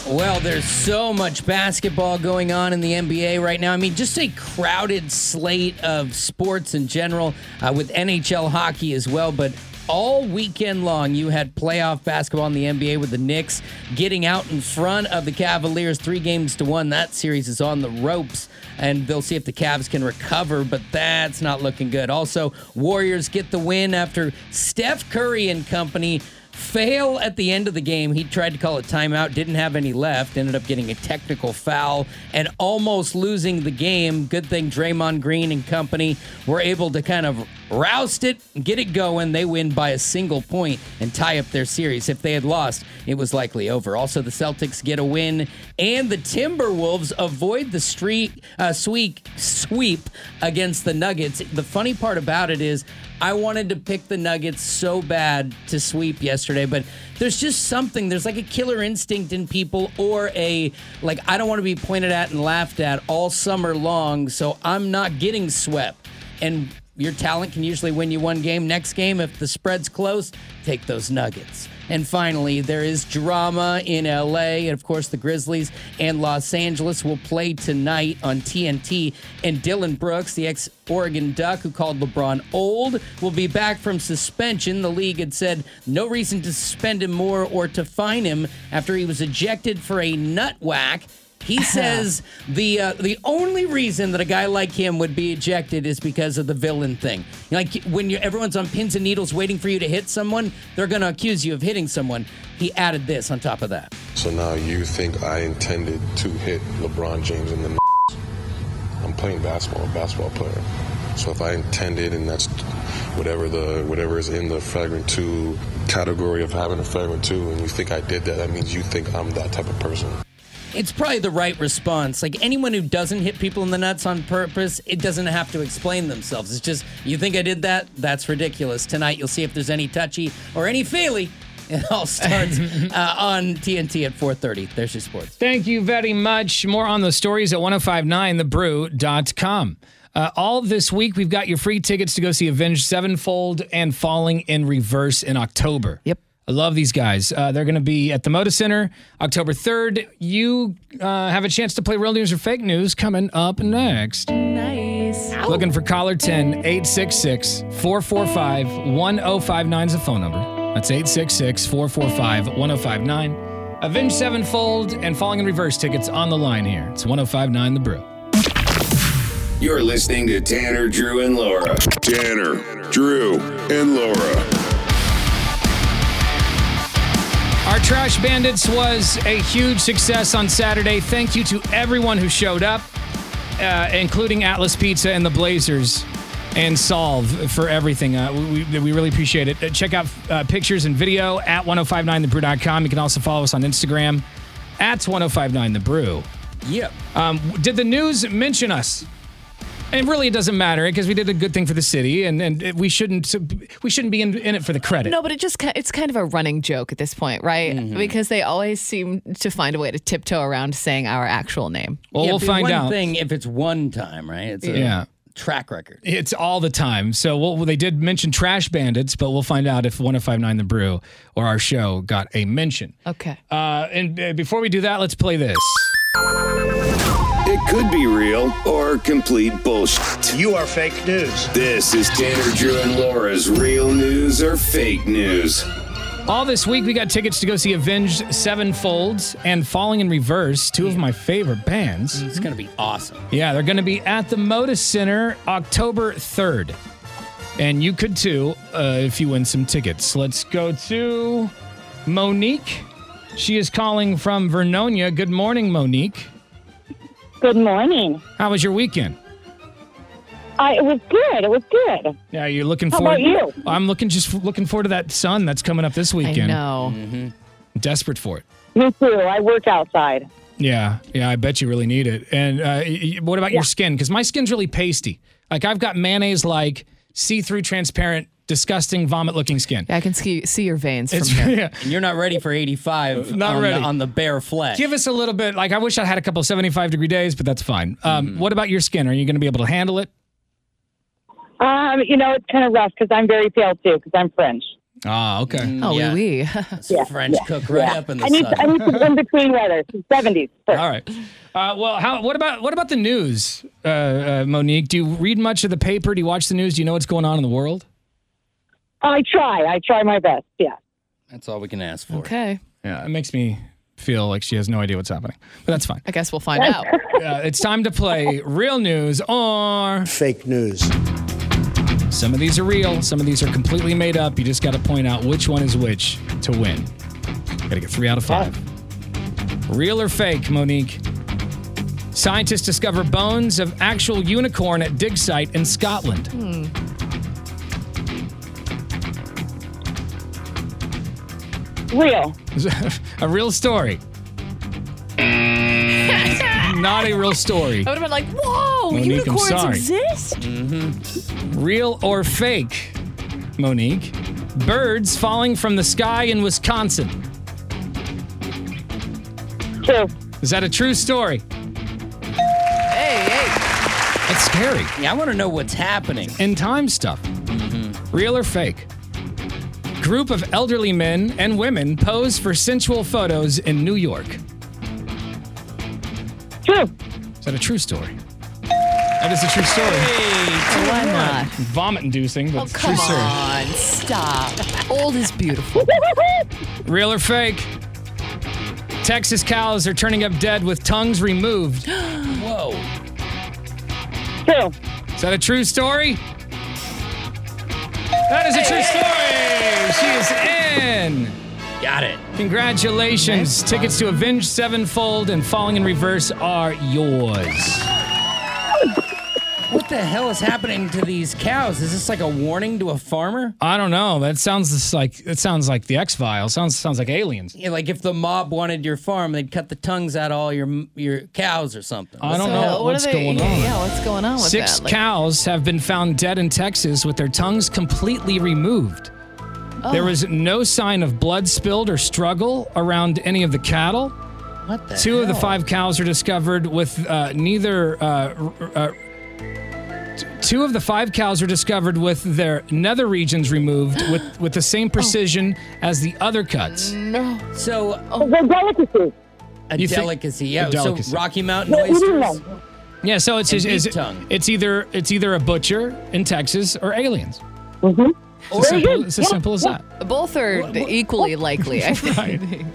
[SPEAKER 3] Well, there's so much basketball going on in the NBA right now. I mean, just a crowded slate of sports in general, uh, with NHL hockey as well. But all weekend long, you had playoff basketball in the NBA with the Knicks getting out in front of the Cavaliers three games to one. That series is on the ropes, and they'll see if the Cavs can recover, but that's not looking good. Also, Warriors get the win after Steph Curry and company fail at the end of the game. He tried to call a timeout, didn't have any left, ended up getting a technical foul and almost losing the game. Good thing Draymond Green and company were able to kind of roust it, get it going. They win by a single point and tie up their series. If they had lost, it was likely over. Also, the Celtics get a win and the Timberwolves avoid the streak uh, sweep sweep against the Nuggets. The funny part about it is I wanted to pick the Nuggets so bad to sweep yesterday, but there's just something. There's like a killer instinct in people, or a like, I don't want to be pointed at and laughed at all summer long, so I'm not getting swept. And your talent can usually win you one game. Next game, if the spread's close, take those Nuggets. And finally, there is drama in LA. And of course, the Grizzlies and Los Angeles will play tonight on TNT. And Dylan Brooks, the ex Oregon Duck who called LeBron old, will be back from suspension. The league had said no reason to suspend him more or to fine him after he was ejected for a nut whack. He says the uh, the only reason that a guy like him would be ejected is because of the villain thing. Like when you everyone's on pins and needles waiting for you to hit someone, they're going to accuse you of hitting someone. He added this on top of that.
[SPEAKER 5] So now you think I intended to hit LeBron James in the I'm playing basketball, a basketball player. So if I intended and that's whatever the whatever is in the fragment two category of having a fragment two and you think I did that, that means you think I'm that type of person.
[SPEAKER 3] It's probably the right response. Like anyone who doesn't hit people in the nuts on purpose, it doesn't have to explain themselves. It's just you think I did that? That's ridiculous. Tonight you'll see if there's any touchy or any feely. [LAUGHS] It all starts uh, on TNT at 4:30. There's your sports.
[SPEAKER 1] oh Thank you very much. More on the stories at 1059thebrew.com. Uh, all this week, we've got your free tickets to go see Avenged Sevenfold and Falling in Reverse in October. Yep. I love these guys. Uh, they're going to be at the Moda Center October 3rd. You uh, have a chance to play Real News or Fake News coming up next.
[SPEAKER 2] Nice.
[SPEAKER 1] Looking for caller 10 866 445 1059 is the phone number. That's 866 445 1059. Avenge Sevenfold and Falling in Reverse tickets on the line here. It's 1059 The Brew.
[SPEAKER 4] You're listening to Tanner, Drew, and Laura. Tanner, Drew, and Laura.
[SPEAKER 1] Our Trash Bandits was a huge success on Saturday. Thank you to everyone who showed up, uh, including Atlas Pizza and the Blazers and Solve for everything. Uh, we, we- we really appreciate it. Uh, check out uh, pictures and video at 1059thebrew.com. You can also follow us on Instagram at 1059thebrew.
[SPEAKER 3] Yep.
[SPEAKER 1] Um, w- did the news mention us? And really, it doesn't matter because we did a good thing for the city, and, and it- we shouldn't we shouldn't be in, in it for the credit.
[SPEAKER 2] No, but it just ki- it's kind of a running joke at this point, right?
[SPEAKER 3] Mm-hmm.
[SPEAKER 2] Because they always seem to find a way to tiptoe around saying our actual name.
[SPEAKER 1] Well, we'll
[SPEAKER 3] it'd be
[SPEAKER 1] find
[SPEAKER 3] one
[SPEAKER 1] out.
[SPEAKER 3] Thing if it's one time, right? It's a
[SPEAKER 1] Yeah.
[SPEAKER 3] track record.
[SPEAKER 1] It's all the time. So well, they did mention Trash Bandits, but we'll find out if 1059 The Brew or our show got a mention.
[SPEAKER 2] Okay.
[SPEAKER 1] Uh, and uh, before we do that, let's play this.
[SPEAKER 4] It could be real or complete bullshit. You are fake news. This is Tanner, Drew, and Laura's real news or fake [GASPS] news.
[SPEAKER 1] All this week, we got tickets to go see Avenged Sevenfold and Falling in Reverse, two of my favorite bands.
[SPEAKER 3] It's going to be awesome.
[SPEAKER 1] Yeah, they're going to be at the Moda Center October 3rd. And you could too uh, if you win some tickets. Let's go to Monique. She is calling from Vernonia. Good morning, Monique.
[SPEAKER 12] Good morning.
[SPEAKER 1] How was your weekend?
[SPEAKER 12] I, it was good. It was good.
[SPEAKER 1] Yeah, you're looking
[SPEAKER 12] How
[SPEAKER 1] forward.
[SPEAKER 12] about you?
[SPEAKER 1] I'm looking just looking forward to that sun that's coming up this weekend. Mm-hmm.
[SPEAKER 12] know.
[SPEAKER 1] Desperate for it.
[SPEAKER 12] Me too. I work outside.
[SPEAKER 1] Yeah, yeah, I bet you really need it. And uh, y- y- what about your skin? Because my skin's really pasty. Like I've got mayonnaise like see through, transparent, disgusting, vomit looking skin.
[SPEAKER 2] Yeah, I can see see your veins from
[SPEAKER 1] It's- [LAUGHS]
[SPEAKER 2] here.
[SPEAKER 1] yeah.
[SPEAKER 3] And you're not ready for 85
[SPEAKER 1] Not
[SPEAKER 3] on,
[SPEAKER 1] ready.
[SPEAKER 3] The, on the bare flesh.
[SPEAKER 1] Give us a little bit. Like I wish I had a couple 75 degree days, but that's fine. Um,
[SPEAKER 3] Mm-hmm.
[SPEAKER 1] What about your skin? Are you going to be able to handle it?
[SPEAKER 12] Um, you know, it's kind of rough because I'm very pale too because I'm French.
[SPEAKER 1] Ah,
[SPEAKER 12] Mm,
[SPEAKER 1] okay.
[SPEAKER 2] Oh,
[SPEAKER 3] yeah.
[SPEAKER 2] wee wee.
[SPEAKER 3] French cook right up in the
[SPEAKER 12] I need
[SPEAKER 3] sun.
[SPEAKER 12] I need some in between weather. Seventies.
[SPEAKER 1] [LAUGHS] All right. Uh, well, how? What about what about the news, uh, uh, Monique? Do you read much of the paper? Do you watch the news? Do you know what's going on in the world?
[SPEAKER 12] I try. I try my best. Yeah.
[SPEAKER 3] That's all we can ask for.
[SPEAKER 2] Okay.
[SPEAKER 1] Yeah, it makes me feel like she has no idea what's happening, but that's fine.
[SPEAKER 2] I guess we'll find out.
[SPEAKER 1] Uh, it's time to play real news or
[SPEAKER 13] Fake news.
[SPEAKER 1] Some of these are real, some of these are completely made up. You just got to point out which one is which to win. Got to get three out of five. Real or fake, Monique? Scientists discover bones of actual unicorn at dig site in Scotland.
[SPEAKER 2] Hmm.
[SPEAKER 12] Real.
[SPEAKER 1] [LAUGHS] a real story. Not a real story.
[SPEAKER 2] I would have been like, whoa,
[SPEAKER 1] Monique, I'm
[SPEAKER 2] unicorns
[SPEAKER 1] sorry. Mm-hmm.
[SPEAKER 2] exist?
[SPEAKER 1] Real or fake, Monique? Birds falling from the sky in Wisconsin.
[SPEAKER 12] True.
[SPEAKER 1] Is that a true story?
[SPEAKER 2] Hey, hey.
[SPEAKER 1] That's scary.
[SPEAKER 3] Yeah, I want to know what's happening.
[SPEAKER 1] and time stuff. Mm-hmm. Real or fake? Group of elderly men and women pose for sensual photos in New York.
[SPEAKER 12] True.
[SPEAKER 1] Is that a true story? That is a true story.
[SPEAKER 2] Oh, why not?
[SPEAKER 1] Vomit inducing, but
[SPEAKER 2] Oh,
[SPEAKER 1] it's a true
[SPEAKER 2] come
[SPEAKER 1] story.
[SPEAKER 2] on. Stop. Old is beautiful.
[SPEAKER 1] Real or fake? Texas cows are turning up dead with tongues removed.
[SPEAKER 3] Whoa.
[SPEAKER 12] True.
[SPEAKER 1] Is that a true story? That is a true story. She is in.
[SPEAKER 3] Got it.
[SPEAKER 1] Congratulations. Tickets to Avenge Sevenfold and Falling in Reverse are yours.
[SPEAKER 3] What the hell is happening to these cows? Is this like a warning to a farmer?
[SPEAKER 1] I don't know. That sounds just like it sounds like the X Files. Sounds sounds like aliens.
[SPEAKER 3] Yeah, like if the mob wanted your farm, they'd cut the tongues out of all your your cows or something.
[SPEAKER 1] I don't
[SPEAKER 2] So
[SPEAKER 1] know
[SPEAKER 2] what
[SPEAKER 1] what's
[SPEAKER 2] are they,
[SPEAKER 1] going
[SPEAKER 2] yeah,
[SPEAKER 1] on.
[SPEAKER 2] Yeah, what's going on with
[SPEAKER 1] Six
[SPEAKER 2] that? Like,
[SPEAKER 1] cows have been found dead in Texas with their tongues completely removed. There
[SPEAKER 3] Oh.
[SPEAKER 1] was no sign of blood spilled or struggle around any of the cattle.
[SPEAKER 3] What the
[SPEAKER 1] Two of the
[SPEAKER 3] hell?
[SPEAKER 1] five cows are discovered with uh, neither uh, r- r- uh, Two of the five cows were discovered with their nether regions removed with, with the same
[SPEAKER 3] Oh.
[SPEAKER 1] precision as the other cuts.
[SPEAKER 2] No.
[SPEAKER 3] So
[SPEAKER 12] delicacy.
[SPEAKER 3] A
[SPEAKER 1] You think-
[SPEAKER 3] delicacy. Yeah.
[SPEAKER 1] A
[SPEAKER 3] So
[SPEAKER 1] delicacy.
[SPEAKER 3] Rocky Mountain oysters.
[SPEAKER 1] Yeah, so it's
[SPEAKER 3] And beef
[SPEAKER 1] it's,
[SPEAKER 3] tongue.
[SPEAKER 1] it's either it's either a butcher in Texas or aliens.
[SPEAKER 12] Mm-hmm.
[SPEAKER 3] Or-
[SPEAKER 1] It's as simple, it's as, simple as that.
[SPEAKER 2] Both are equally
[SPEAKER 1] [LAUGHS]
[SPEAKER 2] likely. I think.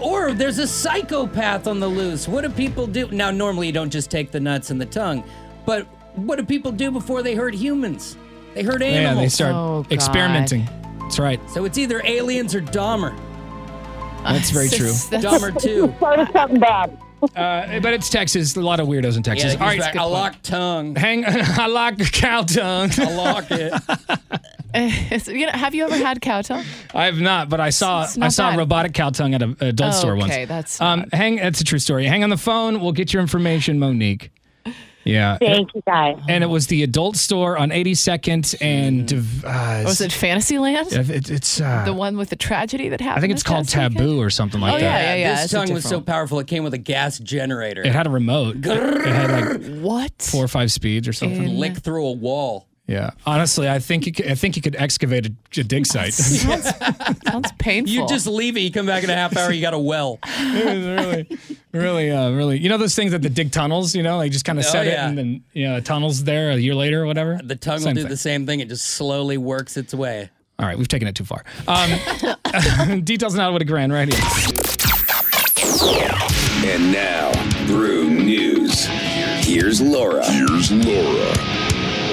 [SPEAKER 3] [LAUGHS] Or there's a psychopath on the loose. What do people do? Now, normally you don't just take the nuts and the tongue, but what do people do before they hurt humans? They hurt animals.
[SPEAKER 1] Yeah, they start
[SPEAKER 2] Oh, God.
[SPEAKER 1] experimenting. That's right.
[SPEAKER 3] So it's either aliens or Dahmer. [LAUGHS]
[SPEAKER 1] That's very true.
[SPEAKER 2] [LAUGHS]
[SPEAKER 3] Dahmer too.
[SPEAKER 12] Started something bad.
[SPEAKER 1] Uh, but it's Texas. A lot of weirdos in Texas.
[SPEAKER 3] Yeah,
[SPEAKER 1] All right,
[SPEAKER 3] I lock tongue.
[SPEAKER 1] hang. [LAUGHS] I like cow tongue.
[SPEAKER 3] I lock it.
[SPEAKER 2] [LAUGHS] So, you know, have you ever had cow tongue?
[SPEAKER 1] [LAUGHS] I have not, but I saw
[SPEAKER 2] It's not
[SPEAKER 1] I saw
[SPEAKER 2] bad.
[SPEAKER 1] a robotic cow tongue at a a adult
[SPEAKER 2] Oh,
[SPEAKER 1] store once.
[SPEAKER 2] okay, that's
[SPEAKER 1] um. Hang. That's a true story. Hang on the phone. We'll get your information, Monique. Yeah.
[SPEAKER 12] Thank you guys.
[SPEAKER 1] And it was the adult store on 82nd and Div- uh,
[SPEAKER 2] Was Oh, it Fantasyland?
[SPEAKER 1] it- it's uh,
[SPEAKER 2] The one with the tragedy that happened?
[SPEAKER 1] I think it's
[SPEAKER 2] this
[SPEAKER 1] called
[SPEAKER 2] past weekend?
[SPEAKER 1] Taboo or something like
[SPEAKER 2] Oh,
[SPEAKER 1] that.
[SPEAKER 2] yeah, yeah,
[SPEAKER 3] This
[SPEAKER 2] it's a
[SPEAKER 3] tongue was
[SPEAKER 2] different
[SPEAKER 3] so
[SPEAKER 2] one.
[SPEAKER 3] powerful it came with a gas generator.
[SPEAKER 1] It had a remote. it had like
[SPEAKER 2] What?
[SPEAKER 1] four or five speeds or something.
[SPEAKER 3] Lick through a wall.
[SPEAKER 1] Yeah. Honestly, I think you could, I think you could excavate a, a dig site.
[SPEAKER 2] [LAUGHS] Sounds painful.
[SPEAKER 3] You just leave it. You come back in a half hour. You got a well.
[SPEAKER 1] [LAUGHS] it was really, really, uh, really. You know those things that the dig tunnels. You know, like just kind of set
[SPEAKER 3] Oh, yeah.
[SPEAKER 1] it and then you know the tunnels there a year later or whatever.
[SPEAKER 3] The tongue
[SPEAKER 1] Same
[SPEAKER 3] will do
[SPEAKER 1] thing.
[SPEAKER 3] the same thing. It just slowly works its way.
[SPEAKER 1] All right, we've taken it too far. Um, [LAUGHS] details now with a grand right here.
[SPEAKER 4] And now, Brew News. Here's Laura. Here's Laura.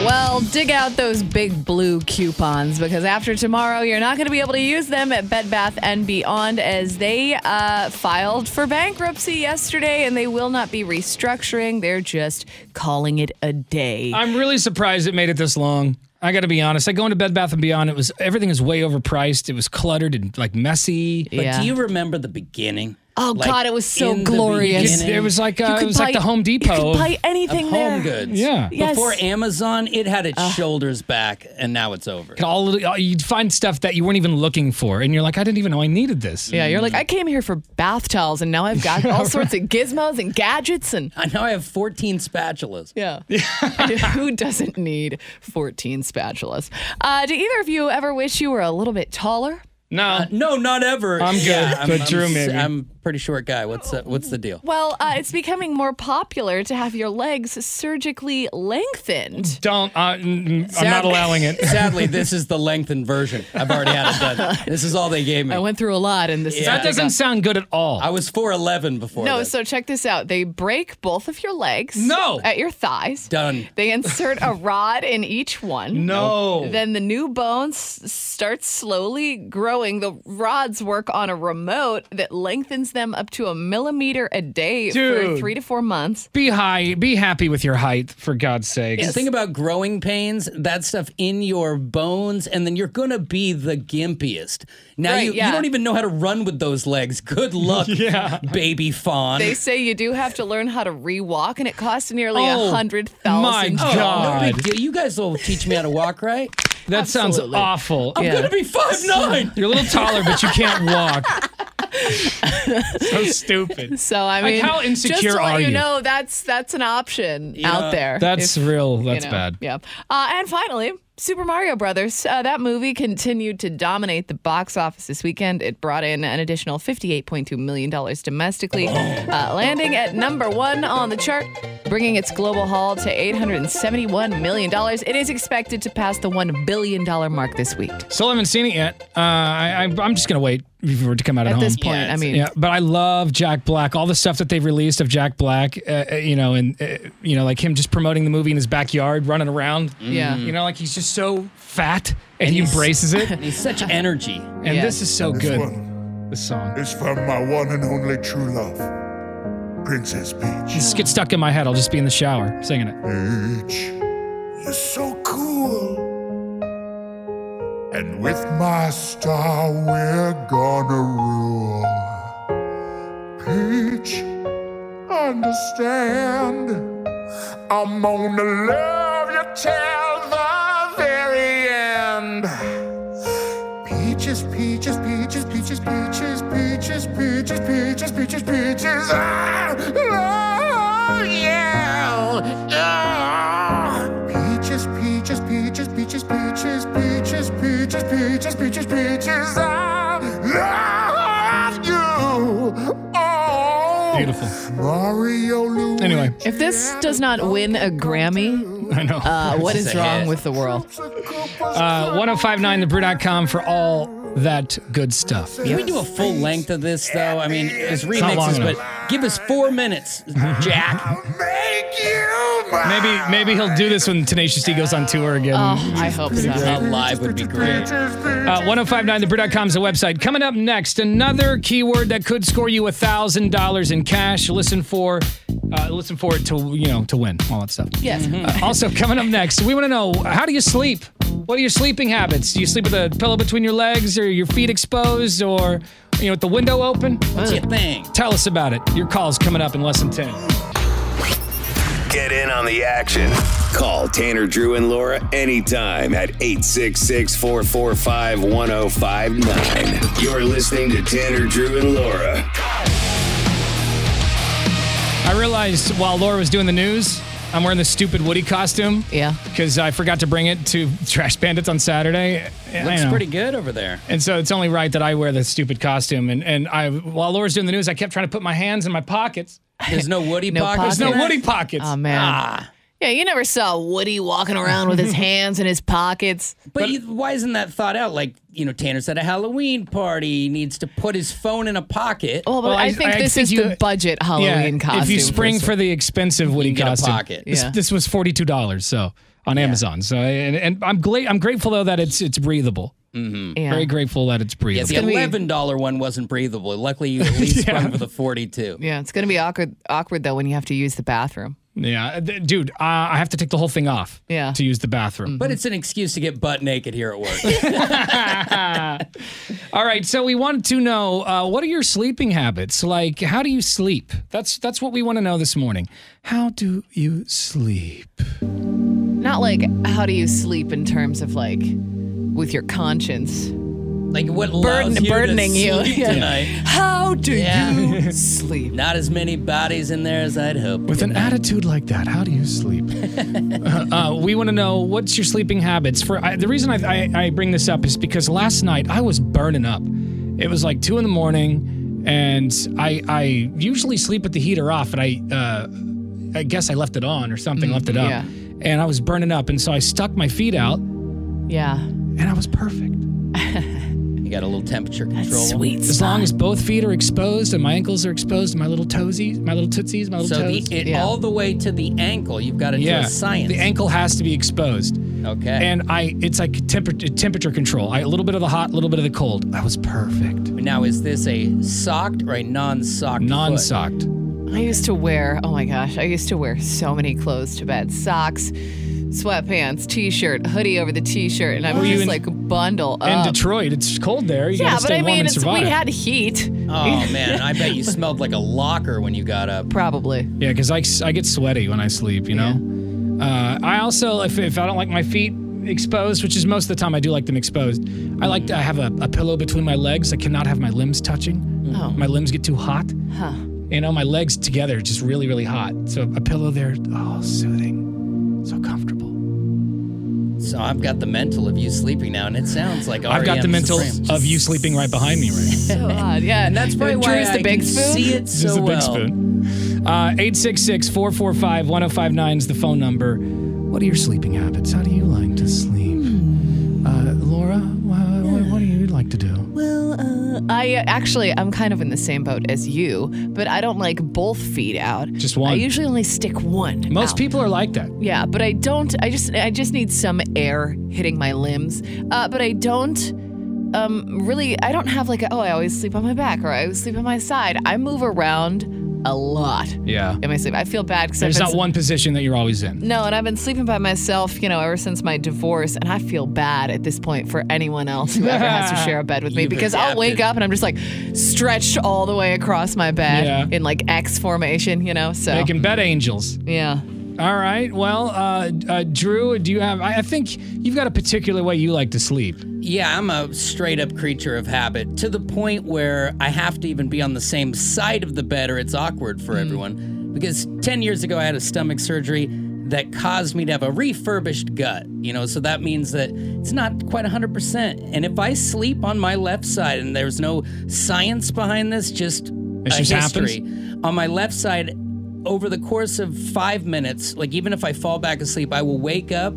[SPEAKER 2] Well, dig out those big blue coupons because after tomorrow, you're not going to be able to use them at Bed Bath and Beyond as they uh, filed for bankruptcy yesterday and they will not be restructuring. They're just calling it a day.
[SPEAKER 1] I'm really surprised it made it this long. I got to be honest. I go into Bed Bath and Beyond. It was everything is way overpriced. It was cluttered and like messy.
[SPEAKER 3] But
[SPEAKER 2] Yeah.
[SPEAKER 3] do you remember the beginning?
[SPEAKER 2] Oh, God, it was so
[SPEAKER 3] in the
[SPEAKER 2] glorious.
[SPEAKER 1] It's,
[SPEAKER 3] beginning
[SPEAKER 1] it was like
[SPEAKER 2] You
[SPEAKER 1] uh, it
[SPEAKER 2] could
[SPEAKER 1] was like
[SPEAKER 2] buy-
[SPEAKER 1] the Home Depot.
[SPEAKER 2] You could buy
[SPEAKER 3] of
[SPEAKER 2] anything there.
[SPEAKER 3] home goods.
[SPEAKER 1] Yeah.
[SPEAKER 2] Yes.
[SPEAKER 3] Before Amazon, it had its shoulders back, and now it's over.
[SPEAKER 1] Could all all- you'd find stuff that you weren't even looking for, and you're like, I didn't even know I needed this.
[SPEAKER 2] Yeah, you're like, I came here for bath towels and now I've [LAUGHS] got all sorts of gizmos and gadgets and.
[SPEAKER 3] I now I have 14 spatulas. [LAUGHS]
[SPEAKER 2] Yeah. [LAUGHS] Who doesn't need 14 spatulas? Uh, do either of you ever wish you were a little bit taller?
[SPEAKER 1] No,
[SPEAKER 3] Uh, No, not ever.
[SPEAKER 1] I'm good, but Drew
[SPEAKER 3] I'm,
[SPEAKER 1] maybe.
[SPEAKER 3] I'm pretty short guy. What's uh, what's the deal?
[SPEAKER 2] Well, uh, it's becoming more popular to have your legs surgically lengthened.
[SPEAKER 1] don't. Uh, n- n- I'm not
[SPEAKER 3] Sadly-
[SPEAKER 1] allowing it.
[SPEAKER 3] [LAUGHS]
[SPEAKER 1] [LAUGHS]
[SPEAKER 3] Sadly, this is the lengthened version. I've already had it done. This is all they gave me.
[SPEAKER 2] I went through a lot, and this is
[SPEAKER 3] Yeah.
[SPEAKER 1] That
[SPEAKER 2] what they
[SPEAKER 1] doesn't sound good at all.
[SPEAKER 3] I was 4'11 before.
[SPEAKER 2] got. No,
[SPEAKER 3] this.
[SPEAKER 2] so check this out. They break both of your legs.
[SPEAKER 1] No.
[SPEAKER 2] At your thighs.
[SPEAKER 3] Done.
[SPEAKER 2] They insert a rod in each one.
[SPEAKER 1] no.
[SPEAKER 2] Then the new bones starts slowly growing. The rods work on a remote that lengthens them up to a millimeter a day for
[SPEAKER 1] Dude.
[SPEAKER 2] three to four months.
[SPEAKER 1] be high. Be happy with your height, for God's sake.
[SPEAKER 3] The thing about growing pains, that stuff in your bones, and then you're gonna be the gimpiest. Now
[SPEAKER 2] Right,
[SPEAKER 3] you,
[SPEAKER 2] yeah.
[SPEAKER 3] you don't even know how to run with those legs.
[SPEAKER 1] [LAUGHS]
[SPEAKER 3] Good luck, baby fawn.
[SPEAKER 2] They say you do have to learn how to rewalk, and it costs nearly a
[SPEAKER 1] Oh,
[SPEAKER 2] hundred thousand.
[SPEAKER 1] my
[SPEAKER 3] Oh,
[SPEAKER 1] God.
[SPEAKER 3] no big deal. You guys will teach me how to walk, right?
[SPEAKER 1] [LAUGHS] That sounds
[SPEAKER 2] Absolutely.
[SPEAKER 1] awful.
[SPEAKER 3] I'm
[SPEAKER 2] Yeah.
[SPEAKER 3] gonna be five nine.
[SPEAKER 1] You're a little taller, but you [LAUGHS] can't walk.
[SPEAKER 3] [LAUGHS]
[SPEAKER 1] so stupid.
[SPEAKER 2] So I
[SPEAKER 1] Like,
[SPEAKER 2] mean,
[SPEAKER 1] how insecure
[SPEAKER 2] just to let
[SPEAKER 1] are
[SPEAKER 2] you
[SPEAKER 1] you?
[SPEAKER 2] know, that's that's an option out there.
[SPEAKER 1] That's
[SPEAKER 2] if-
[SPEAKER 1] real.
[SPEAKER 2] you
[SPEAKER 1] That's
[SPEAKER 2] know,
[SPEAKER 1] bad.
[SPEAKER 2] Yeah. Uh, and finally, Super Mario Brothers. Uh, that movie continued to dominate the box office this weekend. It brought in an additional $58.2 million domestically, uh, landing at number one on the chart, bringing its global haul to $871 million. It is expected to pass the $1 billion mark this week.
[SPEAKER 1] Still haven't seen it yet. Uh, I, I, I'm just gonna wait for it to come out at,
[SPEAKER 2] At
[SPEAKER 1] home.
[SPEAKER 2] this point, I mean,
[SPEAKER 1] Yeah, but I love Jack Black. All the stuff that they've released of Jack Black, uh, uh, you know, and uh, you know, like him just promoting the movie in his backyard, running around.
[SPEAKER 2] Mm. Yeah.
[SPEAKER 1] Mm. you know, like he's just so fat [LAUGHS] and, he embraces it.
[SPEAKER 2] [LAUGHS]
[SPEAKER 3] He's such [LAUGHS] energy.
[SPEAKER 1] And
[SPEAKER 2] Yeah.
[SPEAKER 1] this is so
[SPEAKER 13] This
[SPEAKER 1] good.
[SPEAKER 13] one
[SPEAKER 1] This song.
[SPEAKER 13] is from my one and only true love, Princess Peach.
[SPEAKER 1] This gets stuck in my head. I'll just be in the shower singing it.
[SPEAKER 13] Peach, you're so cool. And with my star, we're gonna rule. Peach, understand. I'm gonna love you till the very end. Peaches, peaches, peaches, peaches, peaches, peaches, peaches, peaches, peaches, peaches. Ah, oh, yeah. Ah. Peaches, peaches, peaches. peaches, peaches, peaches. I love you. Oh,
[SPEAKER 1] Beautiful.
[SPEAKER 13] Mario Luigi.
[SPEAKER 1] Anyway.
[SPEAKER 2] If this does not win a
[SPEAKER 1] [LAUGHS]
[SPEAKER 2] Grammy,
[SPEAKER 1] I know. [LAUGHS]
[SPEAKER 2] Uh, what
[SPEAKER 1] This
[SPEAKER 2] is
[SPEAKER 1] is a
[SPEAKER 2] wrong
[SPEAKER 1] hit.
[SPEAKER 2] with the world?
[SPEAKER 1] Uh, 1059thebrew.com for all that good stuff.
[SPEAKER 3] Can we do a full length of this though? I mean, it's
[SPEAKER 1] It's not long
[SPEAKER 3] remixes, but give us four minutes,
[SPEAKER 1] [LAUGHS]
[SPEAKER 3] Jack.
[SPEAKER 1] Maybe maybe he'll do this when Tenacious D goes on tour again.
[SPEAKER 2] Oh, I hope so.
[SPEAKER 3] Uh, live would be great.
[SPEAKER 1] Uh, 1059thebrew.com is the website. Coming up next, another keyword that could score you $1,000 in cash. Listen for uh, listen for it to, you know, to win, all that stuff.
[SPEAKER 2] Yes.
[SPEAKER 3] Hmm.
[SPEAKER 2] Uh-huh.
[SPEAKER 1] Uh, also, coming up next, we want to know how do you sleep? What are your sleeping habits? Do you sleep with a pillow between your legs or your feet exposed or, you know, with the window open?
[SPEAKER 3] What's your thing?
[SPEAKER 1] Tell us about it. Your call's coming up in less than 10.
[SPEAKER 4] Get in on the action. Call Tanner, Drew, and Laura anytime at 866 445 1059. You're listening to Tanner, Drew, and Laura.
[SPEAKER 1] I realized while Laura was doing the news, I'm wearing this stupid Woody costume.
[SPEAKER 2] Yeah.
[SPEAKER 1] Because I forgot to bring it to [LAUGHS] Trash Bandits on Saturday. I
[SPEAKER 3] Looks
[SPEAKER 1] know.
[SPEAKER 3] pretty good over there.
[SPEAKER 1] And so it's only right that I wear the stupid costume. And and I while Laura's doing the news, I kept trying to put my hands in my pockets.
[SPEAKER 3] There's no Woody
[SPEAKER 2] [LAUGHS] No
[SPEAKER 3] pockets. Ah.
[SPEAKER 1] There's no
[SPEAKER 2] pockets.
[SPEAKER 1] Woody pockets.
[SPEAKER 2] Oh, man. Yeah, you never saw Woody walking
[SPEAKER 1] [LAUGHS]
[SPEAKER 2] around with his hands in his pockets.
[SPEAKER 3] But, you- why isn't that thought out? Like, you know, Tanner's at a Halloween party. He needs to put his phone in a pocket.
[SPEAKER 2] Well, Oh, but
[SPEAKER 1] Well,
[SPEAKER 2] I,
[SPEAKER 1] I-
[SPEAKER 2] think
[SPEAKER 1] I
[SPEAKER 2] this
[SPEAKER 1] think
[SPEAKER 2] is
[SPEAKER 1] you-
[SPEAKER 2] the budget Halloween costume.
[SPEAKER 1] If you spring for the expensive Woody
[SPEAKER 3] get a
[SPEAKER 1] costume,
[SPEAKER 3] pocket.
[SPEAKER 1] This,
[SPEAKER 2] Yeah.
[SPEAKER 1] this was forty two dollars. So on Amazon. So and, and I'm glad I'm grateful though that it's it's breathable.
[SPEAKER 2] Yeah.
[SPEAKER 1] Very grateful that it's
[SPEAKER 3] Mm-hmm. Yeah,
[SPEAKER 1] breathable.
[SPEAKER 3] the
[SPEAKER 2] gonna be-
[SPEAKER 3] eleven dollar one wasn't breathable. Luckily, you
[SPEAKER 2] [LAUGHS]
[SPEAKER 3] at least sprung for the forty-two.
[SPEAKER 2] Yeah, it's going to be awkward, awkward though when you have to use the bathroom.
[SPEAKER 1] Yeah, th- dude, uh, I have to take the whole thing off.
[SPEAKER 2] Yeah.
[SPEAKER 1] To use the bathroom.
[SPEAKER 3] But it's an excuse to get butt naked here at work.
[SPEAKER 1] [LAUGHS]
[SPEAKER 3] [LAUGHS]
[SPEAKER 1] All right, so we want to know uh, what are your sleeping habits? Like, how do you sleep? That's that's what we want to know this morning. How do you sleep?
[SPEAKER 2] Not like how do you sleep in terms of like with your conscience.
[SPEAKER 3] like what
[SPEAKER 2] Burden-
[SPEAKER 3] allows you
[SPEAKER 2] burdening
[SPEAKER 3] to
[SPEAKER 2] you.
[SPEAKER 3] sleep
[SPEAKER 2] Yeah.
[SPEAKER 3] tonight?
[SPEAKER 2] How do
[SPEAKER 3] Yeah. [LAUGHS]
[SPEAKER 2] you sleep?
[SPEAKER 3] Not as many bodies in there as I'd hoped.
[SPEAKER 1] With an attitude like that, how do you sleep? [CLEARS THROAT] uh, we want to know what's your sleeping habits. For I, the reason I, I, I bring this up is because last night I was burning up. It was like two in the morning, and I I usually sleep with the heater off, and I uh, I guess I left it on or something, left it up,
[SPEAKER 2] yeah.
[SPEAKER 1] and I was burning up, and so I stuck my feet out,
[SPEAKER 2] Yeah.
[SPEAKER 1] and I was perfect.
[SPEAKER 3] you got a little temperature control.
[SPEAKER 2] Sweet.
[SPEAKER 1] As long as both feet are exposed and my ankles are exposed and my little toesies, my little tootsies, my little
[SPEAKER 3] So the,
[SPEAKER 1] toes.
[SPEAKER 3] it,
[SPEAKER 2] Yeah.
[SPEAKER 3] all the way to the ankle, you've got to do
[SPEAKER 1] yeah,
[SPEAKER 3] a science.
[SPEAKER 1] the ankle has to be exposed.
[SPEAKER 3] Okay.
[SPEAKER 1] And I, it's like temperature temperature control. I, a little bit of the hot, a little bit of the cold. I was perfect,
[SPEAKER 3] now, is this a socked or a non-socked? foot?
[SPEAKER 1] non-socked.
[SPEAKER 2] I used to wear, oh my gosh, I used to wear so many clothes to bed socks, sweatpants, t shirt, hoodie over the t shirt, and I
[SPEAKER 1] Were
[SPEAKER 2] was
[SPEAKER 1] you
[SPEAKER 2] just
[SPEAKER 1] in-
[SPEAKER 2] like bundle
[SPEAKER 1] In
[SPEAKER 3] Uh,
[SPEAKER 2] up.
[SPEAKER 1] Detroit, it's cold there. You
[SPEAKER 2] yeah,
[SPEAKER 1] gotta
[SPEAKER 2] but
[SPEAKER 1] stay
[SPEAKER 2] I
[SPEAKER 1] warm
[SPEAKER 2] mean,
[SPEAKER 1] and
[SPEAKER 2] it's, we
[SPEAKER 1] survive.
[SPEAKER 2] had heat.
[SPEAKER 1] [LAUGHS]
[SPEAKER 2] [LAUGHS]
[SPEAKER 3] Oh man, I bet you smelled like a locker when you got up.
[SPEAKER 2] Probably.
[SPEAKER 1] yeah, because I, s- I get sweaty when I sleep. You know. Uh, I also, if, if I don't like my feet exposed, which is most of the time, I do like them exposed. I like to have a, a pillow between my legs. I cannot have my limbs touching.
[SPEAKER 2] Oh.
[SPEAKER 1] My limbs get too hot.
[SPEAKER 2] Huh.
[SPEAKER 1] you know, my legs together, are just really, really hot. So a pillow there, oh, soothing, so comfortable.
[SPEAKER 3] So I've got the mental of you sleeping now, and it sounds like
[SPEAKER 1] I've got the
[SPEAKER 3] REM
[SPEAKER 1] mental
[SPEAKER 3] E Supreme.
[SPEAKER 1] of you sleeping right behind me right now.
[SPEAKER 2] So odd. Yeah.
[SPEAKER 3] And that's probably why
[SPEAKER 2] Drew's the
[SPEAKER 3] I
[SPEAKER 2] big
[SPEAKER 3] can
[SPEAKER 2] spoon.
[SPEAKER 3] see it
[SPEAKER 1] This is
[SPEAKER 3] so
[SPEAKER 1] a big
[SPEAKER 3] well.
[SPEAKER 1] spoon. Uh, 866 445 1059 is the phone number. What are your sleeping habits? How do you like to sleep? Uh, Laura, wha- wha- what do you like to do?
[SPEAKER 2] Well, uh, I uh, actually I'm kind of in the same boat as you, but I don't like both feet out.
[SPEAKER 1] Just one.
[SPEAKER 2] I usually only stick one.
[SPEAKER 1] Most
[SPEAKER 2] out.
[SPEAKER 1] people are like that.
[SPEAKER 2] Yeah, but I don't. I just I just need some air hitting my limbs. Uh, but I don't. Um, really, I don't have like a, oh I always sleep on my back or I always sleep on my side. I move around a lot
[SPEAKER 1] Yeah.
[SPEAKER 2] in my sleep. I feel bad because
[SPEAKER 1] There's not one position that you're always in.
[SPEAKER 2] No, and I've been sleeping by myself, you know, ever since my divorce, and I feel bad at this point for anyone else who ever
[SPEAKER 1] [LAUGHS]
[SPEAKER 2] has to share a bed with me
[SPEAKER 3] You've
[SPEAKER 2] because I'll
[SPEAKER 3] adapted.
[SPEAKER 2] wake up and I'm just like stretched all the way across my bed
[SPEAKER 1] Yeah.
[SPEAKER 2] in like X formation, you know. So
[SPEAKER 1] Making bed angels.
[SPEAKER 2] yeah,
[SPEAKER 1] All right. Well, uh, uh, Drew, do you have? I, I think you've got a particular way you like to sleep.
[SPEAKER 3] Yeah, I'm a straight up creature of habit to the point where I have to even be on the same
[SPEAKER 1] Mm.
[SPEAKER 3] side of the bed or it's awkward for everyone. Because 10 years ago, I had a stomach surgery. that caused me to have a refurbished gut, you know, so that means that it's not quite 100%. And if I sleep on my left side, and there's no science behind this, just
[SPEAKER 1] It
[SPEAKER 3] a
[SPEAKER 1] just
[SPEAKER 3] history,
[SPEAKER 1] happens.
[SPEAKER 3] on my left side over the course of five minutes like even if i fall back asleep i will wake up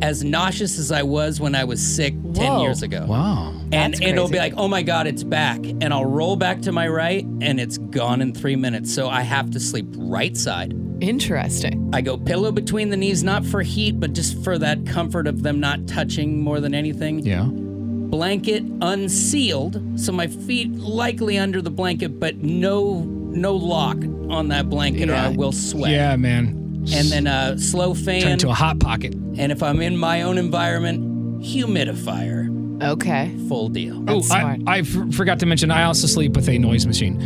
[SPEAKER 3] as nauseous as i was when i was sick 10
[SPEAKER 1] Whoa.
[SPEAKER 3] years ago
[SPEAKER 1] Wow.
[SPEAKER 3] and
[SPEAKER 1] That's
[SPEAKER 3] and it'll
[SPEAKER 1] crazy.
[SPEAKER 3] be like oh my god it's back and i'll roll back to my right and it's gone in three minutes so i have to sleep right side
[SPEAKER 2] Interesting.
[SPEAKER 3] i go pillow between the knees not for heat but just for that comfort of them not touching more than anything
[SPEAKER 1] Yeah.
[SPEAKER 3] blanket unsealed, so my feet likely under the blanket, but no no lock on that blanket, or I will sweat.
[SPEAKER 1] Yeah, man.
[SPEAKER 3] And then a slow fan.
[SPEAKER 1] Turn to a hot pocket.
[SPEAKER 3] And if I'm in my own environment, humidifier.
[SPEAKER 2] Okay.
[SPEAKER 3] Full deal.
[SPEAKER 1] Oh, I, I f- forgot to mention, I also sleep with a noise machine.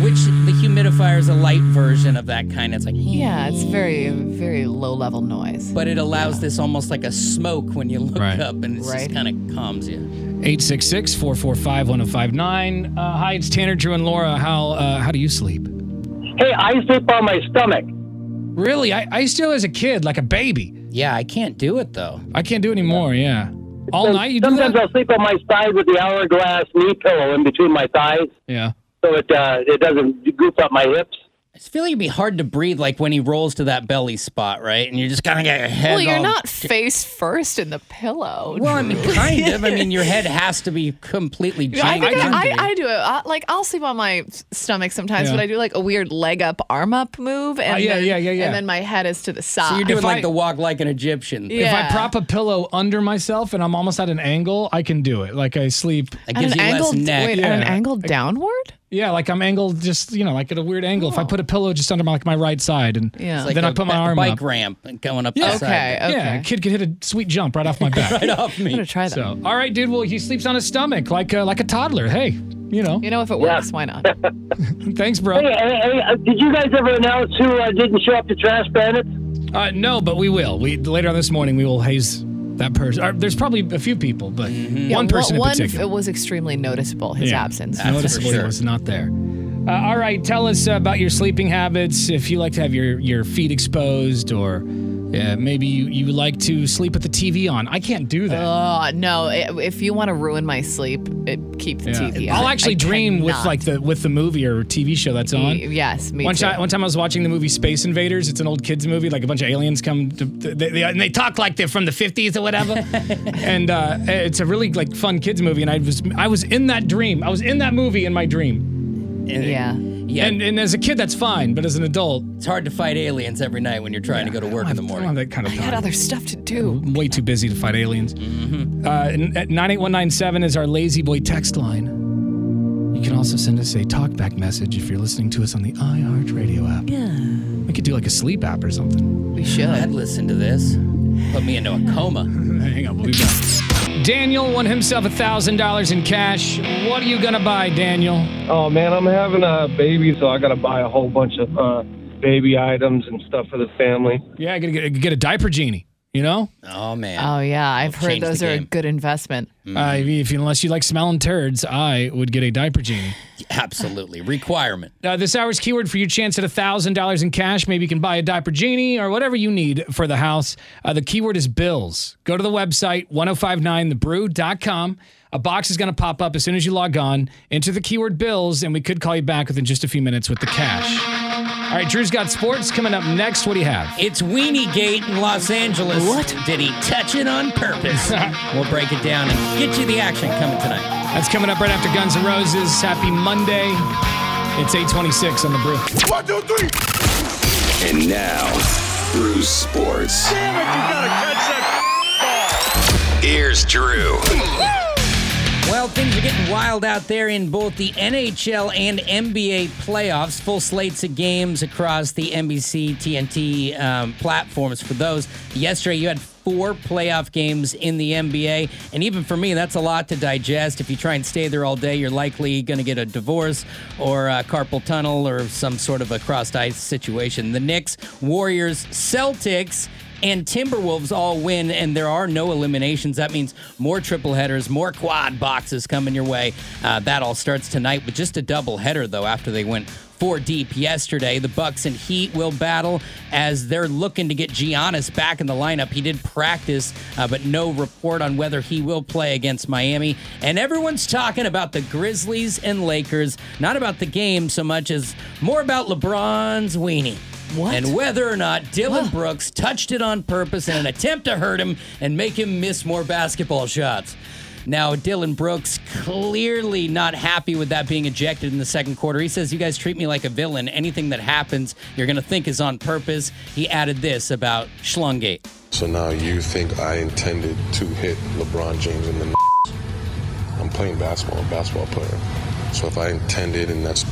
[SPEAKER 3] Which the humidifier is a light version of that kind. It's like
[SPEAKER 2] Yeah, it's very, very low level noise.
[SPEAKER 3] But it allows this almost like a smoke when you look
[SPEAKER 1] Right.
[SPEAKER 3] up, and it
[SPEAKER 1] Right.
[SPEAKER 3] just kind of calms you.
[SPEAKER 1] 866 445 1059. Uh, Hi, it's Tanner, Drew, and Laura. How uh, how do you sleep?
[SPEAKER 14] Hey, I sleep on my stomach.
[SPEAKER 1] Really? I, I used to as a kid, like a baby.
[SPEAKER 3] Yeah, I can't do it, though.
[SPEAKER 1] I can't do it anymore, yeah. All
[SPEAKER 14] So
[SPEAKER 1] night you do
[SPEAKER 14] sometimes
[SPEAKER 1] that?
[SPEAKER 14] I'll sleep on Oh, my side with the hourglass knee pillow in between my thighs,
[SPEAKER 1] Yeah.
[SPEAKER 14] so it uh, it doesn't goof up my hips.
[SPEAKER 3] I just feel like it'd be hard to breathe, like when he rolls to that belly spot, right? And you're just kind of got your head.
[SPEAKER 2] Well, you're
[SPEAKER 3] all
[SPEAKER 2] not face first in the pillow.
[SPEAKER 3] [LAUGHS] Well, I
[SPEAKER 2] [LAUGHS]
[SPEAKER 3] mean,
[SPEAKER 2] Drew.
[SPEAKER 3] kind of. I mean, your head has to be completely
[SPEAKER 2] Yeah, I,
[SPEAKER 3] jammed.
[SPEAKER 2] think I,
[SPEAKER 3] into
[SPEAKER 2] I,
[SPEAKER 3] it.
[SPEAKER 2] I do it. I, like I'll sleep on my s- stomach sometimes,
[SPEAKER 3] Yeah.
[SPEAKER 2] but I do like a weird leg up, arm up move, and
[SPEAKER 1] Oh, yeah,
[SPEAKER 2] then,
[SPEAKER 1] yeah, yeah, yeah.
[SPEAKER 2] and then my head is to the side.
[SPEAKER 3] so you're doing like the walk like an Egyptian.
[SPEAKER 1] If I prop a pillow under myself and I'm almost at an angle, I can do it. Like I sleep.
[SPEAKER 2] At an angled, wait, at an
[SPEAKER 1] Yeah.
[SPEAKER 2] angle downward. Oh.
[SPEAKER 1] Yeah, like I'm angled, just you know, like at a weird angle. If I put a pillow just under my, like my right side, and
[SPEAKER 2] Yeah. It's
[SPEAKER 3] like
[SPEAKER 1] then
[SPEAKER 3] a
[SPEAKER 1] I put my
[SPEAKER 3] ba-
[SPEAKER 1] arm
[SPEAKER 3] bike
[SPEAKER 1] up.
[SPEAKER 3] ramp going up.
[SPEAKER 1] Yeah.
[SPEAKER 3] the side.
[SPEAKER 1] Yeah, a kid could hit a sweet jump right
[SPEAKER 3] [LAUGHS]
[SPEAKER 1] off my back.
[SPEAKER 3] right off me. I'm gonna
[SPEAKER 2] try that.
[SPEAKER 1] So, all right, dude. Well, he sleeps on his stomach like a, like a toddler. Hey, you know.
[SPEAKER 2] You know, if it works, why not?
[SPEAKER 1] Thanks, bro.
[SPEAKER 14] Hey, hey, hey, uh, did you guys ever announce who uh, didn't show up to Trash Bandits?
[SPEAKER 1] Uh, no, but we will. We later on this morning we will haze that person. Uh, there's probably a few people, but
[SPEAKER 3] Mm-hmm.
[SPEAKER 2] Yeah,
[SPEAKER 1] one person
[SPEAKER 2] one,
[SPEAKER 1] in particular.
[SPEAKER 2] It was extremely noticeable his
[SPEAKER 1] Yeah.
[SPEAKER 2] absence.
[SPEAKER 1] Noticeably was not there. Uh, all right, tell us about your sleeping habits. If you like to have your, your feet exposed, or uh, maybe you, you like to sleep with the TV on. I can't do that.
[SPEAKER 2] Oh no! i- If you want to ruin my sleep, it, keep the
[SPEAKER 1] Yeah.
[SPEAKER 2] TV. on.
[SPEAKER 1] I'll actually
[SPEAKER 2] I
[SPEAKER 1] dream with
[SPEAKER 2] cannot.
[SPEAKER 1] like the with the movie or TV show that's on.
[SPEAKER 2] Y- yes, me
[SPEAKER 1] one,
[SPEAKER 2] too.
[SPEAKER 1] ti- one time I was watching the movie Space Invaders. It's an old kids movie. Like a bunch of aliens come to, they, they, and they talk like they're from the 50s or whatever. and uh, it's a really like fun kids movie. And I was I was in that dream. I was in that movie in my dream.
[SPEAKER 3] And-
[SPEAKER 2] yeah.
[SPEAKER 3] Yeah.
[SPEAKER 1] And and as a kid that's fine, but as an adult,
[SPEAKER 3] It's hard to fight aliens every night when you're trying to go to work in the morning.
[SPEAKER 1] that kind of
[SPEAKER 2] I had other stuff to do.
[SPEAKER 1] I'm way too busy to fight aliens.
[SPEAKER 3] Mm-hmm.
[SPEAKER 1] Uh, and at 98197 is our lazy boy text line. You can also send us a talkback message if you're listening to us on the iHeartRadio app.
[SPEAKER 2] Yeah.
[SPEAKER 1] We could do like a sleep app or something.
[SPEAKER 2] We should.
[SPEAKER 3] I'd listen to this. Put me into a coma.
[SPEAKER 1] [LAUGHS] Hang on, we'll be back. Daniel won himself $1,000 in cash. What are you going to buy, Daniel?
[SPEAKER 15] Oh man, I'm having a baby, so I gotta buy a whole bunch of uh, baby items and stuff for the family.
[SPEAKER 1] Yeah, I got to get, get a diaper genie, you know?
[SPEAKER 3] Oh man.
[SPEAKER 2] Oh yeah, I've heard
[SPEAKER 1] change the
[SPEAKER 2] those are a
[SPEAKER 1] game.
[SPEAKER 2] good investment.
[SPEAKER 3] Mm-hmm.
[SPEAKER 1] Uh, if, unless you like smelling turds, I would get a diaper genie.
[SPEAKER 3] [LAUGHS] Absolutely. Requirement.
[SPEAKER 1] Uh, this hour's keyword for your chance at $1,000 in cash. Maybe you can buy a diaper genie or whatever you need for the house. Uh, the keyword is bills. Go to the website, 1059thebrew.com. A box is going to pop up as soon as you log on. Enter the keyword bills, and we could call you back within just a few minutes with the cash. All right, Drew's got sports coming up next. What do you have?
[SPEAKER 3] It's Weenie Gate in Los Angeles. What? Did he touch it on
[SPEAKER 1] [LAUGHS]
[SPEAKER 3] purpose? we'll break it down and get you the action coming tonight.
[SPEAKER 1] That's coming up right after Guns N' Roses. Happy Monday. It's 826 on the brew.
[SPEAKER 13] One, two, three.
[SPEAKER 4] And now, Brew Sports.
[SPEAKER 13] Damn it, you gotta catch that.
[SPEAKER 4] Here's Drew.
[SPEAKER 3] [LAUGHS] Well, things are getting wild out there in both the NHL and NBA playoffs. Full slates of games across the NBC, TNT um, platforms for those. Yesterday, you had four playoff games in the NBA. And even for me, that's a lot to digest. If you try and stay there all day, you're likely going to get a divorce or a carpal tunnel or some sort of a crossed ice situation. The Knicks, Warriors, Celtics, and Timberwolves all win, and there are no eliminations. That means more triple headers, more quad boxes coming your way. Uh, that all starts tonight with just a double header, though, after they went four deep yesterday. The Bucks and Heat will battle as they're looking to get Giannis back in the lineup. He did practice, uh, but no report on whether he will play against Miami. And everyone's talking about the Grizzlies and Lakers, not about the game so much as more about LeBron's weenie.
[SPEAKER 2] What?
[SPEAKER 3] And whether or not Dylan Brooks touched it on purpose in an attempt to hurt him and make him miss more basketball shots. Now, Dylan Brooks clearly not happy with that being ejected in the second quarter. He says, You guys treat me like a villain. Anything that happens, you're going to think is on purpose. He added this about Schlungate.
[SPEAKER 5] So now you think I intended to hit LeBron James in the n- I'm playing basketball, a basketball player. So if I intended and that's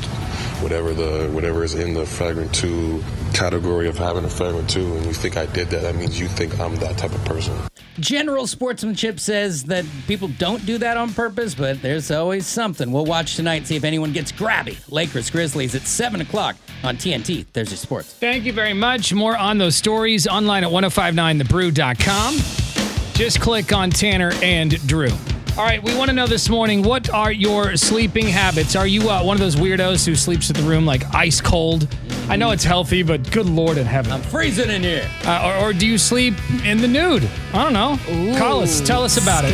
[SPEAKER 5] whatever the whatever is in the fragment two category of having a fragment two and you think I did that, that means you think I'm that type of person.
[SPEAKER 3] General sportsmanship says that people don't do that on purpose, but there's always something. We'll watch tonight, see if anyone gets grabby. Lakers Grizzlies at 7 o'clock on TNT. There's your sports.
[SPEAKER 1] Thank you very much. More on those stories online at 1059thebrew.com. Just click on Tanner and Drew. All right, we want to know this morning what are your sleeping habits? Are you uh, one of those weirdos who sleeps in the room like ice cold? I know it's healthy, but good lord in heaven. I'm
[SPEAKER 3] freezing in here.
[SPEAKER 1] Uh, or, or do you sleep in the nude? I don't know. Call us. Tell us about
[SPEAKER 2] it.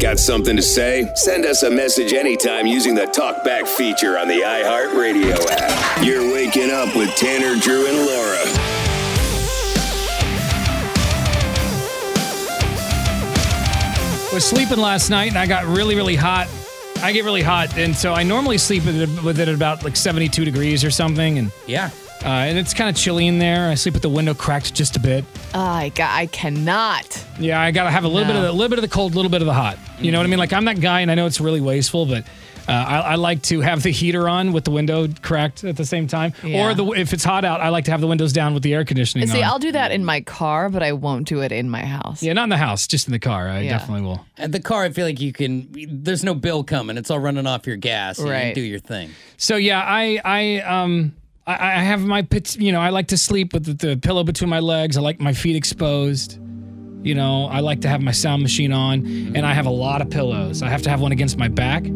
[SPEAKER 4] Got something to say? Send us a message anytime using the Talk Back feature on the iHeartRadio app. You're waking up with Tanner, Drew, and Laura.
[SPEAKER 1] was sleeping last night and I got really, really hot. I get really hot, and so I normally sleep with with it at about like 72 degrees or something, and
[SPEAKER 3] yeah,
[SPEAKER 1] uh, and it's kind of chilly in there. I sleep with the window cracked just a bit.
[SPEAKER 2] I got, I cannot.
[SPEAKER 1] Yeah, I gotta have a little bit of
[SPEAKER 2] No.
[SPEAKER 1] the, little bit of the cold, a little bit of the hot. You know what I mean? Like I'm that guy, and I know it's really wasteful, but uh, I, I like to have the heater on with the window cracked at the same time,
[SPEAKER 2] Yeah.
[SPEAKER 1] or the if it's hot out, I like to have the windows down with the air conditioning.
[SPEAKER 2] See,
[SPEAKER 1] on.
[SPEAKER 2] I'll do that in my car, but I won't do it in my house.
[SPEAKER 1] yeah, not in the house, just in the car. I
[SPEAKER 2] Yeah.
[SPEAKER 1] definitely will.
[SPEAKER 3] At the car, I feel like you can. There's no bill coming. It's all running off your gas. and you
[SPEAKER 1] Right.
[SPEAKER 3] do your thing.
[SPEAKER 1] So yeah, I I um I, I have my pits. You know, I like to sleep with the, the pillow between my legs. I like my feet exposed. You know, I like to have my sound machine on, and I have a lot of pillows. I have to have one against my back.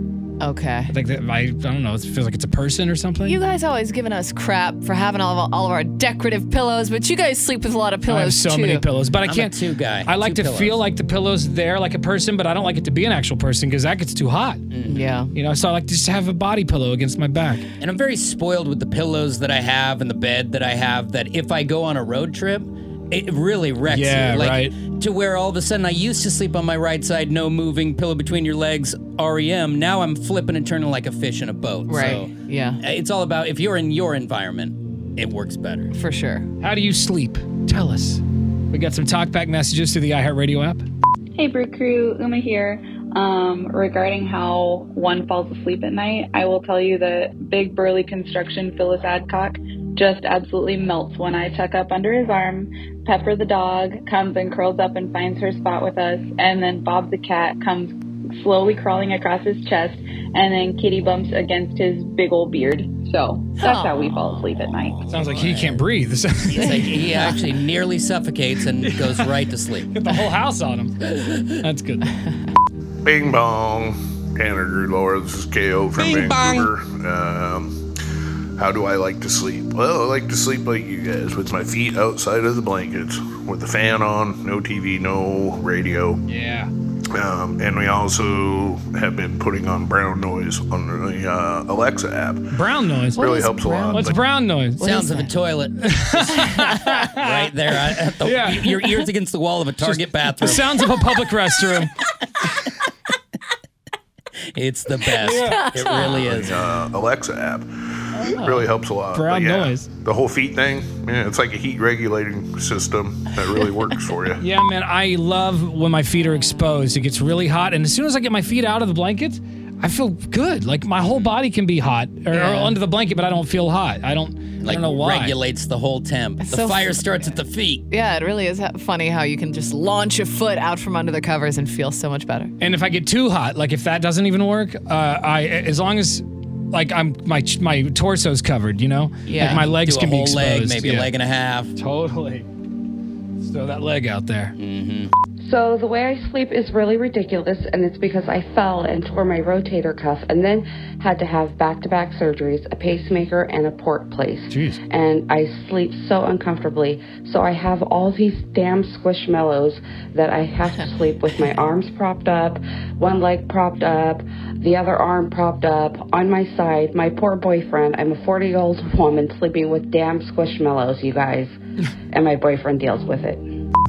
[SPEAKER 2] Okay.
[SPEAKER 1] I think that I, I don't know. It feels like it's a person or something.
[SPEAKER 2] You guys always giving us crap for having all of, all of our decorative pillows, but you guys sleep with a lot of pillows
[SPEAKER 1] I have so
[SPEAKER 2] too.
[SPEAKER 1] many pillows, but I
[SPEAKER 3] I'm a
[SPEAKER 1] can't.
[SPEAKER 3] two guy.
[SPEAKER 1] I like
[SPEAKER 3] Two
[SPEAKER 1] to
[SPEAKER 3] pillows.
[SPEAKER 1] feel like the pillow's there, like a person, but I don't like it to be an actual person because that gets too hot.
[SPEAKER 2] Yeah.
[SPEAKER 1] You know, so I like to just have a body pillow against my back.
[SPEAKER 3] And I'm very spoiled with the pillows that I have and the bed that I have. That if I go on a road trip, it really wrecks
[SPEAKER 1] Yeah,
[SPEAKER 3] you. Like,
[SPEAKER 1] right.
[SPEAKER 3] To where all of a sudden I used to sleep on my right side, no moving, pillow between your legs, REM. Now I'm flipping and turning like a fish in a boat.
[SPEAKER 2] Right.
[SPEAKER 3] So
[SPEAKER 2] yeah.
[SPEAKER 3] it's all about if you're in your environment, it works better.
[SPEAKER 2] For sure.
[SPEAKER 1] How do you sleep? Tell us. We got some talkback messages through the iHeartRadio app.
[SPEAKER 16] Hey, Brew Crew, Uma here. Um, regarding how one falls asleep at night, I will tell you that big burly construction Phyllis Adcock just absolutely melts when I tuck up under his arm. Pepper the dog comes and curls up and finds her spot with us, and then Bob the cat comes slowly crawling across his chest, and then Kitty bumps against his big old beard. So that's how we fall asleep at night.
[SPEAKER 1] Sounds like he can't breathe. It's
[SPEAKER 3] It's like he actually nearly suffocates
[SPEAKER 1] [LAUGHS]
[SPEAKER 3] and goes right to sleep.
[SPEAKER 1] the whole house on him. That's good.
[SPEAKER 17] Bing bong. Tanner Drew Laura, this is KO from
[SPEAKER 1] Bing bong.
[SPEAKER 17] Vancouver. Um, how do I like to sleep? Well, I like to sleep like you guys, with my feet outside of the blankets, with the fan on, no TV, no radio.
[SPEAKER 1] Yeah.
[SPEAKER 17] Um, and we also have been putting on brown noise on the uh, Alexa app.
[SPEAKER 1] Brown noise
[SPEAKER 17] Really helps a lot.
[SPEAKER 1] What's brown noise?
[SPEAKER 3] Sounds of a
[SPEAKER 1] [LAUGHS]
[SPEAKER 3] toilet. right there. uh, At the,
[SPEAKER 1] Yeah.
[SPEAKER 3] Your ear's against the wall of a Target bathroom.
[SPEAKER 1] The sounds of a
[SPEAKER 3] [LAUGHS]
[SPEAKER 1] public restroom.
[SPEAKER 3] It's the best.
[SPEAKER 17] Yeah.
[SPEAKER 3] It really is.
[SPEAKER 17] Uh, Alexa app really helps a lot.
[SPEAKER 1] Oh. Brown
[SPEAKER 17] But yeah,
[SPEAKER 1] noise.
[SPEAKER 17] The whole feet thing, yeah, it's like a heat regulating system that really works for you.
[SPEAKER 1] Yeah, man, I love when my feet are exposed. It gets really hot, and as soon as I get my feet out of the blanket, I feel good. Like my whole body can be hot or, or
[SPEAKER 3] Yeah.
[SPEAKER 1] under the blanket, but I don't feel hot. I don't. I
[SPEAKER 3] Like
[SPEAKER 1] don't know why.
[SPEAKER 3] regulates the whole temp. The
[SPEAKER 2] so
[SPEAKER 3] fire
[SPEAKER 2] funny.
[SPEAKER 3] starts at the feet.
[SPEAKER 2] Yeah, it really is ha- funny how you can just launch a foot out from under the covers and feel so much better.
[SPEAKER 1] And if I get too hot, like if that doesn't even work, uh, I as long as like I'm my my torso's covered, you know,
[SPEAKER 3] Yeah.
[SPEAKER 1] like my legs
[SPEAKER 3] Do a
[SPEAKER 1] can be
[SPEAKER 3] whole
[SPEAKER 1] exposed,
[SPEAKER 3] leg, maybe a leg and a half.
[SPEAKER 1] Totally. Throw that leg out there.
[SPEAKER 3] Mm-hmm.
[SPEAKER 18] [LAUGHS] So the way I sleep is really ridiculous, and it's because I fell and tore my rotator cuff, and then had to have back-to-back surgeries, a pacemaker, and a port place.
[SPEAKER 1] Jeez.
[SPEAKER 18] And I sleep so uncomfortably. So I have all these damn squishmallows that I have to sleep with my arms propped up, one leg propped up, the other arm propped up on my side. My poor boyfriend. I'm a 40-year-old woman sleeping with damn squishmallows, you guys, and my boyfriend deals with it.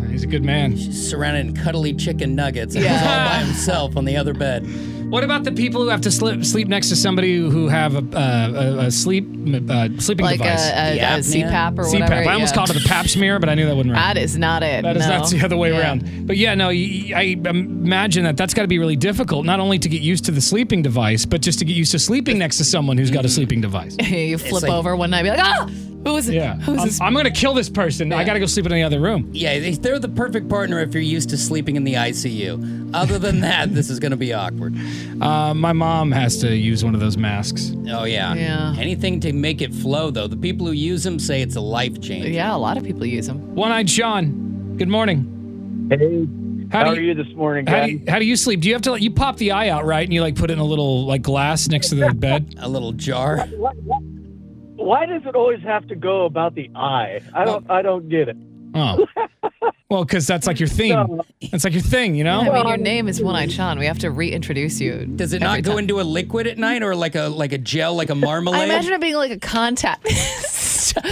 [SPEAKER 1] He's a good man.
[SPEAKER 3] She's surrounded in cuddly chicken nuggets. And he's all by himself on the other bed.
[SPEAKER 1] What about the people who have to sleep, sleep next to somebody who have a, uh, a, a sleep uh, sleeping
[SPEAKER 2] Like a-
[SPEAKER 1] device?
[SPEAKER 2] a- The a apnea? CPAP or
[SPEAKER 1] CPAP.
[SPEAKER 2] whatever,
[SPEAKER 1] I almost
[SPEAKER 2] yeah.
[SPEAKER 1] called it the pap smear, but I knew that wasn't right.
[SPEAKER 2] That is not it.
[SPEAKER 1] That is
[SPEAKER 2] no.
[SPEAKER 1] that's the other way around. But yeah, no, y- I imagine that that's got to be really difficult. Not only to get used to the sleeping device, but just to get used to sleeping next to someone who's
[SPEAKER 3] Mm-hmm.
[SPEAKER 1] got a sleeping device.
[SPEAKER 2] [LAUGHS] you flip over one night, and be like, ah, who is it?
[SPEAKER 1] Yeah,
[SPEAKER 2] Who's
[SPEAKER 1] I'm,
[SPEAKER 2] this?
[SPEAKER 1] I'm gonna kill this person. I gotta go sleep in the other room.
[SPEAKER 3] Yeah, they- they're the perfect partner if you're used to sleeping in the ICU. Other than that, this is going to be awkward.
[SPEAKER 1] Uh, my mom has to use one of those masks.
[SPEAKER 3] Oh, yeah.
[SPEAKER 2] Yeah.
[SPEAKER 3] Anything to make it flow, though. The people who use them say it's a life change.
[SPEAKER 2] Yeah, a lot of people use them.
[SPEAKER 1] One Eyed Sean, good morning.
[SPEAKER 19] Hey.
[SPEAKER 1] How,
[SPEAKER 19] How
[SPEAKER 1] do
[SPEAKER 19] are
[SPEAKER 1] you,
[SPEAKER 19] you this morning,
[SPEAKER 1] how
[SPEAKER 19] guys?
[SPEAKER 1] do, you, how do you sleep? Do you have to like, you pop the eye out right and you like put it in a little like glass next
[SPEAKER 19] [LAUGHS]
[SPEAKER 1] to the bed?
[SPEAKER 3] a little jar.
[SPEAKER 19] Why- why- Why does it always have to go about the eye? I don't. I don't get it.
[SPEAKER 1] Oh, well, because that's like your theme. That's like your thing, you know.
[SPEAKER 2] I mean, your name is One Eyed Sean. We have to reintroduce you.
[SPEAKER 3] Does it not go into a liquid at night or like a like a gel, like a marmalade?
[SPEAKER 2] [LAUGHS] I imagine it being like a contact. Stop.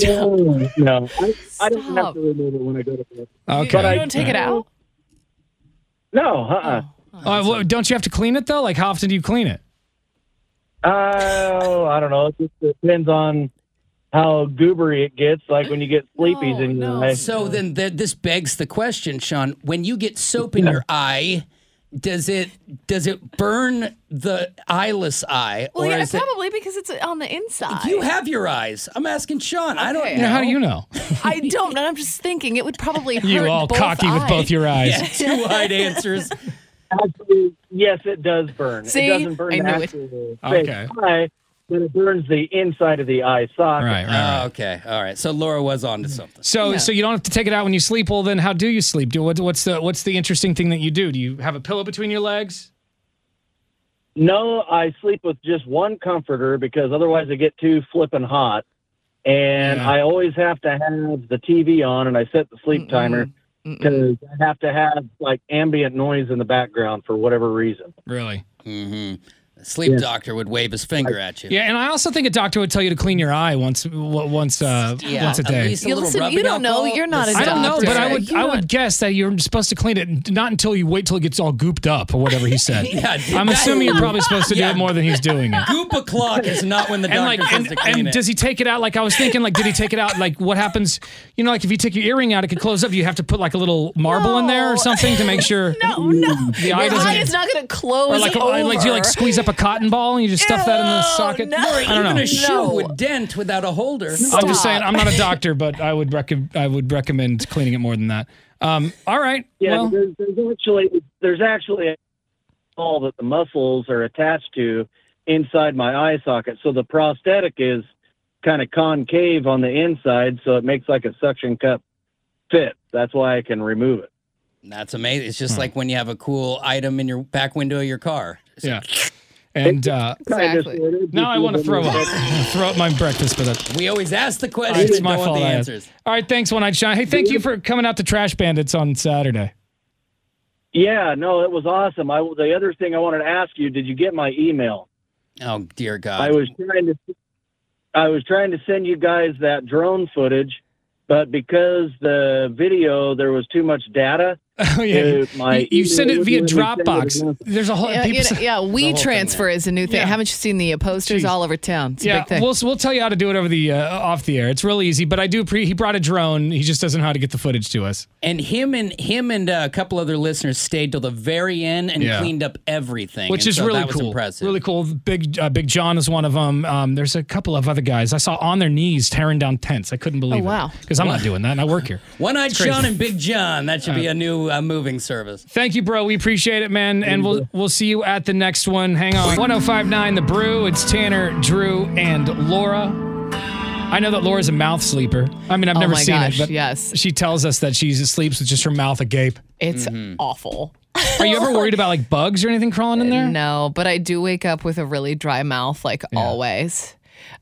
[SPEAKER 19] No, no. I, I don't
[SPEAKER 2] Stop.
[SPEAKER 19] have to remove it when I go to bed.
[SPEAKER 1] Okay.
[SPEAKER 2] You, you don't take it out. Oh.
[SPEAKER 19] No, uh-uh.
[SPEAKER 1] Uh, well, don't you have to clean it though? Like how often do you clean it?
[SPEAKER 19] Oh, I don't know. It just depends on how goobery it gets. Like when you get
[SPEAKER 2] Oh,
[SPEAKER 19] sleepies in your eye.
[SPEAKER 3] So then th- this begs the question, Sean. When you get soap in your eye, does it does it burn the eyeless eye?
[SPEAKER 2] Well, yeah,
[SPEAKER 3] is it-
[SPEAKER 2] probably because it's on the inside.
[SPEAKER 3] you have your eyes. I'm asking Sean. I don't
[SPEAKER 2] Okay.
[SPEAKER 3] know.
[SPEAKER 2] Yeah, how do you
[SPEAKER 1] know?
[SPEAKER 2] [LAUGHS] I don't, and I'm just thinking it would probably hurt.
[SPEAKER 1] You all
[SPEAKER 2] both
[SPEAKER 1] cocky with
[SPEAKER 2] eyes.
[SPEAKER 1] both your eyes.
[SPEAKER 2] Yeah.
[SPEAKER 3] Two wide answers.
[SPEAKER 19] Actually, yes, it does burn.
[SPEAKER 2] See?
[SPEAKER 19] it doesn't burn
[SPEAKER 2] I
[SPEAKER 19] the
[SPEAKER 2] knew it.
[SPEAKER 19] actual
[SPEAKER 3] Okay.
[SPEAKER 19] fake eye, but it burns the inside of the eye socket.
[SPEAKER 3] Oh, okay. All right. So Laura was on to something.
[SPEAKER 1] So so you don't have to take it out when you sleep. Well, then how do you sleep? Do what, what's the what's the interesting thing that you do? Do you have a pillow between your legs?
[SPEAKER 19] No, I sleep with just one comforter because otherwise I get too flippin' hot. And I always have to have the TV on and I set the sleep timer because I have to have like ambient noise in the background for whatever reason.
[SPEAKER 1] Really?
[SPEAKER 3] hmm Sleep doctor would wave his finger at you.
[SPEAKER 1] Yeah, and I also think a doctor would tell you to clean your eye once w- once uh,
[SPEAKER 3] Yeah,
[SPEAKER 1] once a
[SPEAKER 3] at
[SPEAKER 1] day.
[SPEAKER 3] least a Yeah, little listen,
[SPEAKER 2] You don't know. You're not a
[SPEAKER 1] I don't know,
[SPEAKER 2] doctor.
[SPEAKER 1] but I would
[SPEAKER 2] You
[SPEAKER 1] I
[SPEAKER 2] don't-
[SPEAKER 1] would guess that you're supposed to clean it not until you wait till it gets all gooped up or whatever he said.
[SPEAKER 3] [LAUGHS] Yeah,
[SPEAKER 1] I'm
[SPEAKER 3] that-
[SPEAKER 1] assuming you're probably supposed to do
[SPEAKER 3] Yeah.
[SPEAKER 1] it more than he's doing it.
[SPEAKER 3] Goop o'clock is not when the
[SPEAKER 1] and
[SPEAKER 3] doctor
[SPEAKER 1] like
[SPEAKER 3] says
[SPEAKER 1] and,
[SPEAKER 3] to clean
[SPEAKER 1] and
[SPEAKER 3] it.
[SPEAKER 1] does he take it out like I was thinking like did he take it out like what happens you know like if you take your earring out it could close up you have to put like a little marble in there or something to
[SPEAKER 2] [LAUGHS]
[SPEAKER 1] make sure
[SPEAKER 2] No, no.
[SPEAKER 1] the eye
[SPEAKER 2] your
[SPEAKER 1] doesn't
[SPEAKER 2] eye is not going to close
[SPEAKER 1] or like,
[SPEAKER 2] over.
[SPEAKER 1] like do you like squeeze up a cotton ball and you just stuff that in the socket
[SPEAKER 2] no.
[SPEAKER 1] I don't
[SPEAKER 3] Even
[SPEAKER 1] know
[SPEAKER 3] a shoe would dent without a holder.
[SPEAKER 1] I'm just saying I'm not a doctor but I would rec- I would recommend cleaning it more than that um all right
[SPEAKER 19] Yeah,
[SPEAKER 1] well
[SPEAKER 19] there's, there's actually there's actually a all that the muscles are attached to inside my eye socket. So the prosthetic is kind of concave on the inside, so it makes like a suction cup fit. That's why I can remove it.
[SPEAKER 3] [LAUGHS] That's amazing. It's
[SPEAKER 1] Hmm.
[SPEAKER 3] just like when you have a cool item in your back window of your car.
[SPEAKER 1] yeah and uh
[SPEAKER 19] Exactly.
[SPEAKER 1] now I want to throw up I wanna throw up my breakfast but that's
[SPEAKER 3] We always ask the question.
[SPEAKER 1] it's
[SPEAKER 3] and
[SPEAKER 1] my
[SPEAKER 3] don't want
[SPEAKER 1] fault
[SPEAKER 3] the
[SPEAKER 1] I asked.
[SPEAKER 3] answers.
[SPEAKER 1] All right, thanks, One Eyed Shine. Hey, thank you for coming out to Trash Bandits on Saturday.
[SPEAKER 19] Yeah, no, it was awesome. I the other thing I wanted to ask you, did you get my email?
[SPEAKER 3] Oh dear God.
[SPEAKER 19] I was trying to I was trying to send you guys that drone footage, but because the video there was too much data.
[SPEAKER 1] [LAUGHS] Oh yeah,
[SPEAKER 19] it- my
[SPEAKER 1] you, you send it
[SPEAKER 19] email
[SPEAKER 1] via
[SPEAKER 19] wouldn't let me send it
[SPEAKER 1] Dropbox.
[SPEAKER 19] enough.
[SPEAKER 1] There's a whole
[SPEAKER 2] Yeah,
[SPEAKER 1] people
[SPEAKER 2] you know-
[SPEAKER 1] say-
[SPEAKER 2] yeah, we transfer is a new thing.
[SPEAKER 1] Yeah.
[SPEAKER 2] Haven't you seen the uh, posters
[SPEAKER 1] Jeez.
[SPEAKER 2] all over town? It's a
[SPEAKER 1] yeah,
[SPEAKER 2] big thing.
[SPEAKER 1] we'll we'll tell you how to do it over the uh, off the air. It's real easy, but I do. Pre- he brought a drone. He just doesn't know how to get the footage to us.
[SPEAKER 3] And him and him and uh, a couple other listeners stayed till the very end and
[SPEAKER 1] Yeah.
[SPEAKER 3] cleaned up everything,
[SPEAKER 1] Which
[SPEAKER 3] and
[SPEAKER 1] is
[SPEAKER 3] so
[SPEAKER 1] really
[SPEAKER 3] that was
[SPEAKER 1] cool.
[SPEAKER 3] Impressive.
[SPEAKER 1] Really cool. Big uh, Big John is one of them. Um, there's a couple of other guys I saw on their knees tearing down tents. I couldn't believe
[SPEAKER 2] Oh,
[SPEAKER 1] it.
[SPEAKER 3] wow.
[SPEAKER 1] Because I'm not doing that, and I work here.
[SPEAKER 3] [LAUGHS] One-eyed
[SPEAKER 1] It's crazy.
[SPEAKER 3] Sean and Big John. That should be a new uh, moving service.
[SPEAKER 1] Thank you, bro. We appreciate it, man. And we'll we'll see you at the next oh one. Hang on. 1059 The Brew. It's Tanner, Drew, and Laura. I know that Laura's a mouth sleeper. I mean, I've
[SPEAKER 2] Oh
[SPEAKER 1] never
[SPEAKER 2] my
[SPEAKER 1] seen
[SPEAKER 2] gosh,
[SPEAKER 1] it, but
[SPEAKER 2] yes.
[SPEAKER 1] she tells us that she sleeps with just her mouth agape.
[SPEAKER 2] It's
[SPEAKER 3] Mm-hmm.
[SPEAKER 2] awful.
[SPEAKER 1] Are you ever worried about like bugs or anything crawling in there?
[SPEAKER 2] No, but I do wake up with a really dry mouth, like always.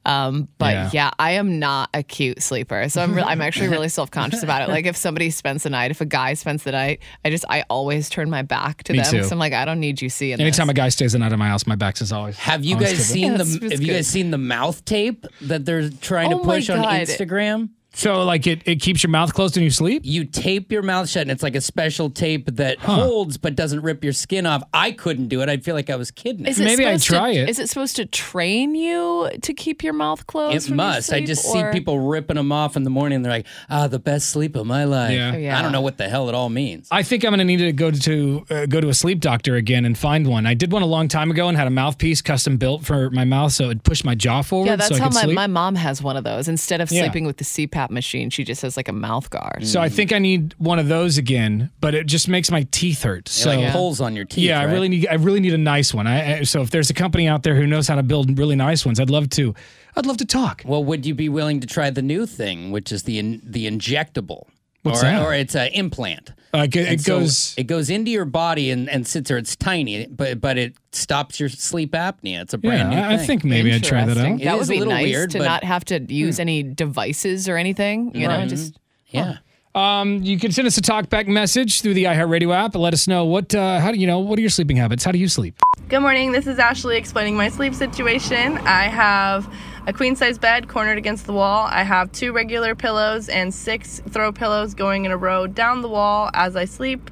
[SPEAKER 2] Um, but
[SPEAKER 1] Yeah.
[SPEAKER 2] yeah. I am not a cute sleeper, so I'm re- I'm actually really self conscious about it. Like if somebody spends the night, if a guy spends the night, I just I always turn my back to
[SPEAKER 1] Me
[SPEAKER 2] them.
[SPEAKER 1] too.
[SPEAKER 2] So I'm like, I don't need you seeing. this.
[SPEAKER 1] Anytime a guy stays the night at my house, my back's is always.
[SPEAKER 3] Have you
[SPEAKER 1] always
[SPEAKER 3] guys
[SPEAKER 1] to
[SPEAKER 3] seen
[SPEAKER 1] Yeah,
[SPEAKER 3] the
[SPEAKER 1] it's-
[SPEAKER 3] Have
[SPEAKER 1] it's
[SPEAKER 3] you
[SPEAKER 1] good.
[SPEAKER 3] guys seen the mouth tape that they're trying
[SPEAKER 2] Oh
[SPEAKER 3] to
[SPEAKER 2] my
[SPEAKER 3] push on
[SPEAKER 2] God.
[SPEAKER 3] Instagram?
[SPEAKER 1] So like it, it keeps your mouth closed when you sleep.
[SPEAKER 3] You tape your mouth shut, and it's like a special tape that holds but doesn't rip your skin off. I couldn't do it. I'd feel like I was kidnapped.
[SPEAKER 2] Is it supposed to- Is it supposed to train you to keep your mouth closed?
[SPEAKER 3] It must. I just see people ripping them off in the morning. and They're like, "Ah, the best sleep of my life."
[SPEAKER 1] Yeah.
[SPEAKER 2] Oh,
[SPEAKER 1] Yeah.
[SPEAKER 3] I don't know what the hell it all means.
[SPEAKER 1] I think I'm going to need to go to uh, go to a sleep doctor again and find one. I did one a long time ago and had a mouthpiece custom built for my mouth, so it pushed my jaw forward.
[SPEAKER 2] Yeah, that's
[SPEAKER 1] so I
[SPEAKER 2] how
[SPEAKER 1] could
[SPEAKER 2] my,
[SPEAKER 1] sleep.
[SPEAKER 2] my mom has one of those. Instead of
[SPEAKER 1] Yeah.
[SPEAKER 2] sleeping with the CPAP machine, she just has like a mouth guard.
[SPEAKER 1] So I think I need one of those again, but it just makes my teeth hurt.
[SPEAKER 3] It,
[SPEAKER 1] So
[SPEAKER 3] like, pulls on your teeth,
[SPEAKER 1] Yeah, I
[SPEAKER 3] right?
[SPEAKER 1] really need I really need a nice one. I, I so if there's a company out there who knows how to build really nice ones, I'd love to. I'd love to talk.
[SPEAKER 3] Well, would you be willing to try the new thing, which is the in, the injectable,
[SPEAKER 1] What's
[SPEAKER 3] or,
[SPEAKER 1] that?
[SPEAKER 3] or it's an implant?
[SPEAKER 1] Uh, it
[SPEAKER 3] And
[SPEAKER 1] it
[SPEAKER 3] so
[SPEAKER 1] goes.
[SPEAKER 3] it goes into your body and, and sits there. It's tiny, but but it stops your sleep apnea. It's a
[SPEAKER 1] Yeah,
[SPEAKER 3] brand new.
[SPEAKER 1] I- I
[SPEAKER 3] thing.
[SPEAKER 1] think maybe I'd try that out.
[SPEAKER 2] That
[SPEAKER 3] It
[SPEAKER 2] would
[SPEAKER 3] is a
[SPEAKER 2] be
[SPEAKER 3] little
[SPEAKER 2] nice
[SPEAKER 3] weird,
[SPEAKER 2] to
[SPEAKER 3] but-
[SPEAKER 2] not have to use any devices or anything. You know,
[SPEAKER 1] Right.
[SPEAKER 2] [LAUGHS] just
[SPEAKER 3] yeah.
[SPEAKER 1] Um, you can send us a talkback message through the iHeartRadio app and let us know what uh, how do you know what are your sleeping habits? How do you sleep?
[SPEAKER 20] Good morning. This is Ashley explaining my sleep situation. I have a queen size bed cornered against the wall. I have two regular pillows and six throw pillows going in a row down the wall as I sleep.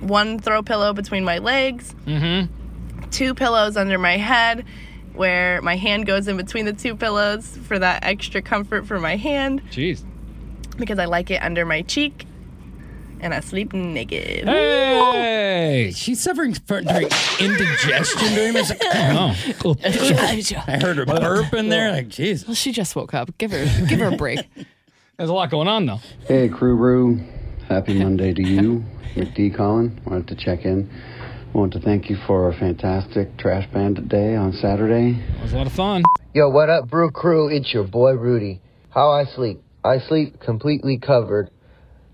[SPEAKER 20] One throw pillow between my legs,
[SPEAKER 1] Mm-hmm.
[SPEAKER 20] two pillows under my head where my hand goes in between the two pillows for that extra comfort for my hand
[SPEAKER 1] Jeez.
[SPEAKER 20] because I like it under my cheek. And I sleep naked.
[SPEAKER 1] Hey,
[SPEAKER 3] she's suffering from during indigestion during
[SPEAKER 1] [LAUGHS]
[SPEAKER 3] this.
[SPEAKER 1] Oh,
[SPEAKER 2] [LAUGHS]
[SPEAKER 1] cool.
[SPEAKER 3] I heard her burping there. Like, jeez.
[SPEAKER 2] Well, she just woke up. Give her give her
[SPEAKER 3] [LAUGHS]
[SPEAKER 2] a break.
[SPEAKER 1] There's a lot going on
[SPEAKER 2] [LAUGHS]
[SPEAKER 1] though.
[SPEAKER 21] Hey, crew brew. Happy Monday to you. McD Colin. Wanted to check in. Want to thank you for a fantastic trash bandit day on Saturday.
[SPEAKER 1] It was a lot of fun.
[SPEAKER 22] Yo, what up, Brew Crew? It's your boy Rudy. How I sleep? I sleep completely covered.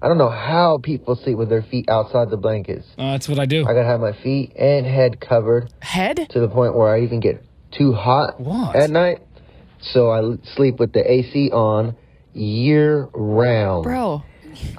[SPEAKER 22] I don't know how people sleep with their feet outside the blankets.
[SPEAKER 1] Uh, that's what I do. I
[SPEAKER 22] gotta have my feet and head covered.
[SPEAKER 2] Head?
[SPEAKER 22] To the point where I even get too hot at night. So I l- sleep with the AC on year round.
[SPEAKER 2] Bro.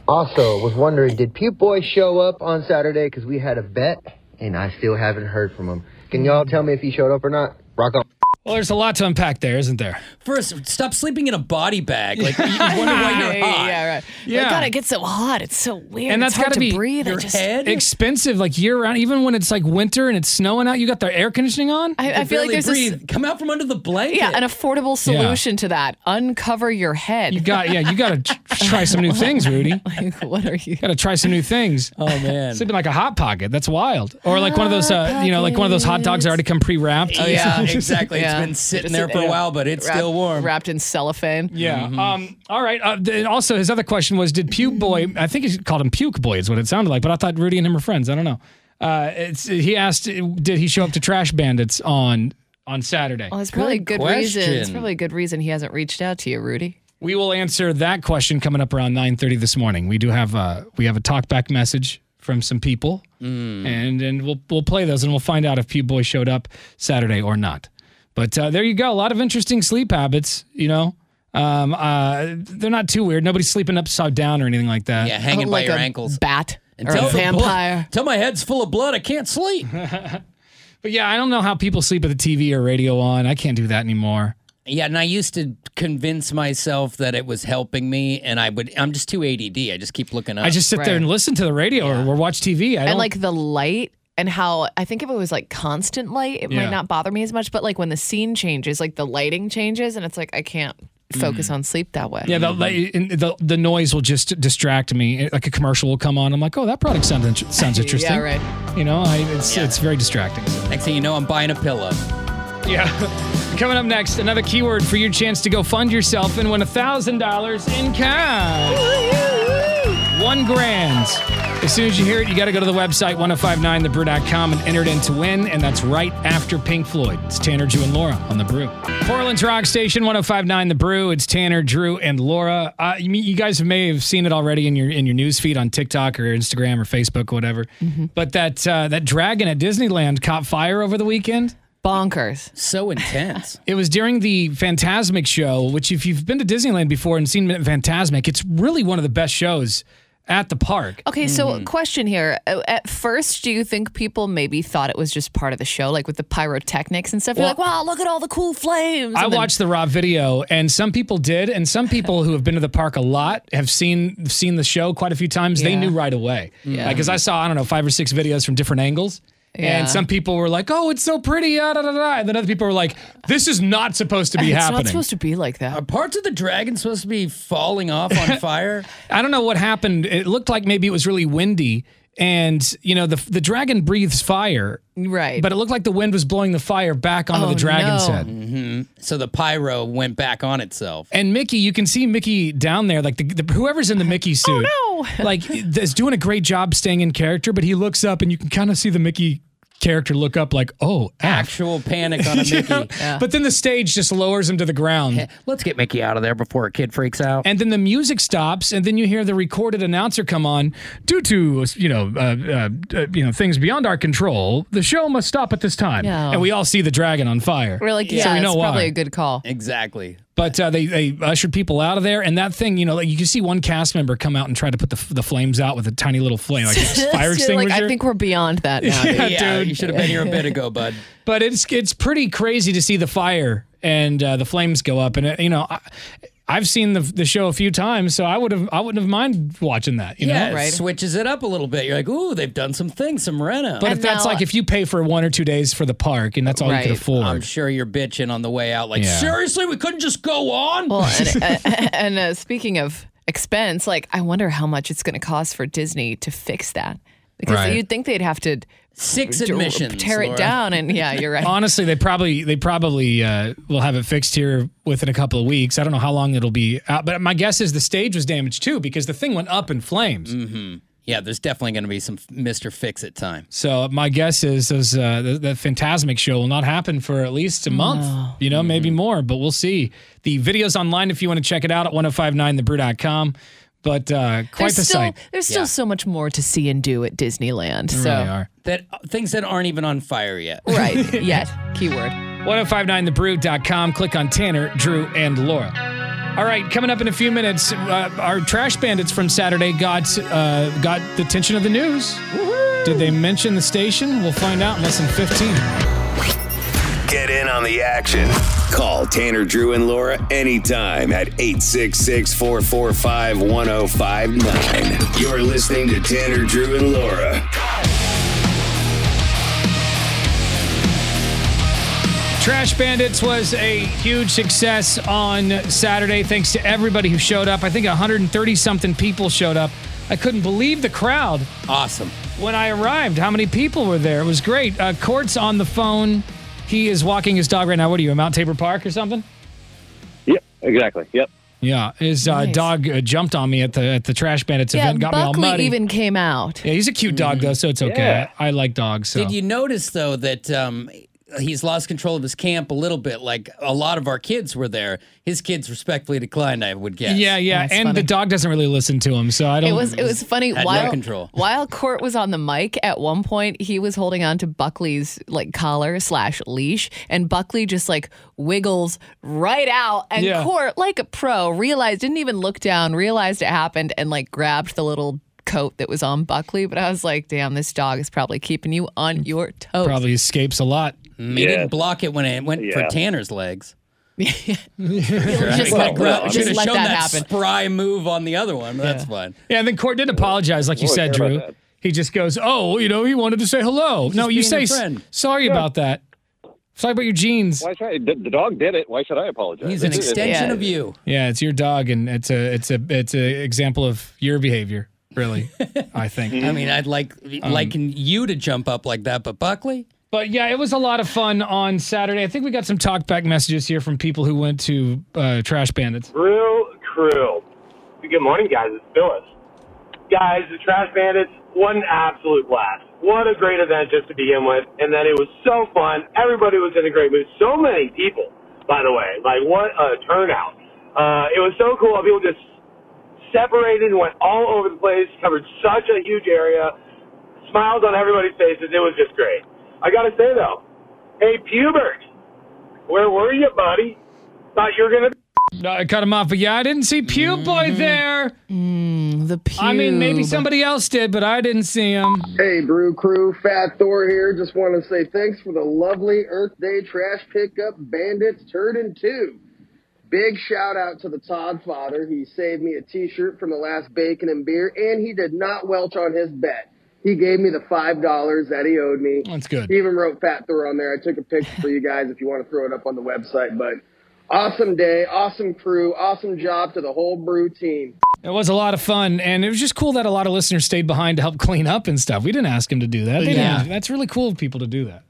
[SPEAKER 22] Also, was wondering, did Pew Boy show up on Saturday? Because we had a bet, and I still haven't heard from him. Can y'all tell me if he showed up or not? Rock on.
[SPEAKER 1] Well, there's a lot to unpack there, isn't there?
[SPEAKER 3] First, stop sleeping in a body bag.
[SPEAKER 1] [LAUGHS]
[SPEAKER 3] Like you wonder why you're hot.
[SPEAKER 2] Yeah, right.
[SPEAKER 1] Yeah.
[SPEAKER 2] Like, God, it gets so hot. It's so weird.
[SPEAKER 1] and that's
[SPEAKER 2] it's hard
[SPEAKER 1] got to
[SPEAKER 2] to
[SPEAKER 1] be
[SPEAKER 2] breathe. I just,
[SPEAKER 1] expensive, like year round. Even when it's like winter and it's snowing out, you got the air conditioning on.
[SPEAKER 2] I, I feel like there's
[SPEAKER 1] a
[SPEAKER 2] this-
[SPEAKER 3] Come out from under the blanket.
[SPEAKER 2] yeah, an affordable
[SPEAKER 1] Yeah.
[SPEAKER 2] solution to that. Uncover your head. You
[SPEAKER 1] got yeah,
[SPEAKER 2] [LAUGHS]
[SPEAKER 1] you got to try some new things, Rudy.
[SPEAKER 2] what are you?
[SPEAKER 1] Got to try some
[SPEAKER 3] [LAUGHS]
[SPEAKER 1] new things. Oh
[SPEAKER 3] man,
[SPEAKER 1] sleeping like a hot pocket. That's wild. Or like one of those, uh, you know, like one of those hot dogs that already come pre-wrapped.
[SPEAKER 3] Oh,
[SPEAKER 1] [LAUGHS]
[SPEAKER 3] yeah, exactly. It's been sitting there for a while, but it's still warm.
[SPEAKER 2] Wrapped in cellophane.
[SPEAKER 1] Yeah. Um, all right. Uh, th- also, his other question was, did Puke Boy? I think he called him Puke Boy, is what it sounded like. But I thought Rudy and him are friends. I don't know. Uh, it's, he asked, did he show up to Trash Bandits on on Saturday?
[SPEAKER 2] Well, it's probably a good reason. It's probably a good reason he hasn't reached out to you, Rudy.
[SPEAKER 1] We will answer that question coming up around 9:30 this morning. We do have uh we have a talkback message from some people.
[SPEAKER 3] Mm.
[SPEAKER 2] Mm.
[SPEAKER 1] And and we'll we'll play those and we'll find out if Pew Boy showed up Saturday or not. But uh, there you go. A lot of interesting sleep habits, you know. Um, uh, they're not too weird. Nobody's sleeping upside down or anything like that.
[SPEAKER 3] Yeah, hanging by your ankles.
[SPEAKER 2] Bat
[SPEAKER 1] or a
[SPEAKER 3] the blood-
[SPEAKER 1] vampire.
[SPEAKER 3] Till my head's full of blood. I can't
[SPEAKER 1] [LAUGHS]
[SPEAKER 3] sleep.
[SPEAKER 1] But yeah, I don't know how people sleep with the TV or radio on. I can't do that anymore.
[SPEAKER 3] Yeah, and I used to convince myself that it was helping me, and I would. I'm just too ADD. I just keep looking up.
[SPEAKER 1] I just sit there and listen to the radio or, or watch TV. I
[SPEAKER 2] and
[SPEAKER 1] don't-
[SPEAKER 2] like the light and how I think if it was like constant light, it
[SPEAKER 1] Yeah.
[SPEAKER 2] might not bother me as much. But like when the scene changes, like the lighting changes, and it's like I can't focus on sleep that way.
[SPEAKER 1] Yeah, the, and the the noise will just distract me. Like a commercial will come on. I'm like, oh, that product sounds int- [LAUGHS] sounds interesting.
[SPEAKER 3] Yeah, right.
[SPEAKER 1] You know, I, it's it's very distracting.
[SPEAKER 3] Next thing you know, I'm buying a pillow.
[SPEAKER 1] Yeah. Coming up next, another keyword for your chance to go fund yourself and win thousand dollars in cash. One 10 grand. As soon as you hear it, you got to go to the website 1059thebrew.com and enter it in to win. And that's right after Pink Floyd. It's Tanner, Drew, and Laura on The Brew. Portland's Rock Station 1059 The Brew. It's Tanner, Drew, and Laura. Uh, you, mean, you guys may have seen it already in your in your news feed on TikTok or Instagram or Facebook or whatever. But that uh, that dragon at Disneyland caught fire over the weekend.
[SPEAKER 2] Bonkers.
[SPEAKER 3] So intense.
[SPEAKER 1] it was during the Fantasmic show, which if you've been to Disneyland before and seen Fantasmic, it's really one of the best shows at the park.
[SPEAKER 2] Okay, so
[SPEAKER 3] Mm-hmm.
[SPEAKER 2] question here. Uh, At first, do you think people maybe thought it was just part of the show, like with the pyrotechnics and stuff? You're
[SPEAKER 1] Well-
[SPEAKER 2] like, wow, look at all the cool flames.
[SPEAKER 1] I
[SPEAKER 2] and then-
[SPEAKER 1] watched the raw video, and some people did, and some people who have been to the park a lot have seen seen the show quite a few times. They
[SPEAKER 2] Yeah.
[SPEAKER 1] knew right away,
[SPEAKER 2] Yeah.
[SPEAKER 1] because I saw I don't know five or six videos from different angles.
[SPEAKER 2] Yeah.
[SPEAKER 1] And some people were like, "Oh, it's so pretty," ah, da, da, da. and then other people were like, "This is not supposed to be
[SPEAKER 3] It's not
[SPEAKER 1] happening."
[SPEAKER 3] supposed
[SPEAKER 2] to be like that.
[SPEAKER 3] Are parts of the dragon supposed to be falling off
[SPEAKER 1] [LAUGHS]
[SPEAKER 3] on fire?
[SPEAKER 1] I don't know what happened. It looked like maybe it was really windy, and you know the the dragon breathes fire,
[SPEAKER 2] right? Oh,
[SPEAKER 1] But it looked like the wind was blowing the fire back onto
[SPEAKER 3] Oh,
[SPEAKER 1] the dragon's head.
[SPEAKER 3] hmm So the pyro went back on itself.
[SPEAKER 1] And Mickey, you can see Mickey down there, like the, the whoever's in the Mickey suit.
[SPEAKER 2] Oh
[SPEAKER 1] no! [LAUGHS] like is doing a great job staying in character, but he looks up and you can kind of see the Mickey character look up, like oh, F.
[SPEAKER 3] Actual panic
[SPEAKER 1] [LAUGHS]
[SPEAKER 3] on a Mickey.
[SPEAKER 1] You know? But then the stage just lowers him to the ground.
[SPEAKER 3] Let's get Mickey out of there before a kid freaks out.
[SPEAKER 1] And then the music stops, and then you hear the recorded announcer come on. Due to you know, uh, uh, uh, you know, things beyond our control, the show must stop at this time.
[SPEAKER 2] Yeah.
[SPEAKER 1] And we all see the dragon on fire.
[SPEAKER 2] We're like, yeah,
[SPEAKER 1] so we know
[SPEAKER 2] it's
[SPEAKER 1] why.
[SPEAKER 2] probably a good call. [LAUGHS]
[SPEAKER 3] Exactly.
[SPEAKER 1] But uh, they they ushered people out of there, and that thing, you know, like you can see one cast member come out and try to put the, f- the flames out with a tiny little flame, like a fire
[SPEAKER 2] You're
[SPEAKER 1] extinguisher.
[SPEAKER 2] like, I think we're beyond that
[SPEAKER 1] [LAUGHS]
[SPEAKER 2] now.
[SPEAKER 1] Yeah, dude.
[SPEAKER 3] you should have been here a bit
[SPEAKER 1] [LAUGHS]
[SPEAKER 3] ago, bud.
[SPEAKER 1] but it's it's pretty crazy to see the fire and uh, the flames go up, and it, you know. I, I've seen the, the show a few times, so I would have I wouldn't have mind watching that. You
[SPEAKER 3] yeah,
[SPEAKER 1] know,
[SPEAKER 3] it switches it up a little bit. You're like, ooh, they've done some things, some reno.
[SPEAKER 1] But if that's like if you pay for one or two days for the park and that's all you can
[SPEAKER 3] Right.
[SPEAKER 1] afford.
[SPEAKER 3] I'm sure you're bitching on the way out. Like,
[SPEAKER 1] Yeah.
[SPEAKER 3] seriously, we couldn't just go on.
[SPEAKER 2] Well,
[SPEAKER 3] [LAUGHS]
[SPEAKER 2] and, uh, [LAUGHS] and uh, speaking of expense, like I wonder how much it's going to cost for Disney to fix that because
[SPEAKER 1] Right.
[SPEAKER 2] you'd think they'd have to
[SPEAKER 3] six
[SPEAKER 2] to
[SPEAKER 3] admissions,
[SPEAKER 2] tear it
[SPEAKER 3] Laura.
[SPEAKER 2] down, and yeah,
[SPEAKER 3] [LAUGHS]
[SPEAKER 2] you're right.
[SPEAKER 1] Honestly, they probably they probably uh, will have it fixed here within a couple of weeks. I don't know how long it'll be out, but my guess is the stage was damaged too because the thing went up in flames.
[SPEAKER 3] hmm Yeah, there's definitely going to be some Mr. Fix It time.
[SPEAKER 1] So my guess is those uh, the, the Phantasmic show will not happen for at least a month, you know, maybe
[SPEAKER 3] Mm-hmm.
[SPEAKER 1] more, but we'll see. The video's online if you want to check it out at 1059thebrew.com. But uh, quite
[SPEAKER 2] there's
[SPEAKER 1] the
[SPEAKER 2] still,
[SPEAKER 1] sight.
[SPEAKER 2] There's still so much more to see and do at Disneyland.
[SPEAKER 1] There
[SPEAKER 2] so
[SPEAKER 1] really are.
[SPEAKER 3] That uh, things that aren't even on fire yet.
[SPEAKER 2] [LAUGHS]
[SPEAKER 1] [LAUGHS]
[SPEAKER 2] right, yet keyword.
[SPEAKER 1] 1059thebrew.com. Click on Tanner, Drew, and Laura. All right, coming up in a few minutes, uh, our trash bandits from Saturday got uh, got the attention of the news. Did they mention the station? We'll find out in less than 15.
[SPEAKER 4] Get in on the action. Call Tanner, Drew, and Laura anytime at 866 445 1059. You're listening to Tanner, Drew, and Laura.
[SPEAKER 1] Trash Bandits was a huge success on Saturday, thanks to everybody who showed up. I think 130 something people showed up. I couldn't believe the crowd.
[SPEAKER 3] Awesome.
[SPEAKER 1] When I arrived, how many people were there? It was great. Uh, Court's on the phone. He is walking his dog right now. What are you, in Mount Tabor Park or something?
[SPEAKER 6] Yep, exactly. Yep.
[SPEAKER 1] Yeah, his uh,
[SPEAKER 2] Nice.
[SPEAKER 1] dog uh, jumped on me at the at the Trash Bandits
[SPEAKER 2] yeah,
[SPEAKER 1] event, got
[SPEAKER 2] Buckley
[SPEAKER 1] me all muddy.
[SPEAKER 2] even came out.
[SPEAKER 1] yeah, he's a cute dog though, so it's okay.
[SPEAKER 3] Yeah.
[SPEAKER 1] I, I like dogs. So.
[SPEAKER 3] Did you notice though that um, he's lost control of his camp a little bit? Like a lot of our kids were there. His kids respectfully declined. I would guess.
[SPEAKER 1] Yeah, yeah, and the dog doesn't really listen to him, so I don't.
[SPEAKER 2] It was it was
[SPEAKER 1] [LAUGHS]
[SPEAKER 2] funny
[SPEAKER 1] Had no
[SPEAKER 2] while
[SPEAKER 1] control.
[SPEAKER 2] while Court was on the mic at one point he was holding on to Buckley's like collar slash leash and Buckley just like wiggles right out and
[SPEAKER 7] Yeah.
[SPEAKER 2] Court like a pro realized didn't even look down realized it happened and like grabbed the little coat that was on Buckley but I was like damn this dog is probably keeping you on your
[SPEAKER 1] Mm.
[SPEAKER 2] toes
[SPEAKER 1] probably escapes a lot.
[SPEAKER 3] He didn't block it when it went for
[SPEAKER 1] Yeah.
[SPEAKER 3] Tanner's legs.
[SPEAKER 1] [LAUGHS] just
[SPEAKER 3] Should
[SPEAKER 1] let-
[SPEAKER 3] have bro-
[SPEAKER 1] just
[SPEAKER 3] should have
[SPEAKER 1] let
[SPEAKER 3] shown
[SPEAKER 1] that
[SPEAKER 3] that,
[SPEAKER 1] happen.
[SPEAKER 3] spry move on the other one. but That's fine.
[SPEAKER 1] Yeah, and then Court did apologize, like you
[SPEAKER 3] Well, I
[SPEAKER 1] said,
[SPEAKER 3] care
[SPEAKER 1] Drew.
[SPEAKER 3] about that.
[SPEAKER 1] He just goes, "Oh, you know, he wanted to say hello."
[SPEAKER 6] He's
[SPEAKER 1] no,
[SPEAKER 6] just
[SPEAKER 1] you say
[SPEAKER 6] being a
[SPEAKER 1] s-
[SPEAKER 6] friend.
[SPEAKER 1] sorry
[SPEAKER 6] Yeah.
[SPEAKER 1] about that. Sorry about your jeans.
[SPEAKER 6] Why should I? The, the dog did it. Why should I apologize?
[SPEAKER 1] He's an
[SPEAKER 6] This is-
[SPEAKER 1] extension
[SPEAKER 6] Yeah.
[SPEAKER 1] of you. Yeah, it's your dog, and it's a it's a it's a example of your behavior, really. I think.
[SPEAKER 3] [LAUGHS] I mean, I'd like
[SPEAKER 1] Um,
[SPEAKER 3] liking you to jump up like that, but Buckley.
[SPEAKER 1] But yeah, it was a lot of fun on Saturday. I think we got some talkback messages here from people who went to uh, Trash Bandits.
[SPEAKER 23] Grill Crew. Good morning, guys. It's Phyllis.
[SPEAKER 7] guys, the Trash Bandits, what an absolute blast. What a great event just to begin with. And then it was so fun. Everybody was in a great mood. So many people, by the way. Like, what a turnout. Uh, it was so cool. People just separated and went all over the place, covered such a huge area, smiles on everybody's faces. It was just great. I got to say, though, hey, Pubert, where were you, buddy? Thought you were going to
[SPEAKER 1] No, I cut him off, but yeah, I didn't see Pew Boy there.
[SPEAKER 2] the Pew.
[SPEAKER 1] I mean, maybe somebody else did, but I didn't see him.
[SPEAKER 9] Hey, Brew Crew, Fat Thor here. Just want to say thanks for the lovely Earth Day trash pickup, Bandits Turd in Two. Big shout out to the Todd Father. He saved me a T-shirt from the last bacon and beer, and he did not welch on his bet. He gave me the five dollars that he owed me.
[SPEAKER 1] That's good.
[SPEAKER 9] He even wrote Fat Thor on there. I took a picture for you guys if you want to throw it up on the website. But awesome day, awesome crew, awesome job to the whole Brew team.
[SPEAKER 1] It was a lot of fun, and it was just cool that a lot of listeners stayed behind to help clean up and stuff. We didn't ask him to do that. They
[SPEAKER 3] Yeah.
[SPEAKER 1] didn't- That's really cool of people to do that.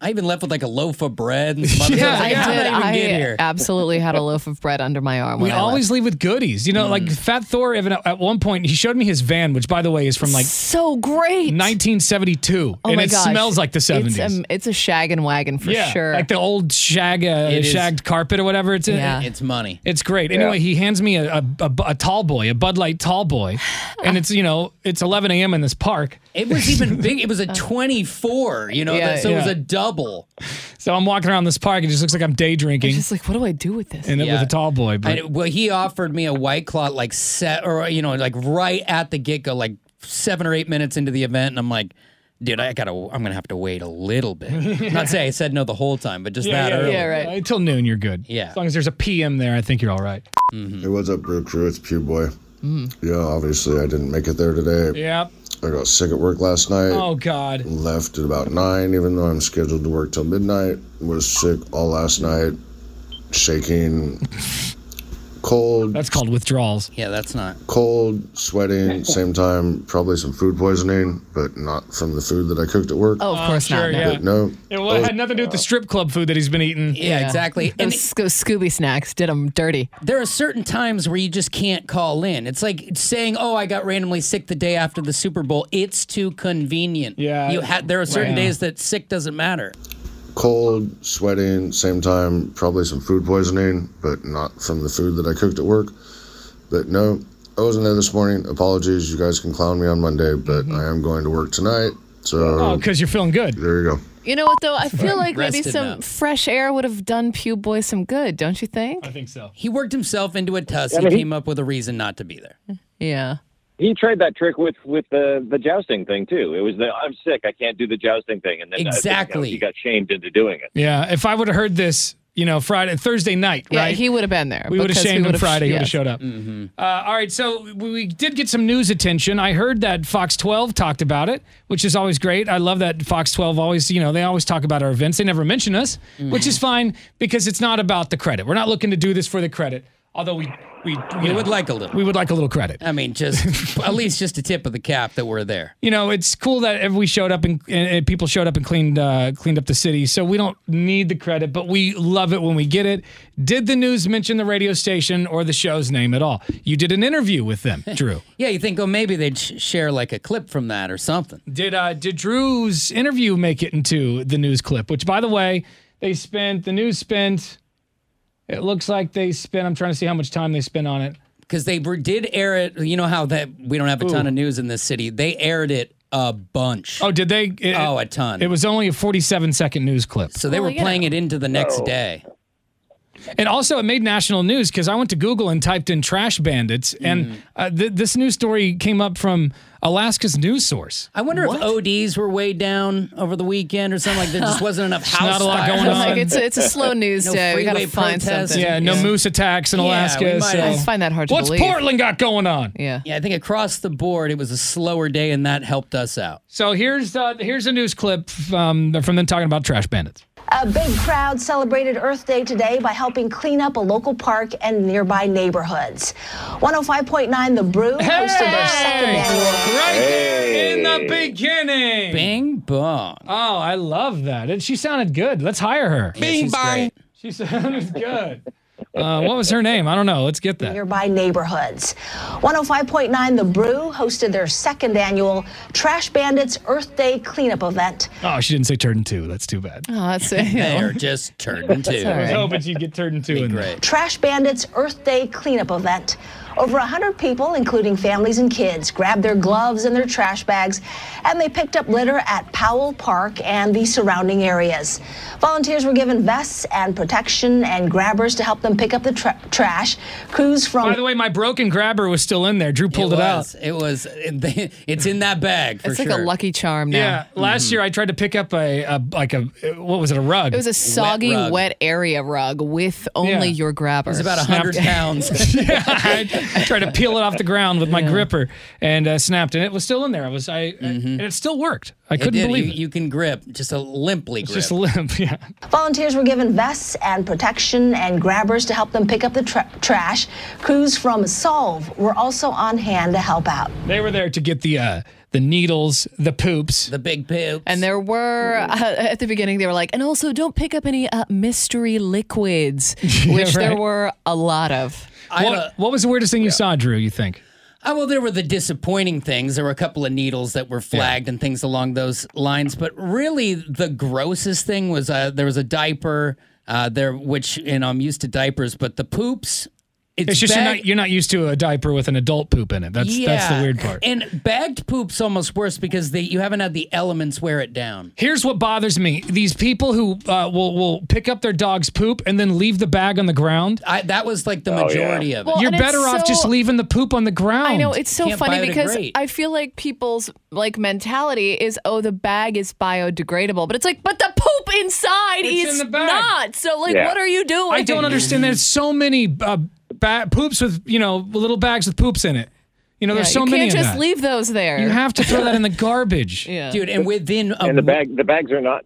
[SPEAKER 3] I even left with like a loaf of bread. And
[SPEAKER 1] [LAUGHS]
[SPEAKER 3] some other
[SPEAKER 1] Yeah,
[SPEAKER 3] stuff. I was like,
[SPEAKER 1] I
[SPEAKER 3] "How did I even
[SPEAKER 2] I
[SPEAKER 3] get here?"
[SPEAKER 2] absolutely had a loaf of bread under my arm.
[SPEAKER 1] We
[SPEAKER 2] when I left.
[SPEAKER 1] always leave with goodies. You know,
[SPEAKER 3] Mm.
[SPEAKER 1] like Fat Thor, even at at one point, he showed me his van, which, by the way, is from like
[SPEAKER 2] so great
[SPEAKER 1] 1972.
[SPEAKER 2] Oh
[SPEAKER 1] and
[SPEAKER 2] my
[SPEAKER 1] it
[SPEAKER 2] gosh.
[SPEAKER 1] smells like the 70s.
[SPEAKER 2] It's a, it's a shag and wagon for
[SPEAKER 1] yeah,
[SPEAKER 2] sure.
[SPEAKER 1] Like the old shag, uh,
[SPEAKER 2] It is-
[SPEAKER 1] shagged carpet or whatever it's in.
[SPEAKER 2] Yeah.
[SPEAKER 3] It's money.
[SPEAKER 1] It's great.
[SPEAKER 3] Yeah.
[SPEAKER 1] Anyway, he hands me a, a, a, a tall boy, a Bud Light tall
[SPEAKER 2] [SIGHS]
[SPEAKER 1] boy. And it's, you know, it's 11 a.m. in this park.
[SPEAKER 3] It was even big. It was a [LAUGHS] 24, you know,
[SPEAKER 1] Yeah,
[SPEAKER 3] that, so it was
[SPEAKER 1] yeah.
[SPEAKER 3] a double.
[SPEAKER 1] So I'm walking around this park. It just looks like I'm day drinking.
[SPEAKER 3] just
[SPEAKER 2] like, what do I do with this?
[SPEAKER 1] And it
[SPEAKER 3] Yeah.
[SPEAKER 1] with a tall boy. But
[SPEAKER 3] I, well, he offered me a white claw like set or, you know, like right at the get go, like seven or eight minutes into the event. And I'm like, dude, I gotta, I'm gonna have to wait a little
[SPEAKER 1] [LAUGHS]
[SPEAKER 3] bit. Not say I said no the whole time, but just that early.
[SPEAKER 1] Until noon, you're good. Yeah. As long as there's a PM there, I think you're all right. Mm-hmm.
[SPEAKER 23] Hey, what's up, Brew Crew? It's Pew Boy.
[SPEAKER 1] Mm.
[SPEAKER 23] Yeah, obviously I didn't make it there today.
[SPEAKER 1] Yeah.
[SPEAKER 23] I got sick at work last night.
[SPEAKER 1] Oh, God.
[SPEAKER 23] Left at about nine, even though I'm scheduled to work till midnight. Was sick all last night,
[SPEAKER 1] [LAUGHS]
[SPEAKER 23] shaking, cold.
[SPEAKER 1] That's called withdrawals.
[SPEAKER 3] Yeah, that's not.
[SPEAKER 23] Cold, sweating, same time, probably some food poisoning, but not from the food that I cooked at work.
[SPEAKER 1] Oh, of course Oh, sure, not, no. yeah.
[SPEAKER 23] But no, Oh.
[SPEAKER 1] It wa- had nothing to do with the strip club food that he's been eating.
[SPEAKER 3] Yeah, exactly.
[SPEAKER 2] Those, those Scooby snacks did them dirty.
[SPEAKER 3] There are certain times where you just can't call in. It's like saying, "Oh, I got randomly sick the day after the Super Bowl." It's too convenient.
[SPEAKER 23] Yeah.
[SPEAKER 3] you ha- there are certain
[SPEAKER 23] Right.
[SPEAKER 3] days that sick doesn't matter.
[SPEAKER 23] cold, sweating, same time, probably some food poisoning, but not from the food that I cooked at work. But no, I wasn't there this morning. Apologies, you guys can clown me on Monday, but I am going to work tonight. So,
[SPEAKER 1] Mm-hmm. Oh, because you're feeling good.
[SPEAKER 23] There you go.
[SPEAKER 2] You know what though? I feel
[SPEAKER 23] Right.
[SPEAKER 2] like maybe
[SPEAKER 23] Rested
[SPEAKER 2] some
[SPEAKER 23] up.
[SPEAKER 2] fresh air would have done Pew Boy some good, don't you think?
[SPEAKER 1] I think so.
[SPEAKER 3] He worked himself into a tuss.
[SPEAKER 2] I
[SPEAKER 3] He
[SPEAKER 2] mean, he-
[SPEAKER 3] came up with a reason not to be there.
[SPEAKER 2] Yeah.
[SPEAKER 6] He tried that trick with with the the jousting thing too. It was the I'm sick, I can't do the jousting thing, and then I think, you know,
[SPEAKER 1] Exactly.
[SPEAKER 6] he got shamed into doing it.
[SPEAKER 1] Yeah. If I would have heard this, you know, Friday, Thursday night,
[SPEAKER 2] Yeah,
[SPEAKER 1] right?
[SPEAKER 2] he would have been there.
[SPEAKER 1] We would have
[SPEAKER 2] because he
[SPEAKER 1] shamed him
[SPEAKER 2] would have-
[SPEAKER 1] Friday. He would have
[SPEAKER 2] yes.
[SPEAKER 1] showed up. Uh, all right, so we- we did get some news attention. I heard that Fox 12 talked about it, which is always great. I love that Fox 12 always, you know, they always talk about our events. They never mention us,
[SPEAKER 3] Mm.
[SPEAKER 1] which is fine because it's not about the credit. We're not looking to do this for the credit, although we we you
[SPEAKER 3] We
[SPEAKER 1] know,
[SPEAKER 3] would like a little.
[SPEAKER 1] We would like a little credit.
[SPEAKER 3] I mean,
[SPEAKER 1] [LAUGHS]
[SPEAKER 3] just at least just a tip of the cap that we're there.
[SPEAKER 1] You know, it's cool that if we showed up and, and, and people showed up and cleaned uh, cleaned up the city. So we don't need the credit, but we love it when we get it. Did the news mention the radio station or the show's name at all? You did an interview with them, Drew.
[SPEAKER 3] [LAUGHS] Yeah, you think, oh, maybe they'd sh- share like a clip from that or something.
[SPEAKER 1] Did uh did Drew's interview make it into the news clip? Which by the way, they spent the news spent it looks like they spent I'm trying to see how much time they spent on it.
[SPEAKER 3] Because they were- did air it. You know how that we don't have a ton
[SPEAKER 1] Ooh.
[SPEAKER 3] of news in this city. They aired it a bunch.
[SPEAKER 1] Oh, did they? It-
[SPEAKER 3] oh, a ton.
[SPEAKER 1] It was only a 47 second news clip.
[SPEAKER 3] so they were playing it into the next day.
[SPEAKER 1] And also, it made national news because I went to Google and typed in trash bandits,
[SPEAKER 3] Mm.
[SPEAKER 1] and uh, th- this news story came up from Alaska's news source.
[SPEAKER 3] I wonder if ODs were way down over the weekend or something like that. Just wasn't
[SPEAKER 1] [LAUGHS]
[SPEAKER 3] enough
[SPEAKER 1] Not a
[SPEAKER 3] house.
[SPEAKER 1] lot
[SPEAKER 3] fires.
[SPEAKER 2] [LAUGHS]
[SPEAKER 1] going Like, on.
[SPEAKER 2] it's a- it's
[SPEAKER 3] [LAUGHS]
[SPEAKER 2] a
[SPEAKER 1] [LAUGHS]
[SPEAKER 2] slow news day. We gotta
[SPEAKER 3] freeway
[SPEAKER 2] find
[SPEAKER 3] protests.
[SPEAKER 2] something.
[SPEAKER 1] Yeah, no moose attacks in
[SPEAKER 3] Yeah, we
[SPEAKER 1] Alaska.
[SPEAKER 3] might
[SPEAKER 1] so-
[SPEAKER 3] have- I just
[SPEAKER 2] find that hard to
[SPEAKER 1] What's
[SPEAKER 2] believe.
[SPEAKER 1] Portland got going on?
[SPEAKER 2] Yeah.
[SPEAKER 3] Yeah, I think across the board it was a slower day, and that helped us out.
[SPEAKER 1] So here's uh, here's a news clip um, from them talking about trash bandits.
[SPEAKER 24] A big crowd celebrated Earth Day today by helping clean up a local park and nearby neighborhoods. 105.9 The Brew hosted their second annual.
[SPEAKER 1] Right there in the beginning.
[SPEAKER 3] Bing bong.
[SPEAKER 1] Oh, I love that. And she [LAUGHS] sounded good. Let's hire her.
[SPEAKER 3] Yeah, she's great.
[SPEAKER 1] She sounded good. Uh, what was her name? I don't know. Let's get that.
[SPEAKER 24] Nearby neighborhoods. 105.9 The Brew hosted their second annual Trash Bandits Earth Day cleanup event.
[SPEAKER 1] Oh, she didn't say turd in two. That's too bad.
[SPEAKER 3] [LAUGHS]
[SPEAKER 2] Oh, that's it.
[SPEAKER 3] They're just turning two.
[SPEAKER 1] I was hoping she'd get turd in two in there.
[SPEAKER 24] Trash Bandits Earth Day cleanup event. Over 100 people, including families and kids, grabbed their gloves and their trash bags and they picked up litter at Powell Park and the surrounding areas. Volunteers were given vests and protection and grabbers to help them pick up the tra- trash. Crews from
[SPEAKER 1] By the way, my broken grabber was still in there. Drew pulled it, out.
[SPEAKER 3] was. It was. It, it's in that bag for
[SPEAKER 2] It's
[SPEAKER 3] sure. Mm-hmm.
[SPEAKER 2] like a lucky charm now.
[SPEAKER 1] Yeah, last year I tried to pick up a, a like a what was it a rug?
[SPEAKER 2] It was a soggy, wet,
[SPEAKER 1] rug.
[SPEAKER 2] area rug with only
[SPEAKER 1] Yeah.
[SPEAKER 2] your grabber.
[SPEAKER 1] was
[SPEAKER 2] [LAUGHS]
[SPEAKER 1] about 100
[SPEAKER 3] pounds.
[SPEAKER 1] [LAUGHS] yeah, I tried to peel it off the ground with my gripper and uh, snapped, and it was still in there. I was I, and it still worked. I
[SPEAKER 3] Mm-hmm. It
[SPEAKER 1] couldn't
[SPEAKER 3] did.
[SPEAKER 1] believe
[SPEAKER 3] you,
[SPEAKER 1] it.
[SPEAKER 3] you can grip just a limply
[SPEAKER 1] It's
[SPEAKER 3] grip.
[SPEAKER 1] just limp. [LAUGHS] Yeah.
[SPEAKER 24] Volunteers were given vests and protection and grabbers to help them pick up the tra- trash. Crews from Solve were also on hand to help out.
[SPEAKER 1] They were there to get the uh, the needles, the poops,
[SPEAKER 3] the big poops.
[SPEAKER 1] [LAUGHS]
[SPEAKER 2] And there were [LAUGHS] uh, at the beginning they were like, and also don't pick up any uh,
[SPEAKER 1] [LAUGHS]
[SPEAKER 2] mystery liquids, which there
[SPEAKER 1] right.
[SPEAKER 2] were a lot of.
[SPEAKER 1] what,
[SPEAKER 3] uh,
[SPEAKER 1] what was the weirdest thing you saw, Drew? You think?
[SPEAKER 3] Oh, well, there were the disappointing things. There were a couple of needles that were flagged and things along those lines. But really, the grossest thing was uh, there was a diaper uh, there, which you know I'm used to diapers, but the poops. It's,
[SPEAKER 1] It's, just you're
[SPEAKER 3] bag-
[SPEAKER 1] not you're not used to a diaper with an adult poop in it. That's that's the
[SPEAKER 3] Yeah.
[SPEAKER 1] weird part.
[SPEAKER 3] And bagged poop's almost worse because they you haven't had the elements wear it down.
[SPEAKER 1] Here's what bothers me: these people who uh, will will pick up their dog's poop and then leave the bag on the ground.
[SPEAKER 3] I, that was like the
[SPEAKER 1] Oh, yeah.
[SPEAKER 3] majority of it.
[SPEAKER 2] Well,
[SPEAKER 1] You're
[SPEAKER 2] and it's
[SPEAKER 1] better off just
[SPEAKER 2] so-
[SPEAKER 1] leaving the poop on the ground.
[SPEAKER 2] I know it's so
[SPEAKER 3] Can't
[SPEAKER 2] funny because
[SPEAKER 3] biodegrade.
[SPEAKER 2] I feel like people's like mentality is oh the bag is biodegradable, but it's like but the poop inside
[SPEAKER 1] It's
[SPEAKER 2] is
[SPEAKER 1] in the bag.
[SPEAKER 2] not. So like
[SPEAKER 1] Yeah.
[SPEAKER 2] what are you doing?
[SPEAKER 1] I don't understand. There's so many uh, ba- poops with you know little bags with poops in it. You know,
[SPEAKER 2] Yeah,
[SPEAKER 1] there's so
[SPEAKER 2] you can't
[SPEAKER 1] many of
[SPEAKER 2] just
[SPEAKER 1] that.
[SPEAKER 2] leave those there.
[SPEAKER 1] You have to throw that in
[SPEAKER 2] [LAUGHS]
[SPEAKER 1] the garbage.
[SPEAKER 2] Yeah.
[SPEAKER 3] dude. And within a
[SPEAKER 6] and the bag, the bags are not.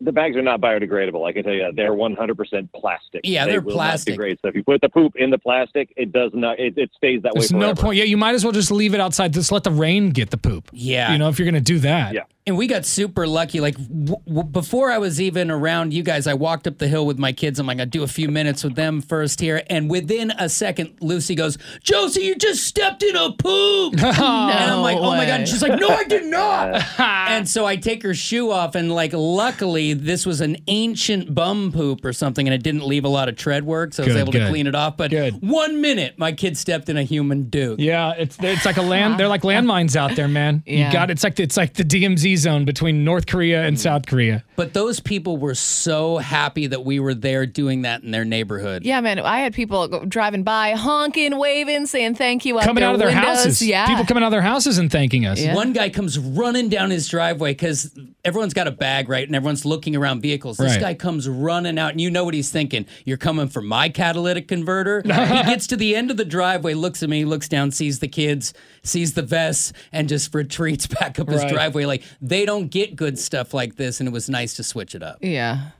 [SPEAKER 6] The bags are not biodegradable. I can tell you that they're 100% plastic.
[SPEAKER 3] Yeah,
[SPEAKER 6] they
[SPEAKER 3] they're
[SPEAKER 6] will Not
[SPEAKER 3] plastic.
[SPEAKER 6] degrade. So if you put the poop in the plastic, it does not. It, it stays that
[SPEAKER 1] There's
[SPEAKER 6] way
[SPEAKER 1] no
[SPEAKER 6] forever.
[SPEAKER 1] point. Yeah, you might as well just leave it outside. Just let the rain get the poop.
[SPEAKER 3] Yeah.
[SPEAKER 1] You know, if you're gonna do that. Yeah.
[SPEAKER 3] And we got super lucky. Like w- w- before I was even around you guys, I walked up the hill with my kids. I'm like, I do a few minutes with them first here. And within a second, Lucy goes, Josie, you just stepped in a
[SPEAKER 1] [LAUGHS]
[SPEAKER 3] poop. and I'm like, oh my God. And she's like, no, I did not. and so I take her shoe off. And like, luckily, this was an ancient bum poop or something. And it didn't leave a lot of tread work. So I was
[SPEAKER 1] Good,
[SPEAKER 3] able
[SPEAKER 1] good.
[SPEAKER 3] to clean it off. But one minute, my kid stepped in a human dude.
[SPEAKER 1] Yeah, it's it's
[SPEAKER 3] [LAUGHS]
[SPEAKER 1] like a land. They're like landmines out there, man.
[SPEAKER 3] Yeah.
[SPEAKER 1] You got it's like it's like the DMZ zone between North Korea
[SPEAKER 6] Mm.
[SPEAKER 1] and South Korea.
[SPEAKER 3] But those people were so happy that we were there doing that in their neighborhood.
[SPEAKER 2] Yeah, man. I had people go- driving by, honking, waving, saying thank you. Out
[SPEAKER 1] coming
[SPEAKER 2] their
[SPEAKER 1] out of their
[SPEAKER 2] windows.
[SPEAKER 1] houses.
[SPEAKER 2] Yeah.
[SPEAKER 1] People coming out of their houses and thanking us.
[SPEAKER 3] One guy comes running down his driveway because everyone's got a bag, right? And everyone's looking around vehicles. This
[SPEAKER 1] Right.
[SPEAKER 3] guy comes running out, and you know what he's thinking. You're coming for my catalytic
[SPEAKER 1] [LAUGHS]
[SPEAKER 3] converter. he gets to the end of the driveway, looks at me, looks down, sees the kids, sees the vests, and just retreats [LAUGHS] back up his
[SPEAKER 2] Right.
[SPEAKER 3] driveway. Like, they don't get good stuff like this, and it was nice to switch it up.
[SPEAKER 2] Yeah.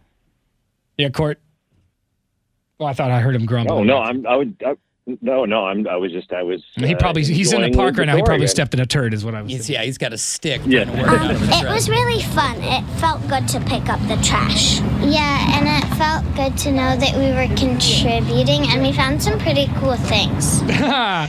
[SPEAKER 1] Yeah, Court. Well, I thought I heard him grumble.
[SPEAKER 6] Oh, No, no, I'm. I would. I, no, no, I'm. I was just. I was.
[SPEAKER 1] He
[SPEAKER 6] uh,
[SPEAKER 1] probably he's in the
[SPEAKER 6] enjoying
[SPEAKER 1] park right now. He probably
[SPEAKER 6] Lindor
[SPEAKER 1] stepped in a turd, is what I was.
[SPEAKER 3] He's, yeah, he's got a stick.
[SPEAKER 6] Yeah.
[SPEAKER 3] trying to work it out of his
[SPEAKER 10] [LAUGHS] Um, It
[SPEAKER 3] driveway.
[SPEAKER 10] was really fun. It felt good to pick up the trash. Yeah, and it felt good to know that we were contributing and we found some pretty cool things.
[SPEAKER 1] yeah,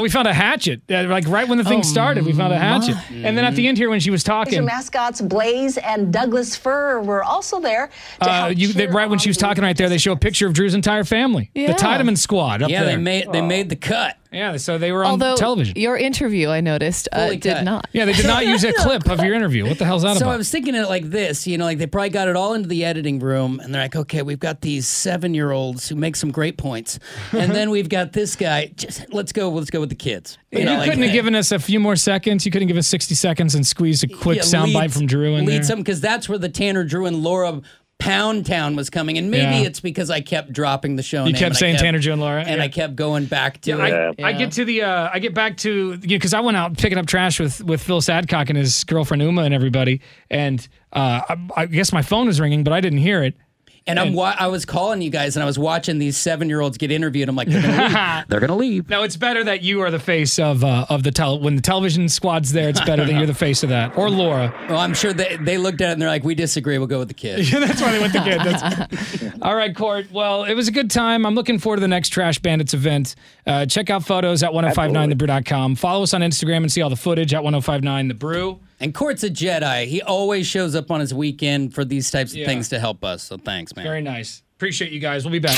[SPEAKER 1] we found a hatchet. Uh, Like right when the thing started, we found a hatchet. And then at the end here, when she was
[SPEAKER 24] Your
[SPEAKER 1] talking,
[SPEAKER 24] mascots Blaze and Douglas Fur were also there to
[SPEAKER 1] uh,
[SPEAKER 24] help
[SPEAKER 1] you they, right when she was talking right there, they show a picture of Drew's entire family, the
[SPEAKER 2] Yeah.
[SPEAKER 1] Tiedemann squad. Up
[SPEAKER 3] yeah,
[SPEAKER 1] there.
[SPEAKER 3] they made they made the cut.
[SPEAKER 1] Yeah, so they were on
[SPEAKER 2] Although
[SPEAKER 1] television.
[SPEAKER 2] your interview, I noticed, uh,
[SPEAKER 3] Fully
[SPEAKER 2] did
[SPEAKER 3] cut.
[SPEAKER 2] not.
[SPEAKER 1] Yeah, they did not use a clip of your interview. What the hell's that
[SPEAKER 3] so I [LAUGHS]
[SPEAKER 1] about?
[SPEAKER 3] was thinking it like this, you know, like they probably got it all into the editing room, and they're like, okay, we've got these seven-year-olds who make some great points, and then we've got this guy. Just let's go, let's go with the kids.
[SPEAKER 1] You,
[SPEAKER 3] know, like
[SPEAKER 1] couldn't have
[SPEAKER 3] that.
[SPEAKER 1] given us a few more seconds. You couldn't give us 60 seconds and squeeze a quick
[SPEAKER 3] Yeah,
[SPEAKER 1] sound
[SPEAKER 3] lead-
[SPEAKER 1] soundbite from Drew in
[SPEAKER 3] lead
[SPEAKER 1] there.
[SPEAKER 3] some because that's where the Tanner, Drew, and Laura Pound Town was coming, and maybe
[SPEAKER 1] Yeah.
[SPEAKER 3] it's because I kept dropping the show.
[SPEAKER 1] You
[SPEAKER 3] name
[SPEAKER 1] kept
[SPEAKER 3] and I
[SPEAKER 1] saying Tanner, Drew, and Laura,
[SPEAKER 3] and
[SPEAKER 1] yeah.
[SPEAKER 3] I kept going back to
[SPEAKER 1] I,
[SPEAKER 3] it.
[SPEAKER 1] I get to the uh, I get back to because I went out picking up trash with with Phil Sadcock and his girlfriend Uma and everybody, and uh, I, I guess my phone was ringing, but I didn't hear it.
[SPEAKER 3] And I'm wa- I was calling you guys, and I was watching these seven year olds get interviewed. I'm like, they're gonna
[SPEAKER 1] [LAUGHS]
[SPEAKER 3] leave. They're gonna leave.
[SPEAKER 1] No, it's better that you are the face of uh, of the tel- when the television squad's there. It's better that you're the face of that or Laura.
[SPEAKER 3] Well, I'm sure they, they looked at it and they're like, we disagree. We'll go with the kid.
[SPEAKER 1] Yeah, [LAUGHS] that's why they went to kid. That's-
[SPEAKER 3] [LAUGHS]
[SPEAKER 1] [LAUGHS] All right, Court. Well, it was a good time. I'm looking forward to the next Trash Bandits event. Uh, check out photos at 1059thebrew.com. Follow us on Instagram and see all the footage at 1059thebrew.
[SPEAKER 3] And Court's a Jedi. He always shows up on his weekend for these types of
[SPEAKER 1] Yeah.
[SPEAKER 3] things to help us. So thanks, man.
[SPEAKER 1] Very nice. Appreciate you guys. We'll be back.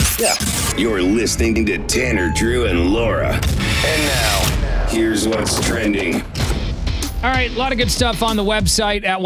[SPEAKER 4] You're listening to Tanner, Drew, and Laura. And now, here's what's trending.
[SPEAKER 1] All right, a lot of good stuff on the website at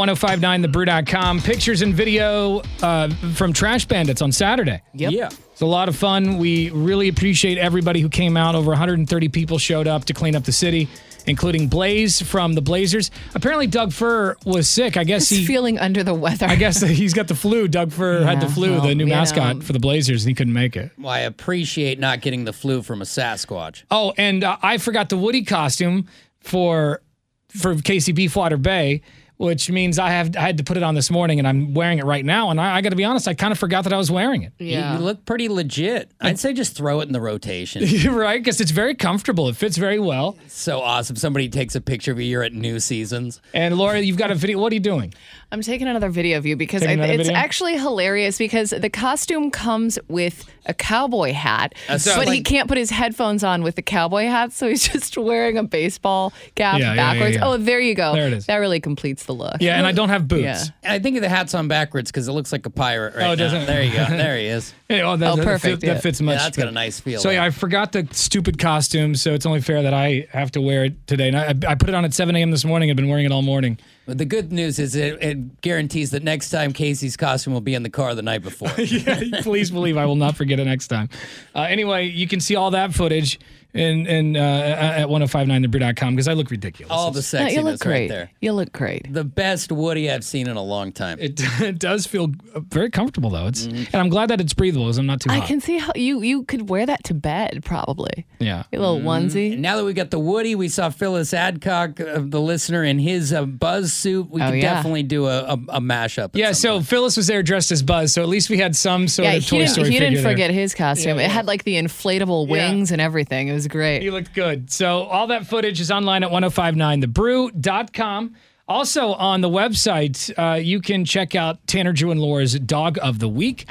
[SPEAKER 1] 1059thebrew.com. Pictures and video uh, from Trash Bandits on Saturday.
[SPEAKER 3] Yep. Yeah.
[SPEAKER 1] It's a lot of fun. We really appreciate everybody who came out. Over 130 people showed up to clean up the city, including Blaze from the Blazers. Apparently, Doug Furr was sick. I guess
[SPEAKER 2] Just [LAUGHS]
[SPEAKER 1] he.
[SPEAKER 2] feeling under the weather.
[SPEAKER 1] I guess [LAUGHS] he's got the flu. Doug Furr had the
[SPEAKER 2] Yeah,
[SPEAKER 1] flu,
[SPEAKER 2] well,
[SPEAKER 1] the new
[SPEAKER 2] you
[SPEAKER 1] mascot
[SPEAKER 2] know.
[SPEAKER 1] for the Blazers, and he couldn't make it.
[SPEAKER 3] Well, I appreciate not getting the flu from a Sasquatch.
[SPEAKER 1] Oh, and uh, I forgot the Woody costume for for Casey Beefwater Bay, which means I have I had to put it on this morning, and I'm wearing it right now. And I, I got to be honest, I kind of forgot that I was wearing it.
[SPEAKER 3] You- You,
[SPEAKER 1] [LAUGHS]
[SPEAKER 3] look pretty legit. I'd say just throw it in the rotation.
[SPEAKER 1] You're right, because it's very comfortable. It fits very well.
[SPEAKER 3] so awesome. Somebody takes a picture of you. You're at New Seasons.
[SPEAKER 1] And Laura, you've got a video. What are you doing?
[SPEAKER 2] I'm taking [LAUGHS] another video of you because I,
[SPEAKER 1] Taking another
[SPEAKER 2] it's
[SPEAKER 1] video?
[SPEAKER 2] actually hilarious because the costume comes with a cowboy hat,
[SPEAKER 1] That's
[SPEAKER 2] but
[SPEAKER 1] like-
[SPEAKER 2] he can't put his headphones on with the cowboy hat, so he's [LAUGHS] just wearing a baseball
[SPEAKER 3] Yeah,
[SPEAKER 2] cap
[SPEAKER 3] yeah, yeah,
[SPEAKER 2] backwards.
[SPEAKER 3] yeah.
[SPEAKER 2] Oh, there you go.
[SPEAKER 3] There it is.
[SPEAKER 2] That really completes the look. Yeah.
[SPEAKER 3] I think the hat's on backwards because it looks like a pirate right
[SPEAKER 1] Oh,
[SPEAKER 3] now.
[SPEAKER 1] doesn't it?
[SPEAKER 3] There
[SPEAKER 1] [LAUGHS]
[SPEAKER 3] you go. There he is.
[SPEAKER 1] Hey, oh, that, that fit- that fits much.
[SPEAKER 3] Yeah, that's got
[SPEAKER 1] better.
[SPEAKER 3] a nice feel.
[SPEAKER 1] So yeah, I forgot the stupid costume, so it's only fair that I have to wear it today. And I, I put it on at 7 a.m. this morning. I've been wearing it all morning.
[SPEAKER 3] But the good news is it, it guarantees that next time Casey's costume will be in the car the night before.
[SPEAKER 1] [LAUGHS] yeah, please believe I will not forget it next time. Uh, anyway, you can see all that footage in, in, uh, at 1059thebrew.com because I look ridiculous.
[SPEAKER 3] All the
[SPEAKER 2] No,
[SPEAKER 3] sexiness
[SPEAKER 2] you look
[SPEAKER 3] right
[SPEAKER 2] great.
[SPEAKER 3] there.
[SPEAKER 2] You look great.
[SPEAKER 3] The best Woody I've seen in a long time.
[SPEAKER 1] It, [LAUGHS] it does feel Uh, very comfortable though. It's
[SPEAKER 3] Mm-hmm.
[SPEAKER 1] and I'm glad that it's breathable. 'cause I'm not too
[SPEAKER 2] I
[SPEAKER 1] hot.
[SPEAKER 2] can see how you you could wear that to bed probably.
[SPEAKER 1] yeah.
[SPEAKER 2] A little onesie.
[SPEAKER 3] Mm, And now that we got the Woody, we saw Phyllis Adcock, uh, the listener, in his uh, buzz suit. We
[SPEAKER 1] Oh,
[SPEAKER 3] could
[SPEAKER 1] yeah.
[SPEAKER 3] definitely do a, a, a mashup.
[SPEAKER 1] Yeah, so Phyllis was there dressed as Buzz, so at least we had some sort
[SPEAKER 2] yeah,
[SPEAKER 1] of
[SPEAKER 2] he
[SPEAKER 1] Toy
[SPEAKER 2] didn't,
[SPEAKER 1] Story
[SPEAKER 2] he
[SPEAKER 1] figure
[SPEAKER 2] didn't
[SPEAKER 1] there.
[SPEAKER 2] forget his costume.
[SPEAKER 1] Yeah,
[SPEAKER 2] it had like the inflatable wings and everything. It was great.
[SPEAKER 1] He looked good. So all that footage is online at 1059thebrew.com. Also on the website, uh, you can check out Tanner Drew and Laura's Dog of the Week.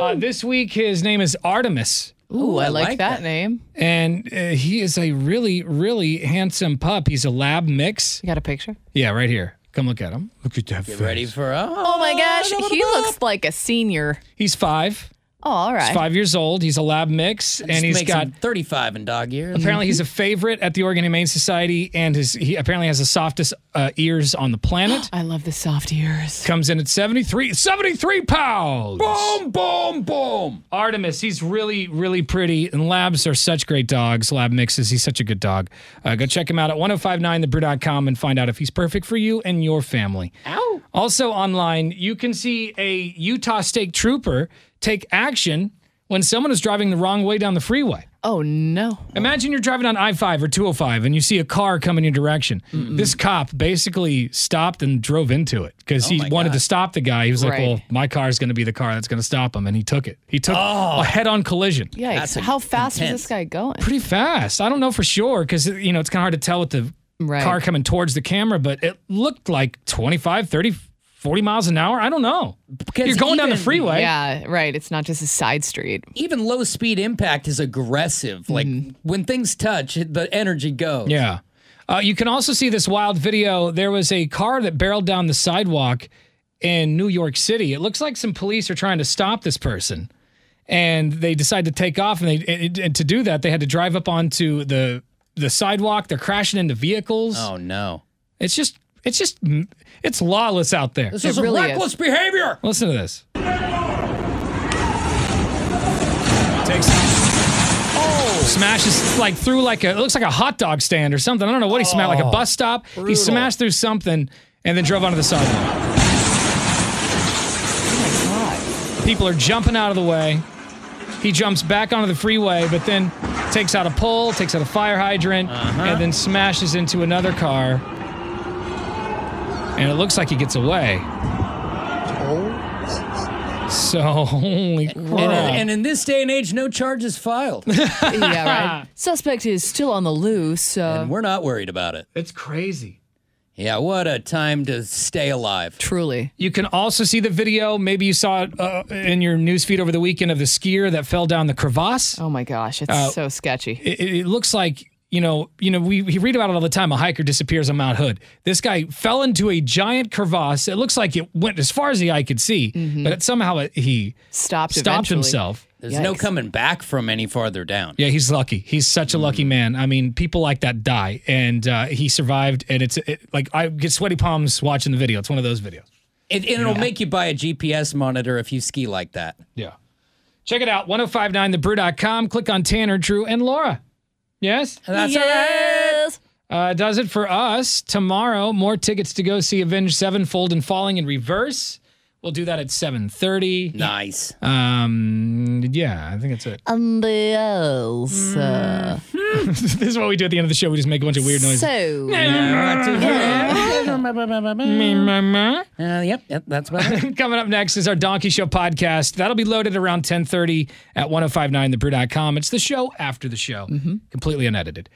[SPEAKER 1] Uh, this week, his name is Artemis.
[SPEAKER 2] Ooh, I, like, that, name.
[SPEAKER 1] And uh, he is a really, really handsome pup. He's a lab mix.
[SPEAKER 2] You got a picture?
[SPEAKER 1] Yeah, right here. Come look at him. Look at that face.
[SPEAKER 3] ready for us?
[SPEAKER 2] Oh my gosh, he looks like a senior.
[SPEAKER 1] He's five.
[SPEAKER 2] Oh, all right.
[SPEAKER 1] He's five years old. He's a lab mix, and he's got
[SPEAKER 3] 35 in dog years. [LAUGHS]
[SPEAKER 1] Apparently, he's a favorite at the Oregon Humane Society, and his he apparently has the softest uh, ears on
[SPEAKER 3] [GASPS]
[SPEAKER 1] the planet.
[SPEAKER 2] I love the soft ears.
[SPEAKER 1] Comes in at 73, 73 pounds. Boom,
[SPEAKER 3] boom, boom.
[SPEAKER 1] Artemis, he's really, really pretty, and labs are such great dogs. Lab mixes, he's such a good dog. Uh, go check him out at 1059thebrew.com and find out if he's perfect for you and your family. Ow. Also online, you can see a Utah State Trooper take action when someone is driving the wrong way down the freeway.
[SPEAKER 2] Oh no.
[SPEAKER 1] Imagine you're driving on I 5 or 205 and you see a car coming your direction. This cop basically stopped and drove into it because he wanted to stop the guy. He was like,
[SPEAKER 2] Oh Right.
[SPEAKER 1] well, my car is going to be the car that's going to stop him. And he took it. He took
[SPEAKER 2] Oh.
[SPEAKER 1] a head on collision.
[SPEAKER 2] Yikes. How fast was this guy going?
[SPEAKER 1] Pretty fast. I don't know for sure because, you know, it's kind of hard to tell with the
[SPEAKER 2] Right.
[SPEAKER 1] car coming towards the camera, but it looked like 25, 30, 40 miles an hour. I don't know. you're going down the
[SPEAKER 3] even-
[SPEAKER 1] freeway.
[SPEAKER 2] Yeah, right. It's not just a side street. Mm-hmm.
[SPEAKER 3] Even low speed impact is aggressive. Like when things touch, the energy goes.
[SPEAKER 1] Yeah. Uh, you can also see this wild video. There was a car that barreled down the sidewalk in New York City. It looks like some police are trying to stop this person, and they decide to take off. And they and, and to do that, they had to drive up onto the the sidewalk. They're crashing into vehicles.
[SPEAKER 3] Oh no!
[SPEAKER 1] It's just it's just it's lawless out there.
[SPEAKER 3] This is reckless behavior.
[SPEAKER 1] Listen to this. Takes smashes like through like a it looks like a hot dog stand or something. I don't know what he smashed, like a
[SPEAKER 3] Oh,
[SPEAKER 1] bus stop. He
[SPEAKER 3] brutal.
[SPEAKER 1] smashed through something and then drove onto the sidewalk. People are jumping out of the way. He jumps back onto the freeway, but then takes out a pole, takes out a fire hydrant, and then smashes into another car. And it looks like he gets away. So [LAUGHS] holy crap!
[SPEAKER 3] And, and in this day and age, no charges
[SPEAKER 1] [LAUGHS]
[SPEAKER 3] filed.
[SPEAKER 2] yeah, right. [LAUGHS] Suspect is still on the loose. So
[SPEAKER 3] And we're not worried about it.
[SPEAKER 1] It's crazy.
[SPEAKER 3] Yeah, what a time to stay alive.
[SPEAKER 2] Truly.
[SPEAKER 1] You can also see the video. Maybe you saw it uh, in your newsfeed over the weekend of the skier that fell down the crevasse. Uh,
[SPEAKER 2] Oh my gosh, it's so sketchy.
[SPEAKER 1] It, it- it looks like you know, you know, we, we read about it all the time. A hiker disappears on Mount Hood. This guy fell into a giant crevasse. It looks like it went as far as the eye could see,
[SPEAKER 2] Mm-hmm.
[SPEAKER 1] but it, somehow it, he
[SPEAKER 2] stopped
[SPEAKER 1] stopped
[SPEAKER 2] eventually.
[SPEAKER 1] himself.
[SPEAKER 3] There's no coming back from any farther down.
[SPEAKER 1] Yeah, he's lucky. He's such a
[SPEAKER 3] Mm.
[SPEAKER 1] lucky man. I mean, people like that die, and uh, he survived. And it's it, like I get sweaty palms watching the video. It's one of those videos.
[SPEAKER 3] It, and it'll make you buy a GPS monitor if you ski like that.
[SPEAKER 1] Yeah. Check it out 1059thebrew.com. Click on Tanner, Drew, and Laura. Yes?
[SPEAKER 3] That's
[SPEAKER 2] yes.
[SPEAKER 1] Uh, does it for us. Tomorrow, more tickets to go see Avenged Sevenfold and Falling in Reverse. We'll do that at 7.30.
[SPEAKER 3] Nice.
[SPEAKER 1] Um, yeah, I think that's it.
[SPEAKER 2] And the else. uh,
[SPEAKER 1] [LAUGHS] this is what we do at the end of the show. We just make a bunch of weird noises.
[SPEAKER 2] So.
[SPEAKER 3] Mm. Uh, yep, yep, that's what.
[SPEAKER 1] [LAUGHS] Coming up next is our Donkey Show podcast. That'll be loaded around
[SPEAKER 3] Mm-hmm.
[SPEAKER 1] 1030 at 1059thebrew.com. It's the show after the show, completely unedited.